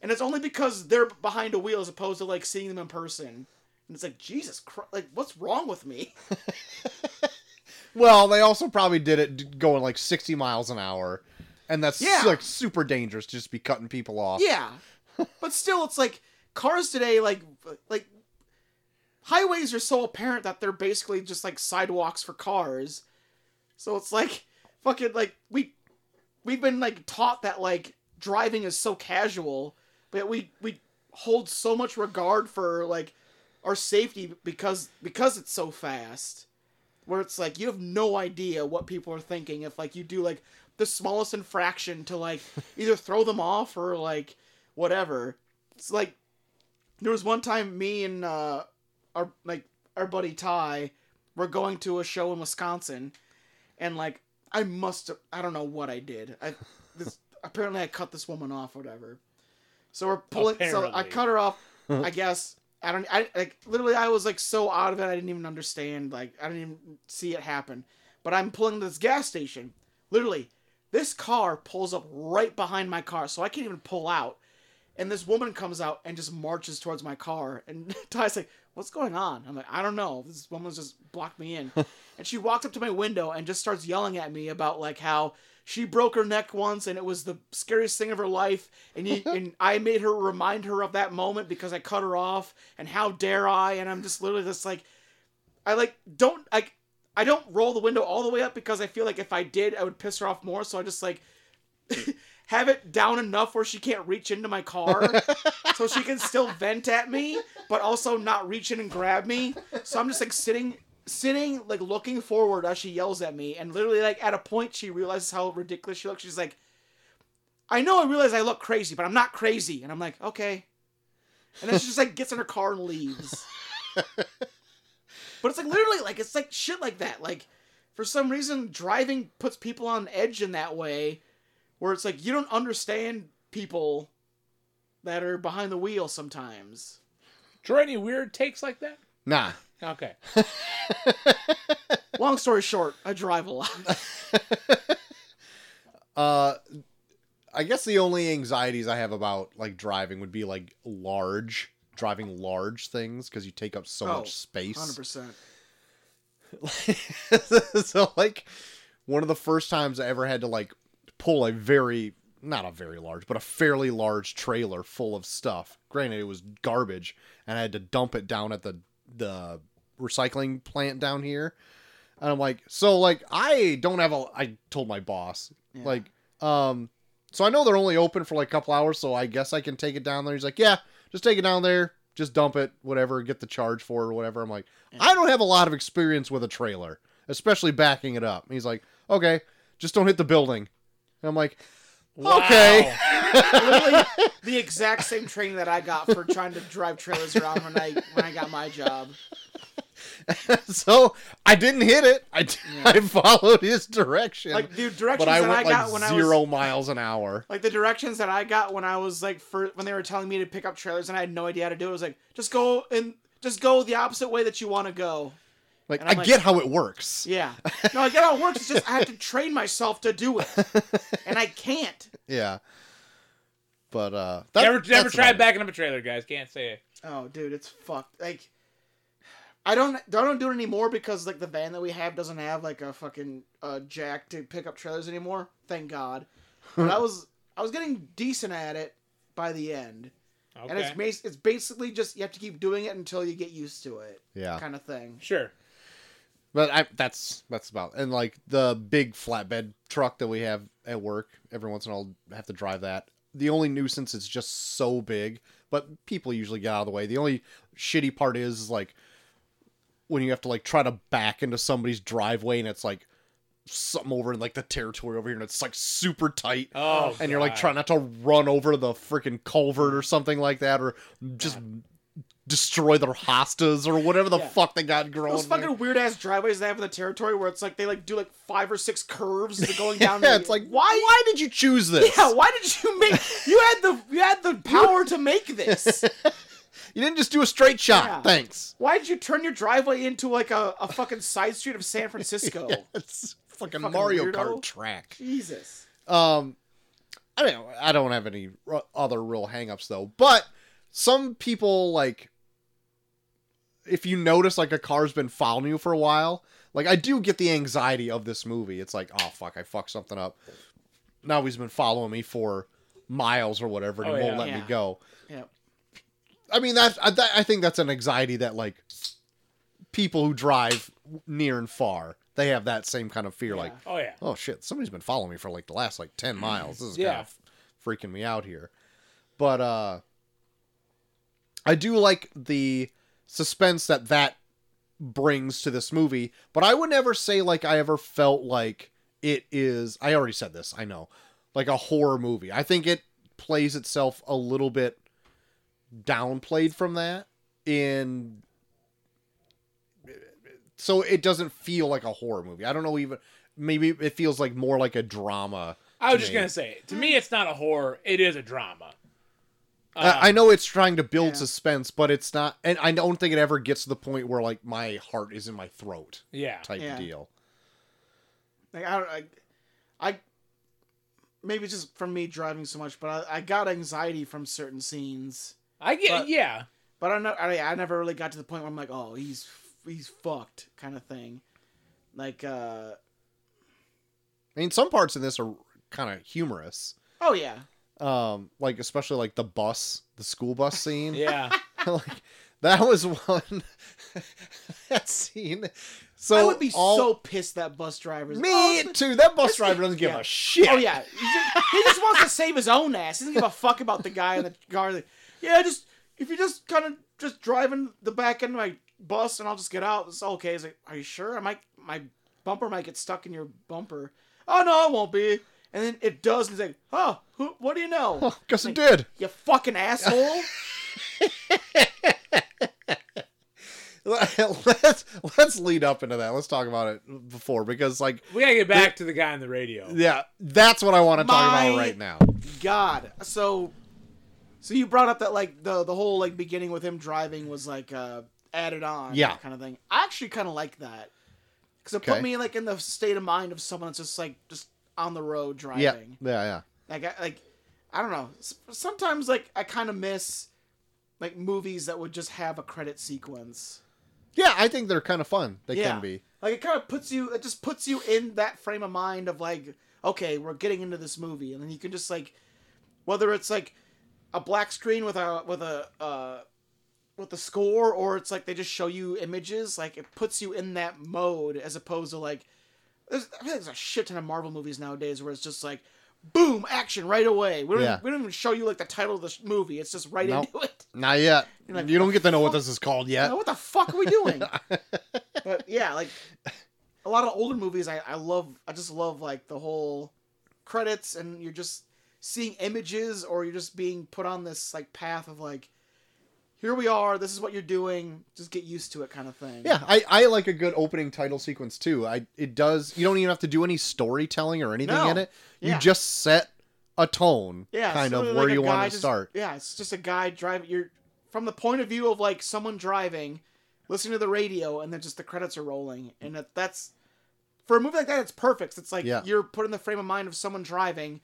and it's only because they're behind a wheel as opposed to like seeing them in person. And it's like Jesus Christ, like what's wrong with me?
Well, they also probably did it d- going like 60 miles an hour, and that's
Yeah.
like super dangerous to just be cutting people off.
Yeah, but still, it's like cars today, like like highways are so apparent that they're basically just like sidewalks for cars. So it's like fucking like we we've been like taught that like driving is so casual, but we we hold so much regard for like our safety because because it's so fast. where it's like you have no idea what people are thinking if like you do like the smallest infraction to like either throw them off or like whatever. It's like there was one time me and uh our like our buddy Ty were going to a show in Wisconsin and like I must have I don't know what I did. I this apparently I cut this woman off or whatever. So we're pulling so I
Apparently.
cut her off, I guess. I don't I like literally I was like so out of it I didn't even understand. Like I didn't even see it happen. But I'm pulling to this gas station. Literally, this car pulls up right behind my car, so I can't even pull out. And this woman comes out and just marches towards my car. And Ty's like, What's going on? I'm like, I don't know. This woman's just blocked me in. and she walks up to my window and just starts yelling at me about like how she broke her neck once and it was the scariest thing of her life. And, you, and I made her remind her of that moment because I cut her off. And how dare I? And I'm just literally just like, I like, don't, like, I don't roll the window all the way up because I feel like if I did, I would piss her off more. So I just like have it down enough where she can't reach into my car, so she can still vent at me, but also not reach in and grab me. So I'm just like sitting, sitting like looking forward as she yells at me, and literally like at a point she realizes how ridiculous she looks. She's like, "I know I realize I look crazy, but I'm not crazy," and I'm like, "Okay." And then she just like gets in her car and leaves. But it's like literally like it's like shit like that. Like for some reason driving puts people on edge in that way where it's like you don't understand people that are behind the wheel sometimes.
Troy, any weird takes like that?
Nah.
Okay.
Long story short, I drive a lot.
Uh, I guess the only anxieties I have about like driving would be like large driving large things because you take up so
Oh,
much space.
100%.
so like one of the first times I ever had to like pull a very not a very large, but a fairly large trailer full of stuff. Granted, it was garbage, and I had to dump it down at the the recycling plant down here. And I'm like, so like I don't have a. I told my boss
Yeah.
like, um, so I know they're only open for like a couple hours, so I guess I can take it down there. He's like, yeah, just take it down there, just dump it, whatever, get the charge for it or whatever. I'm like, I don't have a lot of experience with a trailer, especially backing it up. And he's like, okay, just don't hit the building. And I'm like, okay.
Wow.
Literally the exact same training that I got for trying to drive trailers around when I when I got my job.
so I didn't hit it. I, I followed his direction.
Like the directions
but I
that
went
I got
like
when I was
zero miles an hour.
Like the directions that I got when I was like for when they were telling me to pick up trailers and I had no idea how to do it. It was like just go and just go the opposite way that you want to go.
Like
And I'm
I
like-
get how it works.
Yeah. No, I get how it works. It's just I have to train myself to do it, and I can't.
Yeah. But uh that,
never
that's
never
about
tried
it.
backing up a trailer, guys. Can't say it.
Oh, dude, it's fucked. Like, I don't I don't do it anymore because like the van that we have doesn't have like a fucking uh, jack to pick up trailers anymore. Thank God. But I was I was getting decent at it by the end,
Okay.
and it's mas- it's basically just you have to keep doing it until you get used to it,
Yeah.
kind of thing.
sure.
But I that's that's about and like the big flatbed truck that we have at work, every once in a while I have to drive that. The only nuisance is just so big, but people usually get out of the way. The only shitty part is, is like when you have to like try to back into somebody's driveway and it's like something over in like the territory over here and it's like super tight.
Oh,
and you're like
God.
trying not to run over the freaking culvert or something like that or just destroy their hostas or whatever the
Yeah.
fuck they got growing.
Those
there.
fucking weird ass driveways they have in the territory where it's like they like do like five or six curves that are going down.
yeah,
and
it's
you-
like why why did you choose this?
Yeah, why did you make? You had the you had the power to make this.
You didn't just do a straight shot.
Yeah.
Thanks.
Why did you turn your driveway into like a, a fucking side street of San Francisco?
It's fucking,
Fucking
Mario
weirdo.
Kart track.
Jesus.
Um, I don't. I don't have any r- other real hangups though. But some people like, if you notice like a car's been following you for a while, like I do get the anxiety of this movie. It's like, oh fuck, I fucked something up. Now he's been following me for miles or whatever, and
Oh,
he won't
yeah.
let me
Yeah.
go.
Yeah.
I mean, that's I, that, I think that's an anxiety that like people who drive near and far they have that same kind of fear. Like,
Yeah.
Oh yeah.
oh shit, somebody's been following me for like the last like 10 miles. This is
Yeah.
kind of freaking me out here. But uh I do like the suspense that that brings to this movie, but I would never say like I ever felt like it is. I already said this, I know, like a horror movie. I think it plays itself a little bit downplayed from that in so it doesn't feel like a horror movie. I don't know even maybe it feels like more like a drama.
I was
to
just
me.
gonna say, to me, it's not a horror; it is a drama. Uh,
I I know it's trying to build
Um, yeah.
suspense, but it's not and I don't think it ever gets to the point where like my heart is in my throat
yeah,
type
Yeah.
deal.
Like I don't, I, I maybe it's just from me driving so much, but I, I got anxiety from certain scenes.
I get,
But-
yeah,
But I know I, I never really got to the point where I'm like, oh, he's he's fucked kind of thing. Like, uh,
I mean, some parts in this are kind of humorous.
oh yeah,
Um, like especially like the bus, the school bus scene.
yeah.
like that was one that scene. So
I would be
all-
so pissed that bus driver's Oh,
me too. That bus driver doesn't give
Yeah.
a shit.
Oh yeah, he just, he just wants to save his own ass. He doesn't give a fuck about the guy in the car. Like, yeah, just if you just kind of just driving the back end of my bus, and I'll just get out. It's okay. He's like, are you sure? I might my bumper might get stuck in your bumper. Oh no, it won't be. And then it does. And he's like, oh, who, what do you know?
Guess it did.
You fucking asshole.
let's let's lead up into that. Let's talk about it before because like
We gotta get back to the guy on the radio.
yeah, that's what I want to talk about
My-
right now.
God. So, so you brought up that like the the whole like beginning with him driving was like uh added on,
Yeah.
kind of thing. I actually kind of like that because it
Okay.
put me like in the state of mind of someone that's just like just on the road driving.
Yeah, yeah, yeah.
Like I like I don't know. S- Sometimes like I kind of miss like movies that would just have a credit sequence.
Yeah, I think they're kind of fun. They
Yeah.
can be.
Like it kind of puts you, it just puts you in that frame of mind of like, okay, we're getting into this movie, and then you can just like, whether it's like a black screen with a with a uh, with the score, or it's like they just show you images. Like it puts you in that mode as opposed to like, there's, I feel like there's a shit ton of Marvel movies nowadays where it's just like, boom, action right away. We don't,
Yeah.
we don't even show you like the title of the sh- movie. It's just right
Nope.
into it.
Not yet.
You're like,
you don't get to know what this is called yet.
Like, what the fuck are we doing? but yeah, like a lot of older movies, I, I love. I just love like the whole credits, and you're just seeing images, or you're just being put on this like path of like, here we are. This is what you're doing. Just get used to it, kind of thing.
Yeah, I, I like a good opening title sequence too. I it does. You don't even have to do any storytelling or anything
No.
in it. You
Yeah.
just set a tone,
yeah,
kind
so,
of
like,
where
a
you
guy
want to
just-
start.
Yeah, it's just a guy driving. You're from the point of view of like someone driving, listening to the radio, and then just the credits are rolling, and that, that's for a movie like that, it's perfect. It's like
Yeah.
you're put in the frame of mind of someone driving,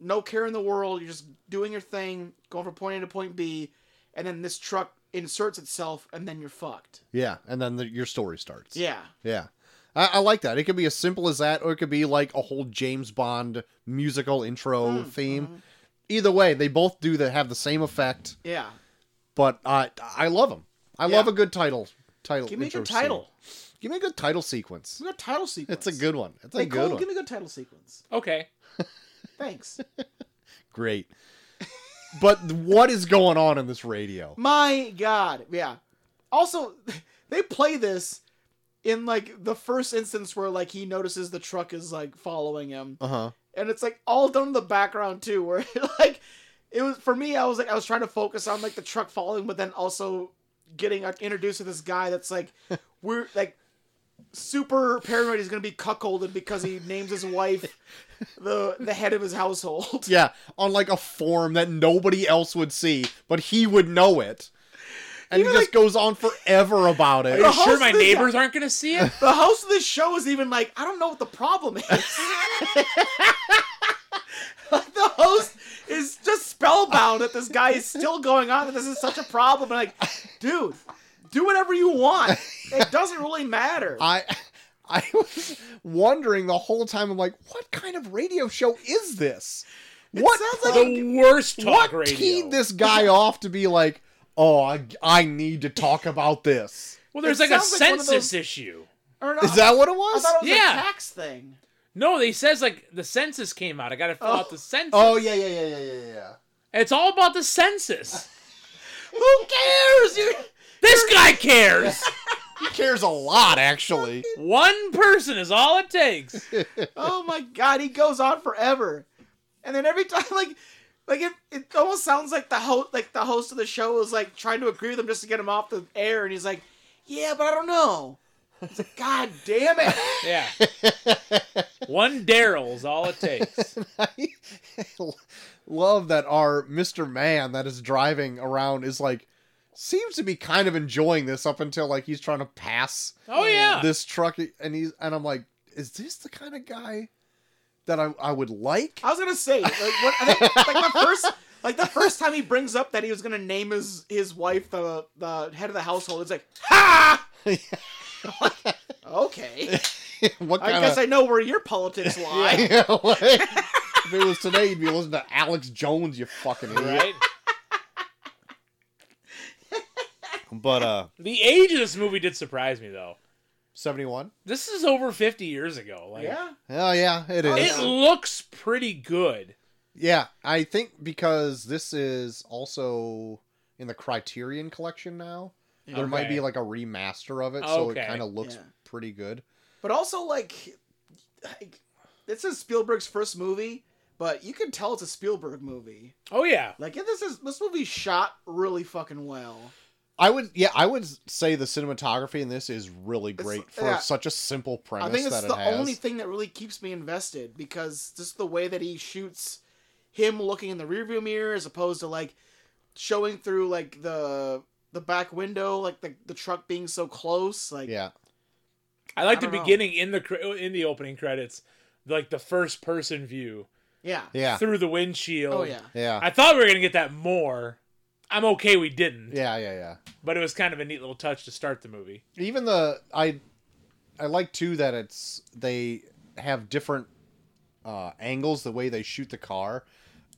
no care in the world. You're just doing your thing, going from point A to point B, and then this truck inserts itself, and then you're fucked.
Yeah, and then the, your story starts.
Yeah,
yeah. I, I like that. It could be as simple as that, or it could be like a whole James Bond musical intro
Hmm,
theme.
mm-hmm.
Either way, they both do that have the same effect.
yeah.
But I I love them. I
Yeah.
love a good title. Title.
Give me a
intro
good title.
scene. Give me a good title sequence.
Give me a good title sequence.
It's a good one. It's a
Hey,
good
Cole,
one.
give me a good title sequence.
Okay,
Thanks.
great. But what is going on in this radio?
My God, yeah. Also, they play this in like the first instance where like he notices the truck is like following him,
Uh huh.
and it's like all done in the background too. Where like it was for me, I was like I was trying to focus on like the truck following, but then also getting like, introduced to this guy that's like we're like super paranoid. He's gonna be cuckolded because he names his wife the the head of his household.
Yeah, on like a form that nobody else would see, but he would know it. And he
Even,
just
like- Uh-huh.
goes on forever about it.
The
you sure
host
my
of this-
neighbors aren't gonna see it?
The host of this show is even like, I don't know what the problem is. like the host is just spellbound that this guy is still going on that this is such a problem. And like, dude, do whatever you want. It doesn't really matter.
I I was wondering the whole time. I'm like, what kind of radio show is this? What
sounds
pro-
like
The worst talk
what
radio.
teed this guy off to be like? Oh, I, I need to talk about this.
well, there's
it
like a
sounds like one of
census
those-
issue.
Or no,
Is that what it
I
was?
thought it was
Yeah.
a tax thing.
No, they says like the census came out. I gotta fill out the census.
oh yeah, yeah, yeah, yeah, yeah, yeah.
It's all about the census.
Who cares? You
This guy cares.
He cares a lot, actually.
One person is all it takes.
oh my god, he goes on forever. And then every time like like it, it almost sounds like the host like the host of the show was like trying to agree with him just to get him off the air and he's like, Yeah, but I don't know. It's like, God damn it.
Yeah. One Daryl's all it takes.
I love that our Mr. Man that is driving around is like seems to be kind of enjoying this up until like he's trying to pass
Oh yeah.
this truck and he's and I'm like, is this the kind of guy that I, I would like?
I was gonna say, like what I think like the first like the first time he brings up that he was gonna name his his wife the the head of the household, it's like, Ha Okay.
what
I
kind
guess
of
I know where your politics lie.
if it was today you'd be listening to Alex Jones, you fucking idiot.
Right?
But uh
The age of this movie did surprise me though.
seventy one?
This is over 50 years ago. Like,
Yeah.
Oh yeah, it is.
It looks pretty good.
Yeah, I think because this is also in the Criterion collection now. There might
Okay.
be like a remaster of it, so
Okay.
it kind of looks
Yeah.
pretty good.
But also, like, like, this is Spielberg's first movie, but you can tell it's a Spielberg movie.
Oh yeah.
Like, yeah, this is this movie shot really fucking well.
I would, yeah, I would say the cinematography in this is really
It's-
great for
yeah.
such a simple premise
I think it's
that
the
it has.
only thing that really keeps me invested because just the way that he shoots him looking in the rearview mirror as opposed to like showing through like the the back window, like the the truck being so close, like
yeah,
I like
I
the
don't know.
beginning in the cre- in the opening credits, like the first person view
yeah,
yeah,
through the windshield.
oh yeah,
yeah,
I thought we were gonna get that more. I'm okay we didn't,
yeah, yeah, yeah.
but it was kind of a neat little touch to start the movie.
Even the I, I like too that it's they have different uh, angles the way they shoot the car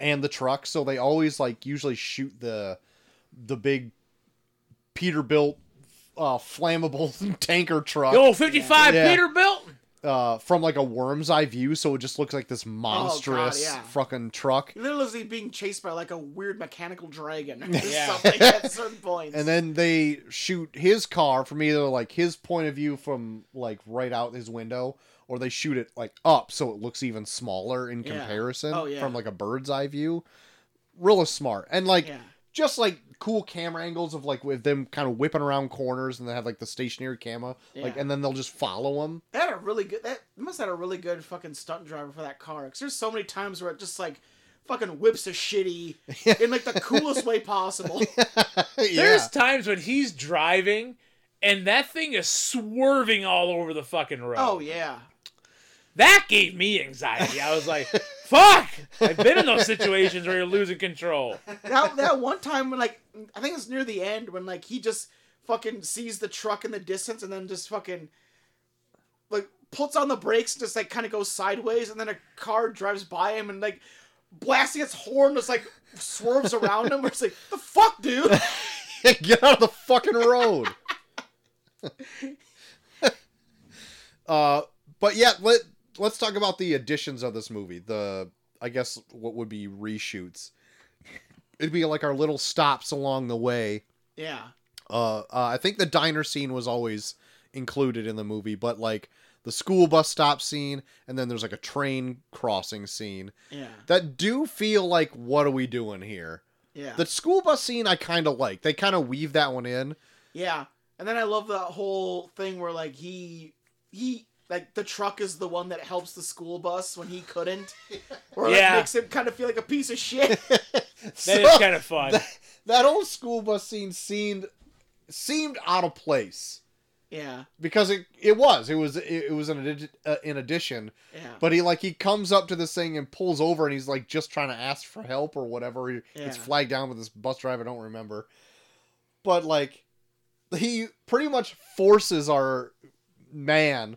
and the truck, so they always like usually shoot the the big Peterbilt uh, flammable tanker truck
Yo, 55
Yeah.
Peterbilt.
uh, from like a worm's eye view, so it just looks like this monstrous
yeah.
fucking truck.
He literally being chased by like a weird mechanical dragon or
Yeah.
something at certain points.
And then they shoot his car from either like his point of view from like right out his window, or they shoot it like up so it looks even smaller in
Yeah.
comparison
Oh, yeah.
from like a bird's eye view. Real smart. And like
Yeah.
just like cool camera angles of like with them kind of whipping around corners and they have like the stationary camera. Like
Yeah.
and then they'll just follow him.
They had a really good. That they must have had a really good fucking stunt driver for that car. Cause there's so many times where it just like fucking whips a shitty in like the coolest way possible.
yeah.
There's times when he's driving and that thing is swerving all over the fucking road.
Oh yeah,
That gave me anxiety. I was like, fuck! I've been in those situations where you're losing control.
that that one time when like I think it's near the end when like he just fucking sees the truck in the distance and then just fucking like puts on the brakes and just like kind of goes sideways and then a car drives by him and like blasting its horn just like swerves around him. It's like the fuck, dude.
Get out of the fucking road. uh, but yeah, let let's talk about the additions of this movie. The I guess what would be reshoots. It'd be like our little stops along the way.
Yeah.
Uh, uh, I think the diner scene was always included in the movie, but like the school bus stop scene, and then there's like a train crossing scene
Yeah.
that do feel like what are we doing here?
Yeah.
The school bus scene I kind of like. They kind of weave that one in.
Yeah, and then I love that whole thing where like he he like the truck is the one that helps the school bus when he couldn't, or like,
Yeah.
makes him kind of feel like a piece of shit.
That is
So,
kind of fun.
That, that old school bus scene seemed seemed out of place
yeah,
because it it was it was it, it was an addi- uh, an addition.
yeah,
But he like he comes up to this thing and pulls over and he's like just trying to ask for help or whatever. He gets
Yeah.
flagged down with this bus driver. I don't remember. But like he pretty much forces our man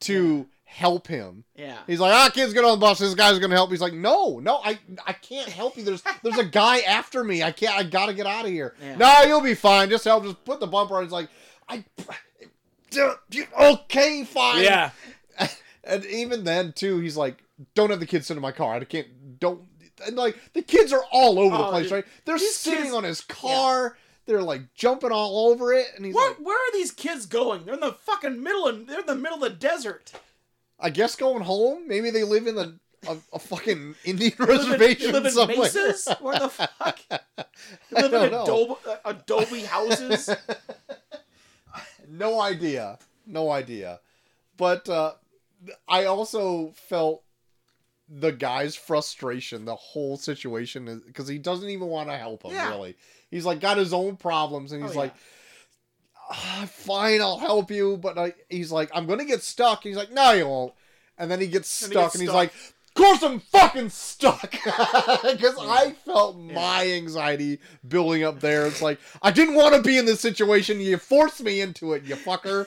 to help him.
yeah,
He's like, ah, kids, get on the bus. This guy's gonna help. He's like, no, no, I, I can't help you. There's, there's a guy after me. I can't. I gotta get out of here.
Yeah.
No, you'll be fine. Just help. Just put the bumper on. He's like, I, dude, you- okay, fine.
yeah.
And even then, too, he's like, don't have the kids sit in my car. I can't. Don't. And like, the kids are all over the
Oh,
place,
dude.
right? They're
These
sitting
kids-
on his car. They're like jumping all over it, and he's
What?
like,
Where are these kids going? They're in the fucking middle of they're in the middle of the desert.
I guess going home. Maybe they live in the a, a fucking Indian
They live in-
reservation
they live in
somewhere.
Mesas? Where the fuck? They
I
live
don't
in
know.
adobe, uh, adobe houses.
No idea. No idea. But uh, I also felt the guy's frustration, the whole situation, because he doesn't even want to help him,
Yeah.
really. He's like, got his own problems, and he's
Oh, yeah.
like, "Ah, fine, I'll help you. But I, he's like, I'm going to get stuck. he's like, no, you won't. And then he gets
And
stuck,
he gets
and, he's
stuck.
like, of course I'm fucking stuck. Because I felt
Yeah.
my anxiety building up there. It's like, I didn't want to be in this situation. You forced me into it, you fucker.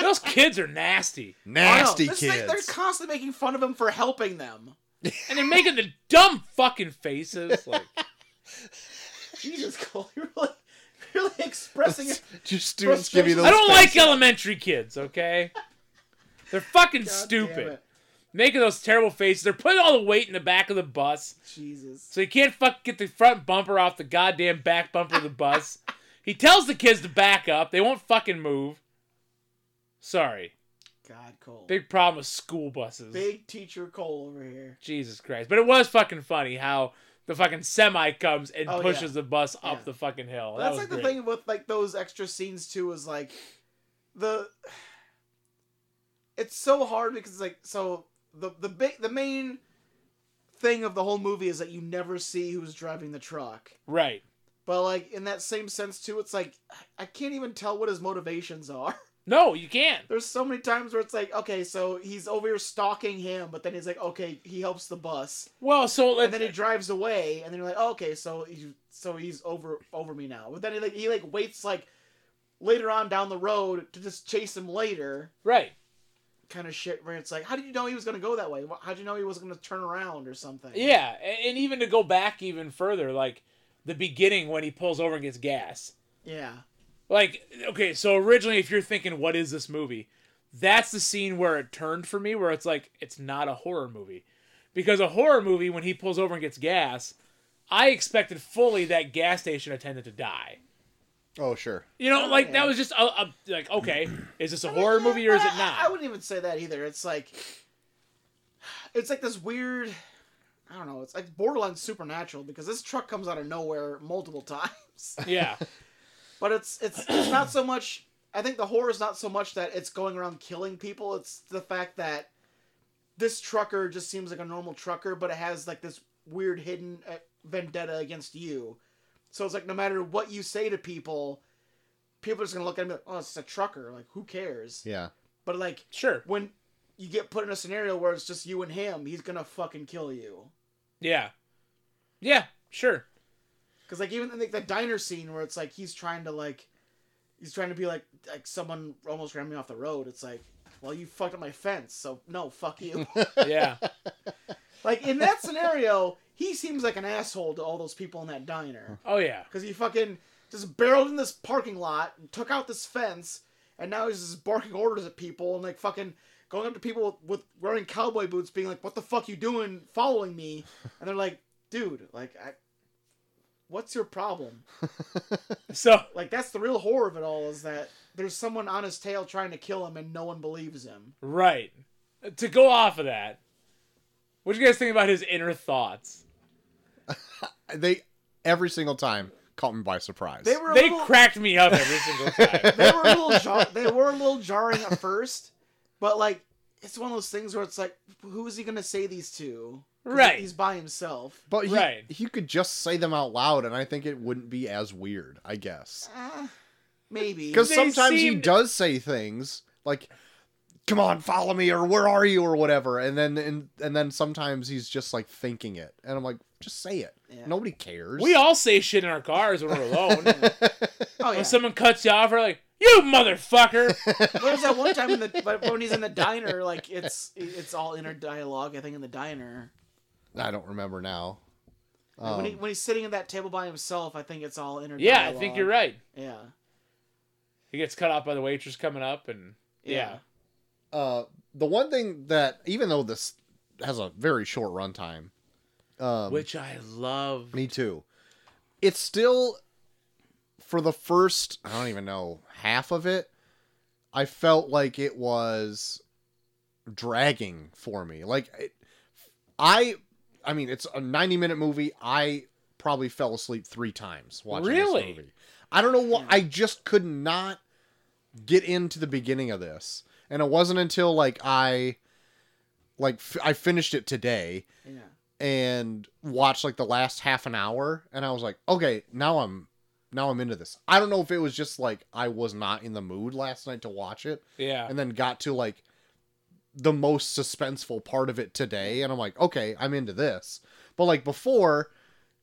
Those kids are nasty.
I know.
Nasty
This thing-
kids.
they're constantly making fun of him for helping them.
And they're making the dumb fucking faces. Like,
Jesus, Cole, you're really, really expressing it.
Just students give you
Frustration.
those.
I don't
faces.
like elementary kids, okay? They're fucking
God damn
stupid.
it.
Making those terrible faces. They're putting all the weight in the back of the bus.
Jesus.
So he can't fuck get the front bumper off the goddamn back bumper of the bus. he tells the kids to back up. They won't fucking move. Sorry.
God, Cole. Big,
Big problem with school buses.
teacher Cole over here.
Jesus Christ. But it was fucking funny how the fucking semi comes and
Oh,
pushes
yeah.
the bus up
Yeah.
the fucking hill.
That's
Oh, that
like
was
the
great.
thing with like those extra scenes too is like the it's so hard because like so the the big the main thing of the whole movie is that you never see who's driving the truck.
Right.
But like in that same sense too, it's like I can't even tell what his motivations are.
No, you can't.
There's so many times where it's like, okay, so he's over here stalking him, but then he's like, okay, he helps the bus,
Well, so
and then
let's-
he drives away, and then you're like, oh, okay, so he, so he's over over me now. But then he like he like waits like later on down the road to just chase him later,
right.
kind of shit. Where it's like, how did you know he was gonna go that way? Wh- How did you know he was gonna turn around or something?
Yeah, a- and even to go back even further, like the beginning when he pulls over and gets gas.
yeah,
Like, okay, so originally, if you're thinking, what is this movie? That's the scene where it turned for me, where it's like, it's not a horror movie. Because a horror movie, when he pulls over and gets gas, I expected fully that gas station attendant to die.
Oh sure.
You know, like
yeah.
that was just a, a like, okay, is this a horror movie or is it
I- I, I
not?
wouldn't even say that either. It's like it's like this weird I don't know, it's like borderline supernatural because this truck comes out of nowhere multiple times.
Yeah,
But it's it's it's not so much I think the horror is not so much that it's going around killing people, it's the fact that this trucker just seems like a normal trucker, but it has like this weird hidden uh, vendetta against you. So it's like no matter what you say to people, people are just gonna look at him like, "Oh, it's a trucker. Like, who cares?"
Yeah.
But like,
sure,
when you get put in a scenario where it's just you and him, he's gonna fucking kill you.
yeah, yeah, sure,
Cause like even in like the diner scene where it's like he's trying to like, he's trying to be like like someone almost ran me off the road. It's like, well, you fucked up my fence, so no, fuck you.
yeah,
like in that scenario, he seems like an asshole to all those people in that diner.
oh yeah,
Cause he fucking just barreled in this parking lot and took out this fence, and now he's just barking orders at people and like fucking going up to people with, with wearing cowboy boots, being like, "What the fuck you doing? Following me?" And they're like, "Dude, like, I, what's your problem?"
so
Like that's the real horror of it all is that there's someone on his tail trying to kill him and no one believes him.
Right. To go off of that, what do you guys think about his inner thoughts?
They every single time caught me by surprise.
They were a
They
little,
cracked me up every single time.
they were a little jar- they were a little jarring at first, but like it's one of those things where it's like, who is he gonna say these to? 'Cause he-
Right.
he's by himself.
but he,
Right.
you could just say them out loud, and I think it wouldn't be as weird. I guess
Eh, maybe.
because
They
sometimes he
seemed-
does say things like, "Come on, follow me," or "Where are you?" or whatever, and then and and then sometimes he's just like thinking it, and I'm like, just say it.
Yeah.
Nobody cares.
We all say shit in our cars when we're alone.
Oh yeah.
When someone cuts you off, we're like, "You motherfucker!"
There's that one time in the but when he's in the diner, like it's it's all inner dialogue. I think in the diner
I don't remember now.
Like, when he
Um,
when he's sitting at that table by himself, I think it's all inner.
yeah, I
dialogue.
think you're right.
Yeah.
He gets cut off by the waitress coming up, and yeah,
uh, the one thing that even though this has a very short runtime, um,
which I love.
me too, it's still for the first, I don't even know, half of it, I felt like it was dragging for me. Like it, I I mean, it's a 90-minute movie. I probably fell asleep 3 times watching
Really?
this movie. I don't know what I just could not get into the beginning of this. And it wasn't until like I like f- I finished it today
Yeah.
and watched like the last half an hour and I was like, okay, now I'm now I'm into this. I don't know if it was just like I was not in the mood last night to watch it
Yeah.
and then got to like the most suspenseful part of it today and I'm like, okay, I'm into this. But like before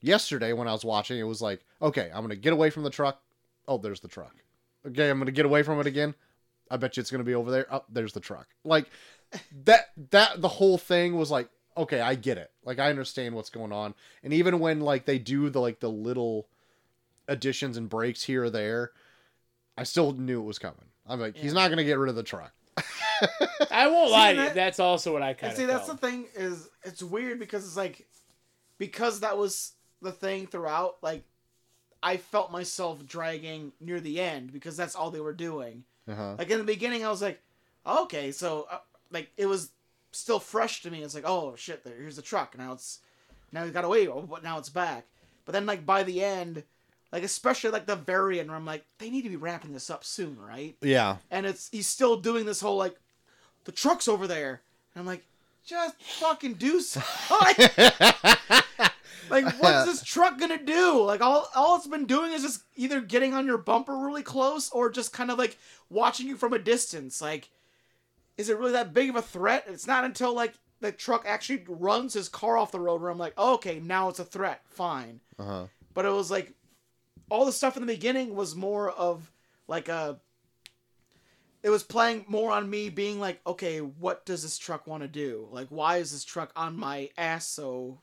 yesterday when I was watching, it was like, okay, I'm going to get away from the truck. Oh, there's the truck. Okay, I'm going to get away from it again. I bet you it's going to be over there. Oh, there's the truck. Like that that the whole thing was like, okay, I get it. Like I understand what's going on. And even when like they do the like the little additions and breaks here or there, I still knew it was coming. I'm like, he's not going to get rid of the truck.
I won't lie
and
to you.
that-
That's also what I
And
kind of
see, that's the thing is it's weird because it's like because that was the thing throughout. Like I felt myself dragging near the end because that's all they were doing.
Uh-huh.
Like in the beginning, I was like, okay, so uh, like it was still fresh to me. It's like, oh shit, there, here's the truck. Now it's now we got away, oh, but now it's back. But then like by the end, like especially like the very end, where I'm like, they need to be wrapping this up soon, right?
Yeah.
and it's he's still doing this whole like the truck's over there and i'm like just fucking do something like what's this truck gonna do like all all it's been doing is just either getting on your bumper really close or just kind of like watching you from a distance like is it really that big of a threat it's not until like the truck actually runs his car off the road where i'm like okay now it's a threat fine
Uh-huh.
but it was like all the stuff in the beginning was more of like a it was playing more on me being like okay what does this truck want to do like why is this truck on my ass so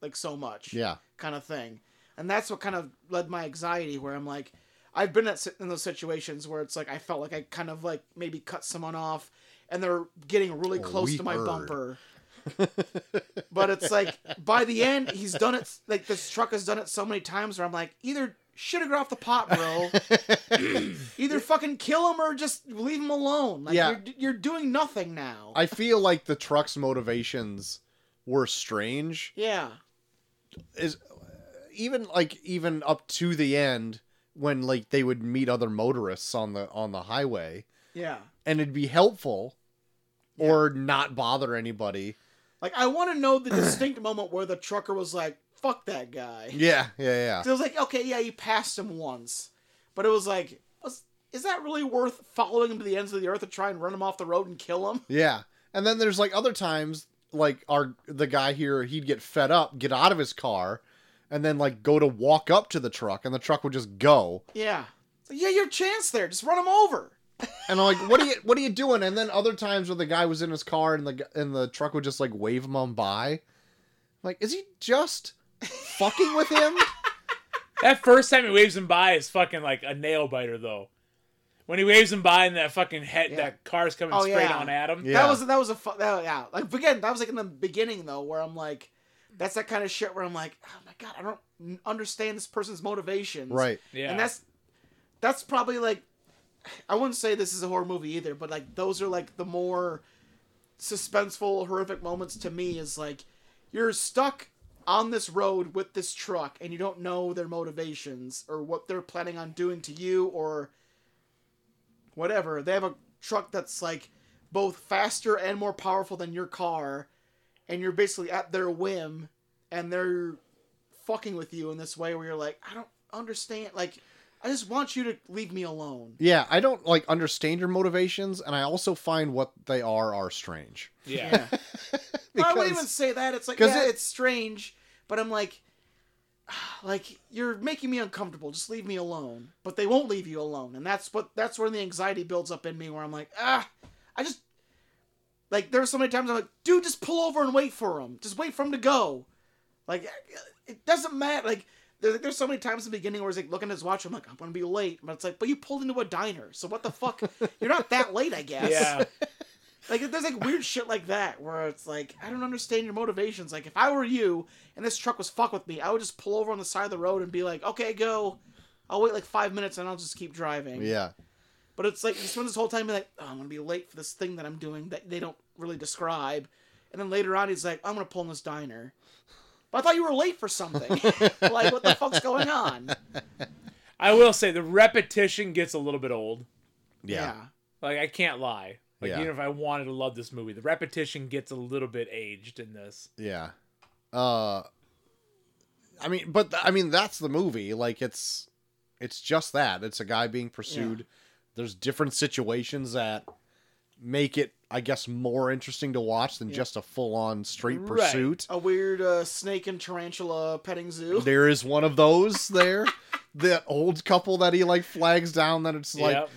like so much
Yeah.
kind of thing and that's what kind of led my anxiety where i'm like i've been at, si- in those situations where it's like i felt like i kind of like maybe cut someone off and they're getting really
Well,
close
we
to my
heard.
bumper but it's like by the end he's done it like this truck has done it so many times where i'm like either shit or get off the pot bro either fucking kill him or just leave him alone like
Yeah.
you're, you're doing nothing now
I feel like the truck's motivations were strange.
yeah
Is even like even up to the end when like they would meet other motorists on the on the highway
yeah
and it'd be helpful or not bother anybody.
like i want to know the distinct moment where the trucker was like fuck that guy
Yeah, yeah,
So it was like, okay, yeah, you passed him once, but it was like, was, is that really worth following him to the ends of the earth to try and run him off the road and kill him?
Yeah. And then there's like other times like our the guy here he'd get fed up, get out of his car and then like go to walk up to the truck and the truck would just go.
Yeah, It's like, yeah, your chance there, just run him over.
And I'm like, what are you, what are you doing? And then other times where the guy was in his car and the gu- and the truck would just like wave him on by. I'm like, is he just fucking with him?
That first time he waves him by is fucking like a nail biter, though. When he waves him by and that fucking head,
Yeah.
that car's coming
Oh,
straight
yeah.
on at him.
Yeah.
That was that was a fu- that, yeah. Like again, that was like in the beginning though, where I'm like, that's that kind of shit where I'm like, oh my god, I don't n- understand this person's motivations.
Right.
Yeah.
And that's that's probably like I wouldn't say this is a horror movie either, but like those are like the more suspenseful, horrific moments to me is like you're stuck on this road with this truck and you don't know their motivations or what they're planning on doing to you or whatever. They have a truck that's like both faster and more powerful than your car and you're basically at their whim and they're fucking with you in this way where you're like, I don't understand. Like, I just want you to leave me alone.
Yeah, I don't like understand your motivations and I also find what they are are strange.
yeah.
Yeah. No, I wouldn't even
Because-
say that. It's like,
'cause
yeah,
it-
it's strange, but I'm like, like you're making me uncomfortable. Just leave me alone. But they won't leave you alone, and that's what that's where the anxiety builds up in me, where I'm like, ah, I just like there are so many times I'm like, dude, just pull over and wait for him. Just wait for him to go. Like it doesn't matter. Like there, there's so many times in the beginning where he's like looking at his watch. I'm like, I'm gonna be late, but it's like, but you pulled into a diner, so what the fuck? you're not that late, I guess
Yeah.
like there's like weird shit like that where it's like I don't understand your motivations. Like if I were you and this truck was fuck with me, I would just pull over on the side of the road and be like, "Okay, go. I'll wait like five minutes and I'll just keep driving.
Yeah.
But it's like he spends this whole time being like, oh, I'm gonna be late for this thing that I'm doing that they don't really describe, and then later on he's like, I'm gonna pull in this diner. But I thought you were late for something. like, what the fuck's going on?
I will say the repetition gets a little bit old.
Yeah.
Like I can't lie. Like
Yeah.
even if I wanted to love this movie, the repetition gets a little bit aged in this.
Yeah. Uh I mean, but th- I mean that's the movie. Like it's it's just that. It's a guy being pursued. There's different situations that make it I guess more interesting to watch than
Yeah.
just a full-on street
Right.
pursuit.
A weird uh, snake and tarantula petting zoo.
There is one of those there. That old couple that he like flags down that it's like
Yep.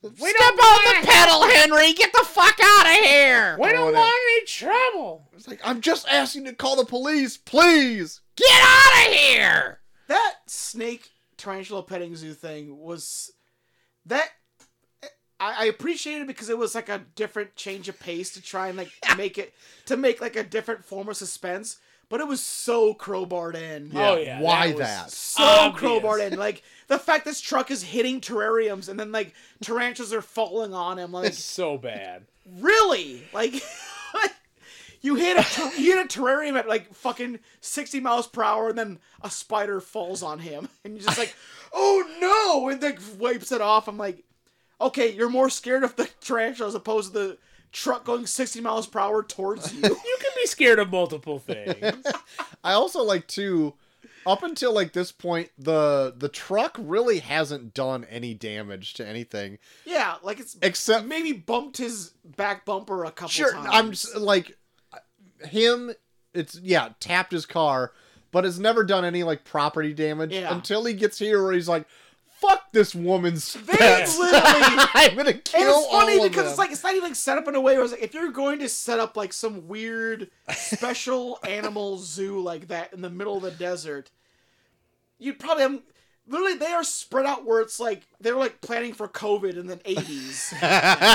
We Step on the pedal, Henry. Get the fuck out of here.
We don't want any trouble.
It's like I'm just asking to call the police, please. Get out of here.
That snake tarantula petting zoo thing was that I, I appreciated it because it was like a different change of pace to try and like make it to make like a different form of suspense. But it was so crowbarred in.
Oh, yeah,
Why
that was-
that?
so
Obvious.
crowbarred in. Like the fact this truck is hitting terrariums and then like tarantulas are falling on him. Like
It's so bad.
really? Like, you hit a ter- you hit a terrarium at like fucking sixty miles per hour and then a spider falls on him and you're just like, oh no! And then wipes it off. I'm like, okay, you're more scared of the tarantula as opposed to the truck going sixty miles per hour towards you.
You can be scared of multiple things.
I also like to up until like this point the the truck really hasn't done any damage to anything
yeah, like it's.
except
Maybe bumped his back bumper a couple
sure
times.
i'm s- like him it's yeah tapped his car but has never done any like property damage
Yeah.
until he gets here where he's like fuck this woman's
They
pets.
literally
i'm gonna kill
And it's funny
all of
because
them.
it's like it's not even like set up in a way where it's like if you're going to set up like some weird special animal zoo like that in the middle of the desert, you'd probably have literally they are spread out where it's like they're like planning for COVID in the 80s.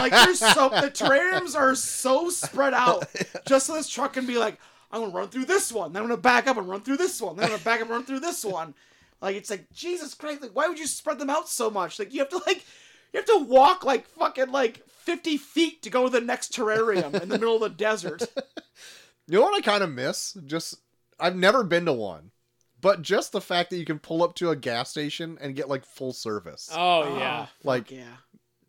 like there's so the terrariums are so spread out just so this truck can be like, I'm gonna run through this one, then I'm gonna back up and run through this one, then I'm gonna back up and run through this one. Like it's like Jesus Christ! Like why would you spread them out so much? Like you have to like you have to walk like fucking like fifty feet to go to the next terrarium in the middle of the desert.
You know what I kind of miss? Just I've never been to one, but just the fact that you can pull up to a gas station and get like full service.
Oh yeah.
fuck
Like-
yeah,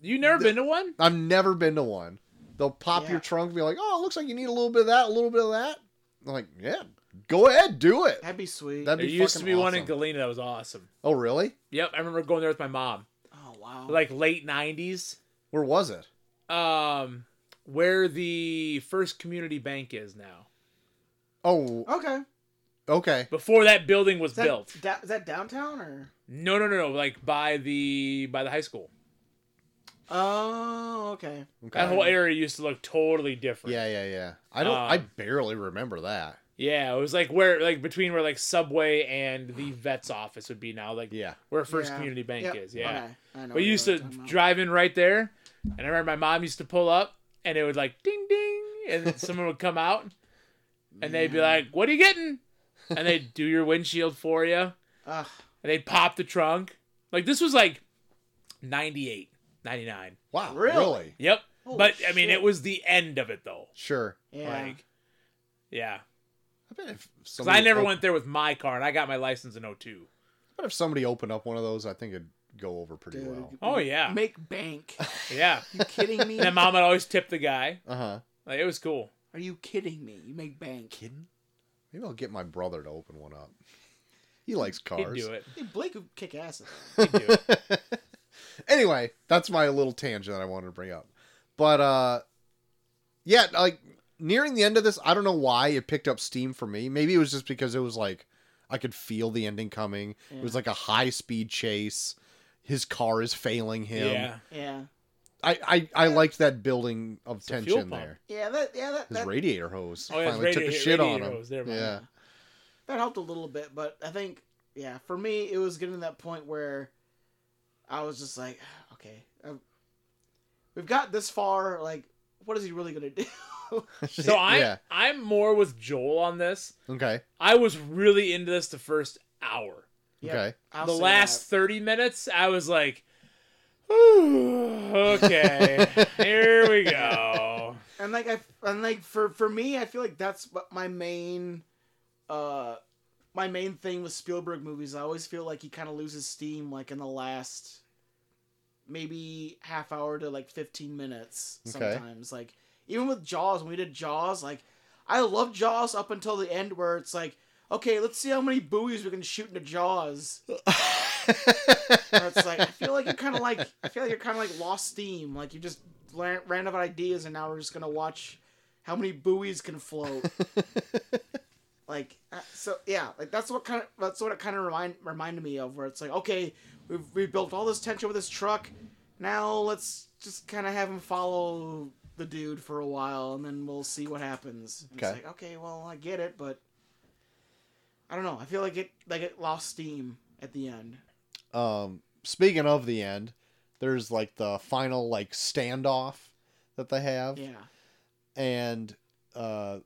You never been to one?
I've never been to one. They'll pop
Yeah.
your trunk and be like, "Oh, it looks like you need a little bit of that, a little bit of that." I'm like, "Yeah, go ahead, do it."
that'd be sweet.
That'd
There
be
used to
fucking
be one in
awesome.
Galena that was awesome.
Oh, really?
Yep, I remember going there with my mom.
oh wow.
Like late nineties.
Where was it?
Um where the first community bank is now.
Oh,
okay.
okay.
Before that building was
Is that,
built.
da- is that downtown or?
No no no no, like by the by the high school.
Oh okay.
okay.
That whole area used to look totally different.
yeah, yeah, yeah. I don't. I
Um,
barely remember that.
Yeah, it was like where like between where like Subway and the vet's office would be now, like
Yeah.
where First
Yeah.
Community Bank
Yep.
is. Yeah.
Okay. I know
But
what
you used
you're
to
talking about.
drive in right there and I remember my mom used to pull up and it would like ding ding and then someone would come out and they'd be like, What are you getting? And they'd do your windshield for you.
Ugh.
and they'd pop the trunk. Like this was like 98, 99.
Wow. Really?
Really?
Yep.
Holy
but I mean,
shit.
it was the end of it though.
Sure.
Yeah.
Like, yeah.
I bet if
Because I
somebody
oh.
never
op-
went there with my car, and I got my license in 02.
I bet if somebody opened up one of those, I think it'd go over pretty
Dude,
well.
Oh yeah,
Make bank.
yeah.
You kidding me?
And then mom would always tip the guy.
Uh huh.
Like it was cool.
Are you kidding me? You make bank.
kidding? Maybe I'll get my brother to open one up. He likes
He'd
cars.
do it.
Hey, Blake would kick ass. At that.
He'd do it.
Anyway, that's my little tangent that I wanted to bring up. But uh yeah, like nearing the end of this, I don't know why it picked up steam for me. Maybe it was just because it was like I could feel the ending coming. It
Mm.
was like a high speed chase. His car is failing him.
Yeah.
Yeah.
I, I I liked that building of
a fuel
tension
pump.
there.
Yeah. That. Yeah. That.
His
That,
radiator hose
Oh, yeah, his
finally took a
radiator-
shit on
radiator
him.
hose, never mind.
yeah.
that helped a little bit, but I think yeah, for me it was getting to that point where I was just like, okay, um, we've got this far. Like, what is he really gonna do?
So I
Yeah.
I'm more with Joel on this.
Okay.
I was really into this the first hour.
Yep,
Okay.
I'll
the
say
last
that.
30 minutes, I was like, "Ooh, okay, here we go.
and like I and like for for me, I feel like that's what my main, uh, my main thing with Spielberg movies. I always feel like he kind of loses steam like in the last, maybe half hour to like fifteen minutes
Okay.
sometimes. Like even with Jaws, when we did Jaws, like I love Jaws up until the end where it's like, okay, let's see how many buoys we can shoot into Jaws. Where it's like I feel like you're kind of like I feel like you're kind of like lost steam. Like you just ran, ran out of ideas, and now we're just gonna watch how many buoys can float. like uh, so, yeah. Like that's what kind of that's what it kind of remind reminded me of. Where it's like, okay, we've we built all this tension with this truck. Now let's just kind of have him follow the dude for a while, and then we'll see what happens. And
Okay.
It's like, okay, well I get it, but I don't know. I feel like it like it lost steam at the end.
um speaking of the end there's like the final like standoff that they have
Yeah.
and uh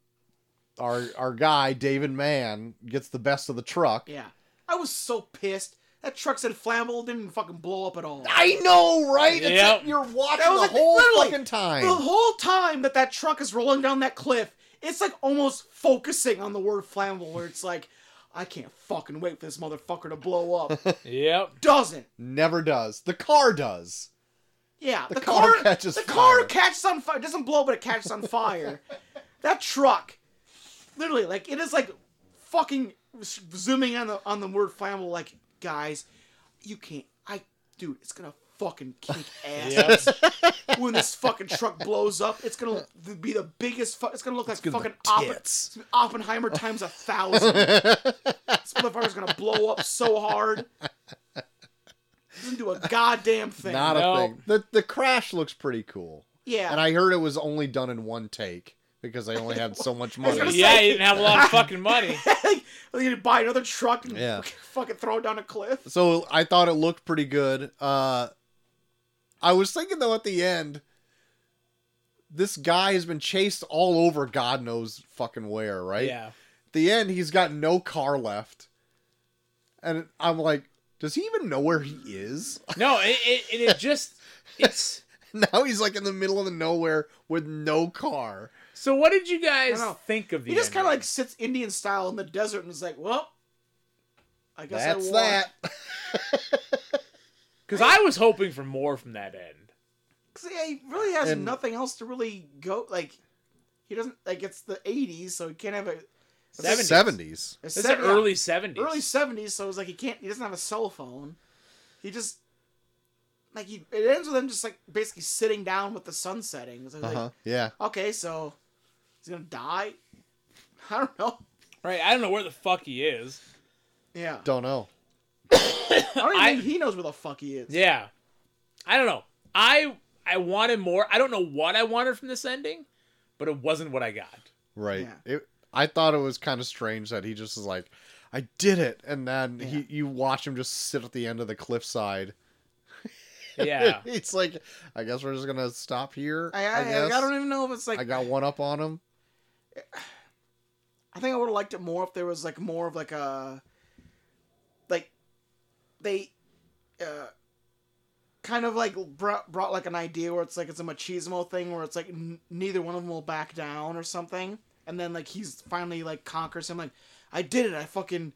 our our guy david mann gets the best of the truck
Yeah. I was so pissed. That truck said flammable, didn't fucking blow up at all.
i know right it's
Yep.
like you're watching
That was
the
like-
whole
literally,
fucking
the
time
whole time that that truck is rolling down that cliff, it's like almost focusing on the word flammable, where it's like, I can't fucking wait for this motherfucker to blow up.
Yep.
Doesn't.
never does the car does
Yeah. The,
car
car,
catches
The car
fire.
catches on fire. It doesn't blow, but it catches on fire. that truck, literally, like it is like fucking s- zooming on the on the word flammable. Like guys, you can't. I dude, it's gonna fucking kick ass. when this fucking truck blows up, it's gonna be the biggest. Fu- it's gonna look like
gonna
fucking
look
Oppen-
tits.
it's Oppenheimer times a thousand. this motherfucker's gonna blow up so hard. Doesn't do a goddamn thing.
not
No.
a thing the, the crash looks pretty cool
yeah.
and i heard it was only done in one take because they only had so much
was gonna
money
Yeah, he didn't have a lot of fucking money.
like, are they gonna buy another truck and
Yeah.
fucking throw it down a cliff?
So I thought it looked pretty good. Uh, I was thinking though at the end, this guy has been chased all over God knows fucking where, right?
Yeah.
At the end, he's got no car left, and I'm like, does he even know where he is?
No, it, it, it, it just, it's.
now he's like in the middle of the nowhere with no car.
So what did you guys
I don't know.
think of the
He just kind of
ending?
like sits Indian style in the desert and is like, "Well, I guess I
That's
won."
that.
'Cause I was hoping for more from that end.
'Cause, yeah, he really has
And-
nothing else to really go. Like, he doesn't like it's the '80s, so he can't have a.
Seventies.
Seventies.
a
It's the
seven- yeah,
early 70s.
early '70s, so it's like he can't. He doesn't have a cell phone. He just like he. It ends with him just like basically sitting down with the sun setting. So it's
Uh
like,
huh. Yeah.
okay, so he's gonna die. I don't know.
Right. I don't know where the fuck he is.
Yeah,
Don't know.
I don't even
I-
think he knows where the fuck he is.
Yeah. I don't know. I I wanted more. I don't know what I wanted from this ending, but it wasn't what I got.
Right.
Yeah.
It, I thought it was kind of strange that he just is like, I did it, and then he you watch him just sit at the end of the cliffside.
Yeah.
it's like, I guess we're just gonna stop here.
I, I, I,
guess.
don't even know if it's like
I got one up on him.
I think I would have liked it more if there was like more of like a like they uh kind of like brought, brought like an idea where it's like it's a machismo thing where it's like n- neither one of them will back down or something and then like he's finally like conquers him like I did it I fucking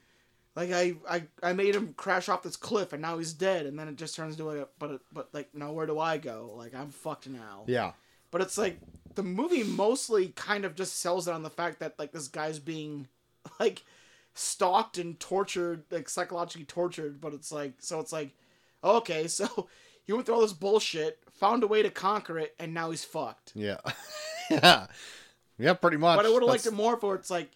like I, I I made him crash off this cliff and now he's dead and then it just turns into like a, but but like now where do I go like I'm fucked now
Yeah.
but it's like the movie mostly kind of just sells it on the fact that like this guy's being like stalked and tortured like psychologically tortured but it's like so it's like okay so he went through all this bullshit found a way to conquer it and now he's fucked
Yeah. yeah. Yeah. Pretty much.
but i would have liked it
That's-
more for it's like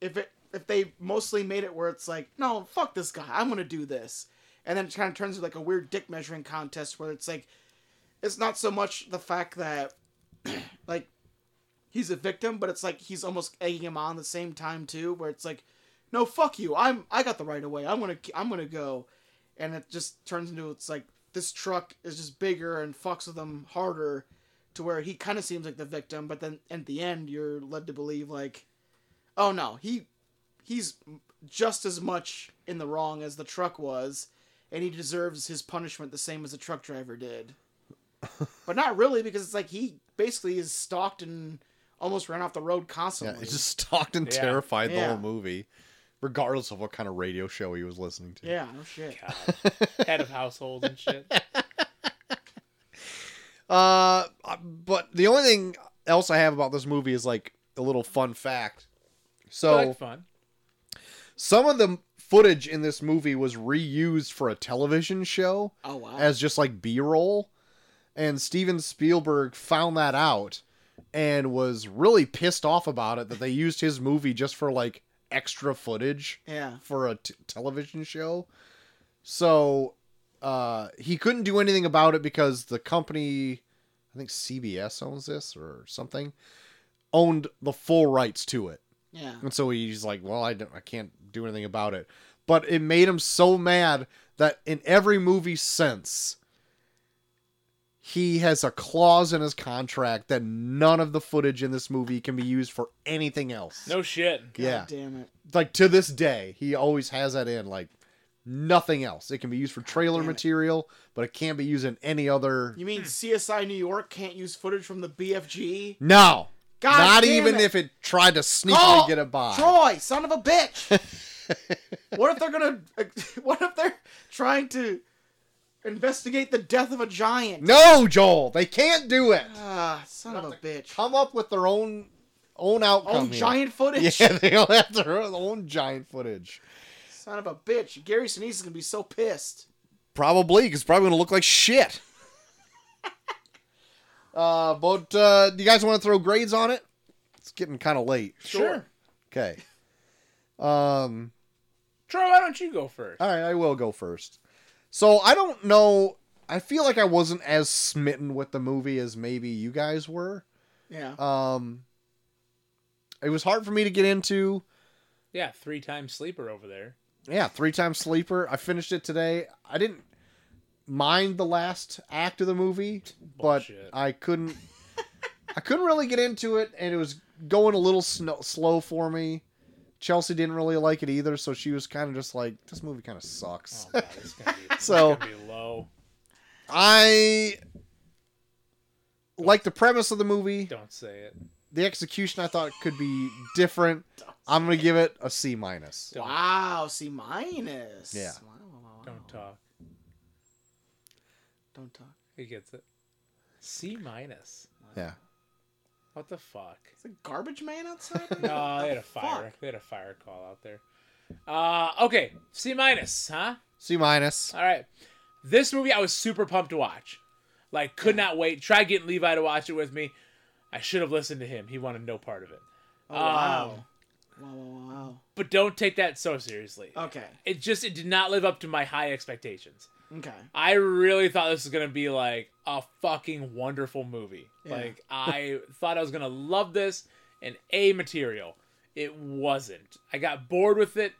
if it if they mostly made it where it's like no fuck this guy i'm gonna do this and then it kind of turns into like a weird dick measuring contest where it's like it's not so much the fact that like he's a victim but it's like he's almost egging him on at the same time too where it's like no fuck you i'm i got the right of way i'm gonna i'm gonna go and it just turns into it's like this truck is just bigger and fucks with him harder to where he kind of seems like the victim but then at the end you're led to believe like oh no he he's just as much in the wrong as the truck was, and he deserves his punishment the same as the truck driver did. but not really, because it's like he basically is stalked and almost ran off the road
Yeah,
constantly.
it just stalked and
Yeah.
terrified the
Yeah.
whole movie, regardless of what kind of radio show he was listening to.
Yeah, no shit.
Head of households and shit.
Uh, but the only thing else I have about this movie is like a little fun fact. So
But fun.
some of the footage in this movie was reused for a television show
Oh wow.
as just like B-roll, and Steven Spielberg found that out and was really pissed off about it that they used his movie just for like extra footage.
yeah.
for a t- television show. So uh, he couldn't do anything about it because the company, I think CBS owns this or something, owned the full rights to it.
Yeah.
And so he's like, well, I, don't, I can't do anything about it. But it made him so mad that in every movie since, he has a clause in his contract that none of the footage in this movie can be used for anything else.
No shit.
God
yeah
Damn it.
like to this day, he always has that in like nothing else. It can be used for trailer
damn it.
material, but it can't be used in any other.
You
Hmm.
mean CSI New York can't use footage from the BFG?
No,
God
not
damn
even
it.
if it tried to sneakily
Call
get it by.
Troy, son of a bitch. what if they're gonna? What if they're trying to investigate the death of a giant?
No, Joel, they can't do it.
Ah, son of a bitch.
Come up with their own own outcome.
Own
here.
giant footage.
Yeah, they all have their own giant footage.
Son of a bitch. Gary Sinise is gonna be so pissed.
Probably, because probably gonna look like shit. uh, but uh, do you guys want to throw grades on it? It's getting kind of late.
Sure.
Okay. Um.
Troy, why don't you go first?
All right, I will go first. So I don't know. I feel like I wasn't as smitten with the movie as maybe you guys were.
Yeah.
Um. It was hard for me to get into.
yeah, three times sleeper over there.
Yeah, three times sleeper. I finished it today. I didn't mind the last act of the movie,
Bullshit.
but I couldn't. I couldn't really get into it, and it was going a little sno- slow for me. Chelsea didn't really like it either, so she was kind of just like, "This movie kind of sucks."
Oh god, it's gonna be, it's
So-
gonna be low.
I like the premise of the movie.
Don't say it.
The execution I thought could be different. I'm gonna give it a C minus.
Don't,
Wow. C minus.
Yeah.
Wow, wow, wow, wow.
don't talk.
Don't talk.
He gets it. C minus.
Yeah.
What the fuck?
Is a garbage man outside?
No, they had a fire. They had a fire call out there. Uh, okay, C minus, huh?
C minus.
All right. This movie I was super pumped to watch. Like, could not wait. Tried getting Levi to watch it with me. I should have listened to him. He wanted no part of it.
Oh, wow.
Um,
wow. Wow.
But don't take that so seriously.
Wow. Okay.
It just it did not live up to my high expectations.
Okay.
I really thought this was gonna be like a fucking wonderful movie.
Yeah.
Like I thought I was gonna love this and A material. It wasn't. I got bored with it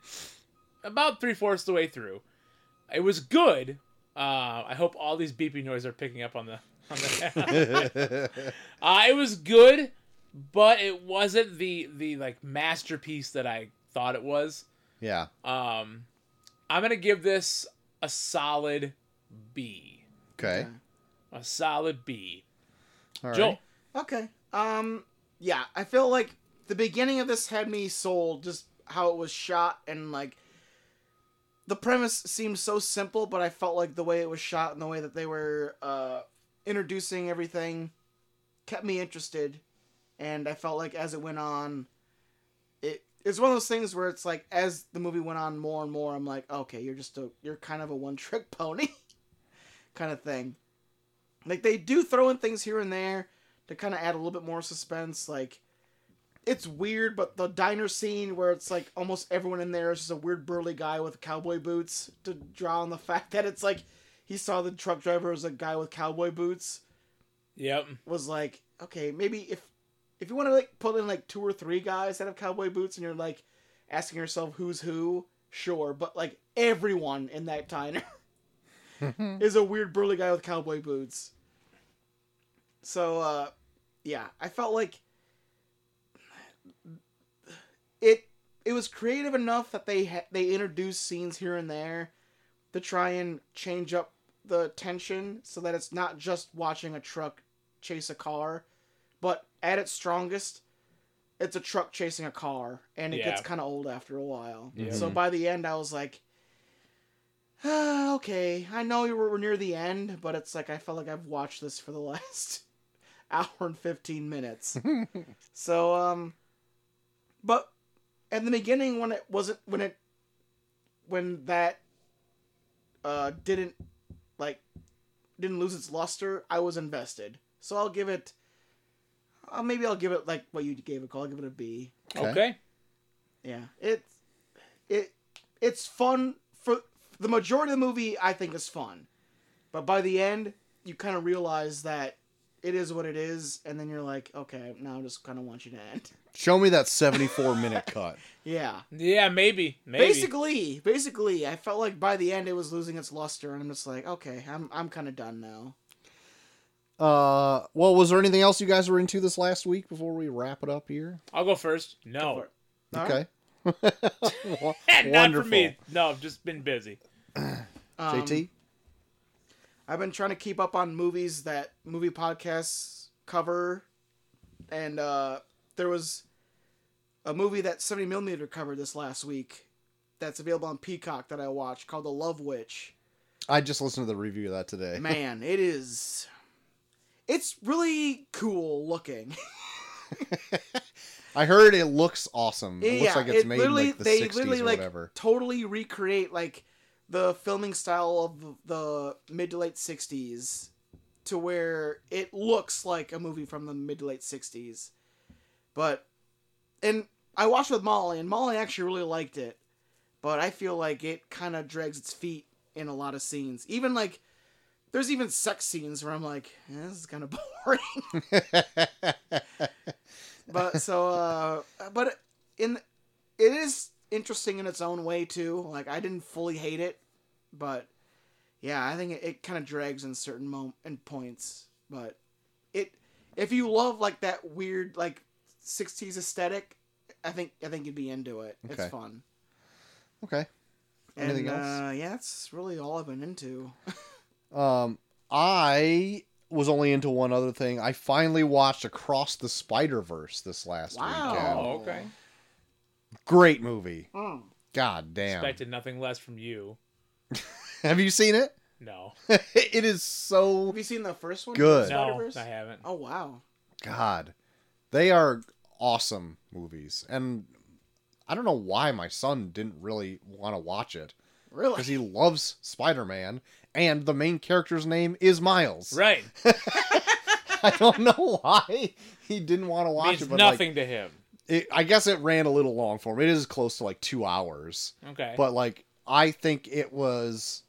about three fourths the way through. It was good. Uh, I hope all these beeping noises are picking up on the on the. uh, it was good, but it wasn't the the like masterpiece that I thought it was.
yeah.
Um, I'm gonna give this a solid B.
Okay.
A solid B.
All right.
Joel,
Okay. Um. Yeah, I feel like the beginning of this had me sold, just how it was shot and like the premise seemed so simple, but I felt like the way it was shot and the way that they were uh, introducing everything kept me interested, and I felt like as it went on, it it's one of those things where it's like as the movie went on more and more, I'm like, okay, you're just a you're kind of a one trick pony, kind of thing. Like they do throw in things here and there to kind of add a little bit more suspense. Like, it's weird, but the diner scene where it's like almost everyone in there is just a weird burly guy with cowboy boots to draw on the fact that it's like he saw the truck driver as a guy with cowboy boots
Yep.
was like, okay, maybe if if you want to like put in like two or three guys that have cowboy boots and you're like asking yourself who's who, sure, but like everyone in that diner is a weird burly guy with cowboy boots. So uh yeah, I felt like it it was was creative enough that they ha- they introduced scenes here and there to try and change up the tension so that it's not just watching a truck chase a car, but at its strongest, it's a truck chasing a car, and it
Yeah.
gets kind of old after a while.
Yeah.
So by the end, I was like. "Ah, okay, I know you were we're near the end, but it's like I felt like I've watched this for the last hour and 15 minutes. so um but in the beginning when it wasn't when it when that uh didn't like didn't lose its luster, I was invested. So I'll give it uh, maybe I'll give it like what you gave it. I'll give it a B.
Okay.
Yeah, it's it it's fun for the majority of the movie. I think is fun, but by the end, you kind of realize that it is what it is, and then you're like, okay, now I just kind of want you to end.
Show me that 74 minute cut.
Yeah,
Yeah, maybe. Maybe.
basically, basically, I felt like by the end it was losing its luster, and I'm just like, okay, I'm I'm kind of done now.
Uh, well, was there anything else you guys were into this last week before we wrap it up here?
I'll go first. No. Eh,
for it.
Okay. Wo-
Not for me. No, I've just been busy.
Um,
JT?
I've been trying to keep up on movies that movie podcasts cover, and uh, there was a movie that 70 millimeter covered this last week that's available on Peacock that I watched called The Love Witch.
I just listened to the review of that today.
Man, it is. It's really cool looking.
I heard it looks awesome. It
yeah,
looks like it's
it
made in
literally
like the
they
60s
literally
or
like
whatever.
totally recreate like the filming style of the mid to late 60s to where it looks like a movie from the mid to late 60s but and i watched with molly and molly actually really liked it but i feel like it kind of drags its feet in a lot of scenes even like there's even sex scenes where i'm like eh, this is kind of boring but so uh but in it is interesting in its own way too like i didn't fully hate it but yeah i think it, it kind of drags in certain mom and points but it if you love like that weird like 60s aesthetic i think i think you'd be into it
Okay.
it's fun
okay.
and,
Anything else?
uh, yeah that's really all i've been into
Um, I was only into one other thing. I finally watched Across the Spider Verse this last
Wow.
weekend.
Oh, okay.
Great movie.
Mm.
God damn.
Expected nothing less from you.
Have you seen it?
No.
it is so
have you seen the first one
Good.
No,
Spider-Verse?
I haven't.
oh wow
God. They are awesome movies. And I don't know why my son didn't really want to watch it
really
because he loves Spider Man and the main character's name is Miles.
Right.
I don't know why he didn't want to watch
Means
it, but like,
nothing to him.
it, I guess it ran a little long for him. It is close to like two hours,
Okay.
but like I think it was.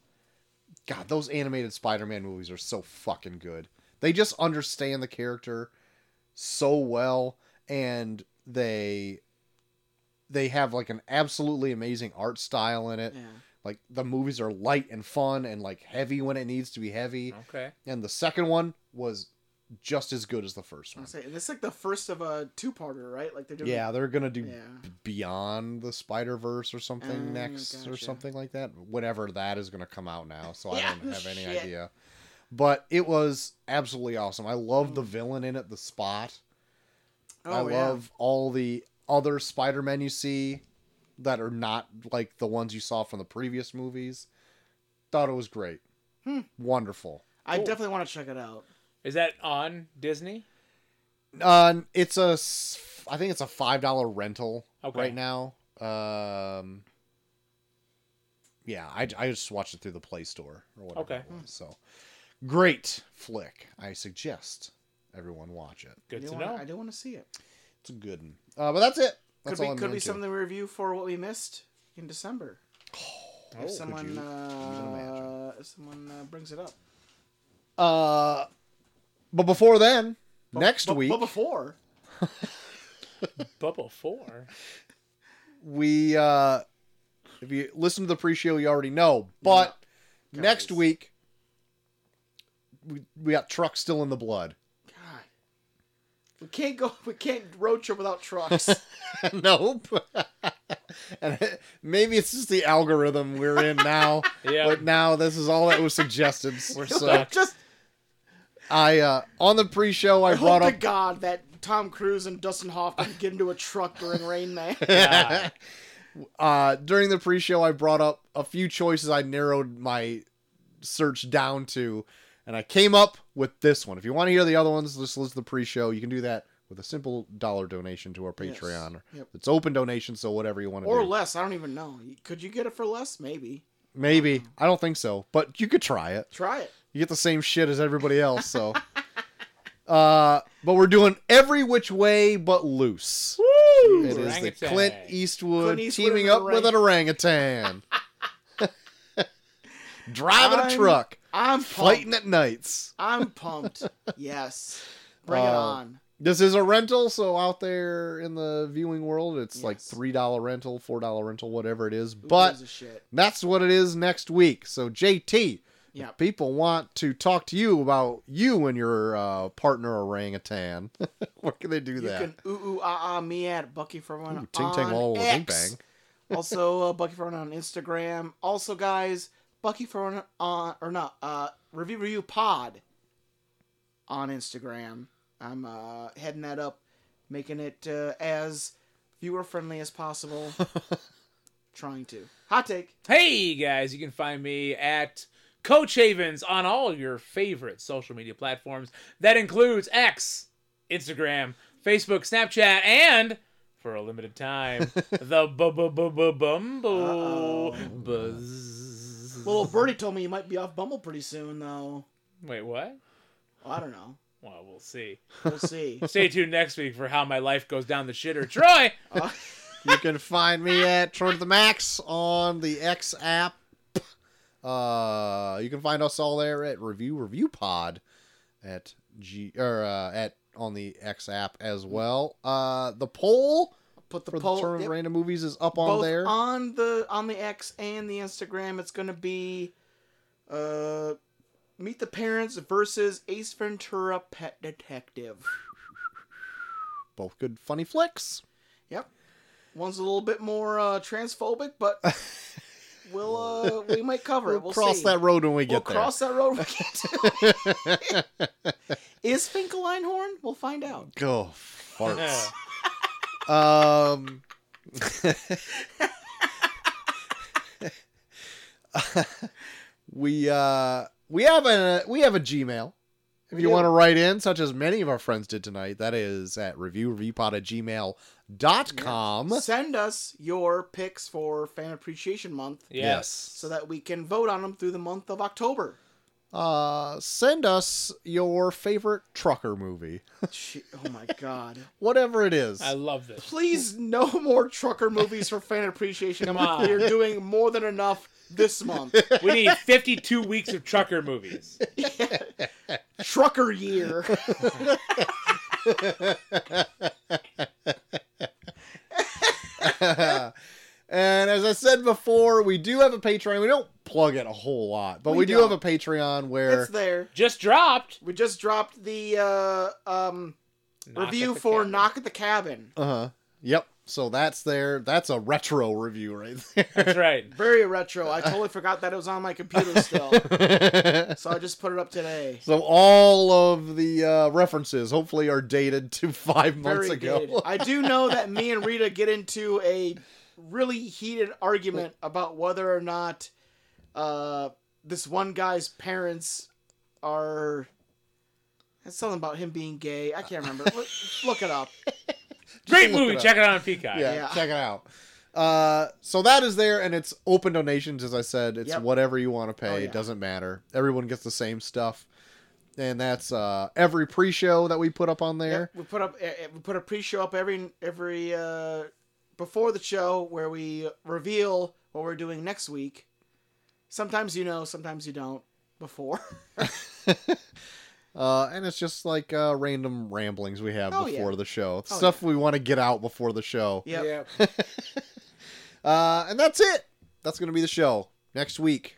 God, those animated Spider-Man movies are so fucking good. They just understand the character so well, and they they have like an absolutely amazing art style in it.
yeah
Like the movies are light and fun, and like heavy when it needs to be heavy.
okay.
And the second one was just as good as the first
i
one.
say this is like the first of a two-parter right like they're doing
Yeah, they're gonna do
yeah
Beyond the Spider Verse or something
Oh,
next or
gotcha.
something like that. Whatever that is going to come out now, so
Yeah,
I don't have any
shit.
idea. But it was absolutely awesome. I love the villain in it, the Spot.
Mm. oh,
I
yeah.
love all the other Spider Men you see that are not like the ones you saw from the previous movies. Thought it was great.
Hmm.
Wonderful.
I definitely want to check it out.
Is that on Disney?
Uh, it's a, s- I think it's a five dollar rental
Okay.
right now. Um, yeah, I, I just watched it through the Play Store or whatever.
Okay.
it was, so great flick. I suggest everyone watch it.
I
Good
do
to
wanna-
know.
I do want to see it.
It's a good one. Uh, but that's it.
Could
That's
be
all I'm
could be
into.
something we review for what we missed in December.
Oh,
if someone
could you even
uh,
imagine?
if someone uh, brings it up
Uh, but before then, next
But-
week
but before
Bubble four.
we uh, if you listen to the pre-show, you already know. But next
Guys.
week we we got truck still in the blood.
God, We can't go. We can't road trip without trucks.
nope. and it- maybe it's just the algorithm we're in now.
Yeah.
But now this is all that was suggested. so
stuck.
Just
I uh, on the pre-show I
I hope
brought
to
up
God that Tom Cruise and Dustin Hoffman get into a truck during Rain Man.
God.
uh, during the pre-show I brought up a few choices I narrowed my search down to, and I came up with this one. If you want to hear the other ones, just listen to the pre-show. You can do that with a simple dollar donation to our
Yes.
Patreon.
Yep.
It's open donation, so whatever you want to
or
do.
less. I don't even know. Could you get it for less? Maybe.
Maybe I don't think so, but you could try it.
Try it.
You get the same shit as everybody else, so. uh, but we're doing every which way but loose.
Woo!
It is the
Orangutan.
Clint Eastwood,
Clint Eastwood
teaming
and
up with an orangutan, driving
I'm
a truck,
I'm pumped.
fighting at nights.
I'm pumped. yes. Bring it
Uh,
on.
This is a rental, so out there in the viewing world, it's like
Yes.
three dollar rental, four dollar rental, whatever it is.
Who
But
gives a shit?
that's what it is next week. So JT,
Yeah.
if people want to talk to you about you and your uh, partner orangutan, where can they do
You
that?
can ooh ooh ah ah me at Bucky Furman
Ooh, ting tang
on
wall wall, bang
X.
bang.
also uh, Bucky Furman on Instagram. Also, guys, Bucky Furman on or not uh, review review pod on Instagram. I'm uh, heading that up, making it uh, as viewer friendly as possible. Trying to hot take.
Hey guys, you can find me at Coach Havens on all your favorite social media platforms. That includes X, Instagram, Facebook, Snapchat, and for a limited time, the Bumble
Uh-oh.
Buzz.
Little birdie told me you might be off Bumble pretty soon, though.
Wait, what?
I don't know.
Well, we'll see.
We'll see.
Stay tuned next week for how my life goes down the shitter. Troy,
You can find me at Troy to the Max on the X app. Uh, you can find us all there at Review Review Pod at G or uh, at on the X app as well. Uh, the poll
Put the
for
poll
the term
yep,
random movies is up on
both
there.
on the on the X and the Instagram. It's gonna be uh, Meet the Parents versus Ace Ventura: Pet Detective.
Both good funny flicks.
Yep, one's a little bit more uh, transphobic, but we'll uh, we might cover
We'll,
it. We'll
cross
see.
that road when we
We'll
get there.
cross that road. When we get to it. Is Finkel Einhorn? We'll find out.
Go farts. Um. we uh we have a we have a Gmail. If
We
you
do.
want to write in, such as many of our friends did tonight, that is at reviewreviewpod at gmail.com.
Send us your picks for Fan Appreciation Month
yes.
so that we can vote on them through the month of October.
Uh, send us your favorite trucker movie,
Gee, oh my god.
whatever it is.
I love this.
Please, no more trucker movies for fan appreciation. Come
on.
You're doing more than enough this month.
We need 52 weeks of trucker movies.
trucker year.
And as I said before, we do have a Patreon. We don't plug it a whole lot, but we,
We
do
don't.
have a Patreon where
It's there.
Just dropped.
We just dropped the uh, um,
Knock at
review
the
for
Cabin.
Knock at the Cabin.
Uh huh. Yep. So that's there. That's a retro review right
That's right.
Very retro. I totally forgot that it was on my computer still.
there.
so I just put it up today.
so all of the uh, references hopefully are dated to five months
Very
ago.
good. I do know that me and Rita get into a really heated argument about whether or not uh, this one guy's parents are. It's something about him being gay. I can't remember. Look, look it up.
Great
look
movie.
it up.
Check it out on Peacock.
yeah,
Yeah.
Check it out. Uh, so that is there, and it's open donations. As I said, it's
Yep.
whatever you want to pay.
Oh,
It
yeah.
doesn't matter. Everyone gets the same stuff, and that's uh, every pre-show that we put up on there.
Yep, we put up eh, eh, we put a pre-show up every every uh, before the show where we reveal what we're doing next week. Sometimes you know, sometimes you don't. Before,
Uh, and it's just like uh, random ramblings we have
Oh, yeah.
before the show, stuff we want to get out before the show.
Yep.
Uh, and that's it. That's gonna be the show next week.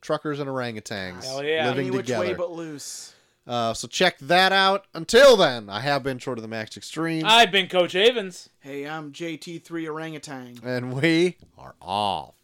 Truckers and orangutans
Hell yeah.
living
any which way
together.
but loose.
Uh, so check that out. Until then, I have been short of the max extreme,
Uh-
I've been Coach Avens.
Hey, I'm JT3 Orangutan.
and we are off.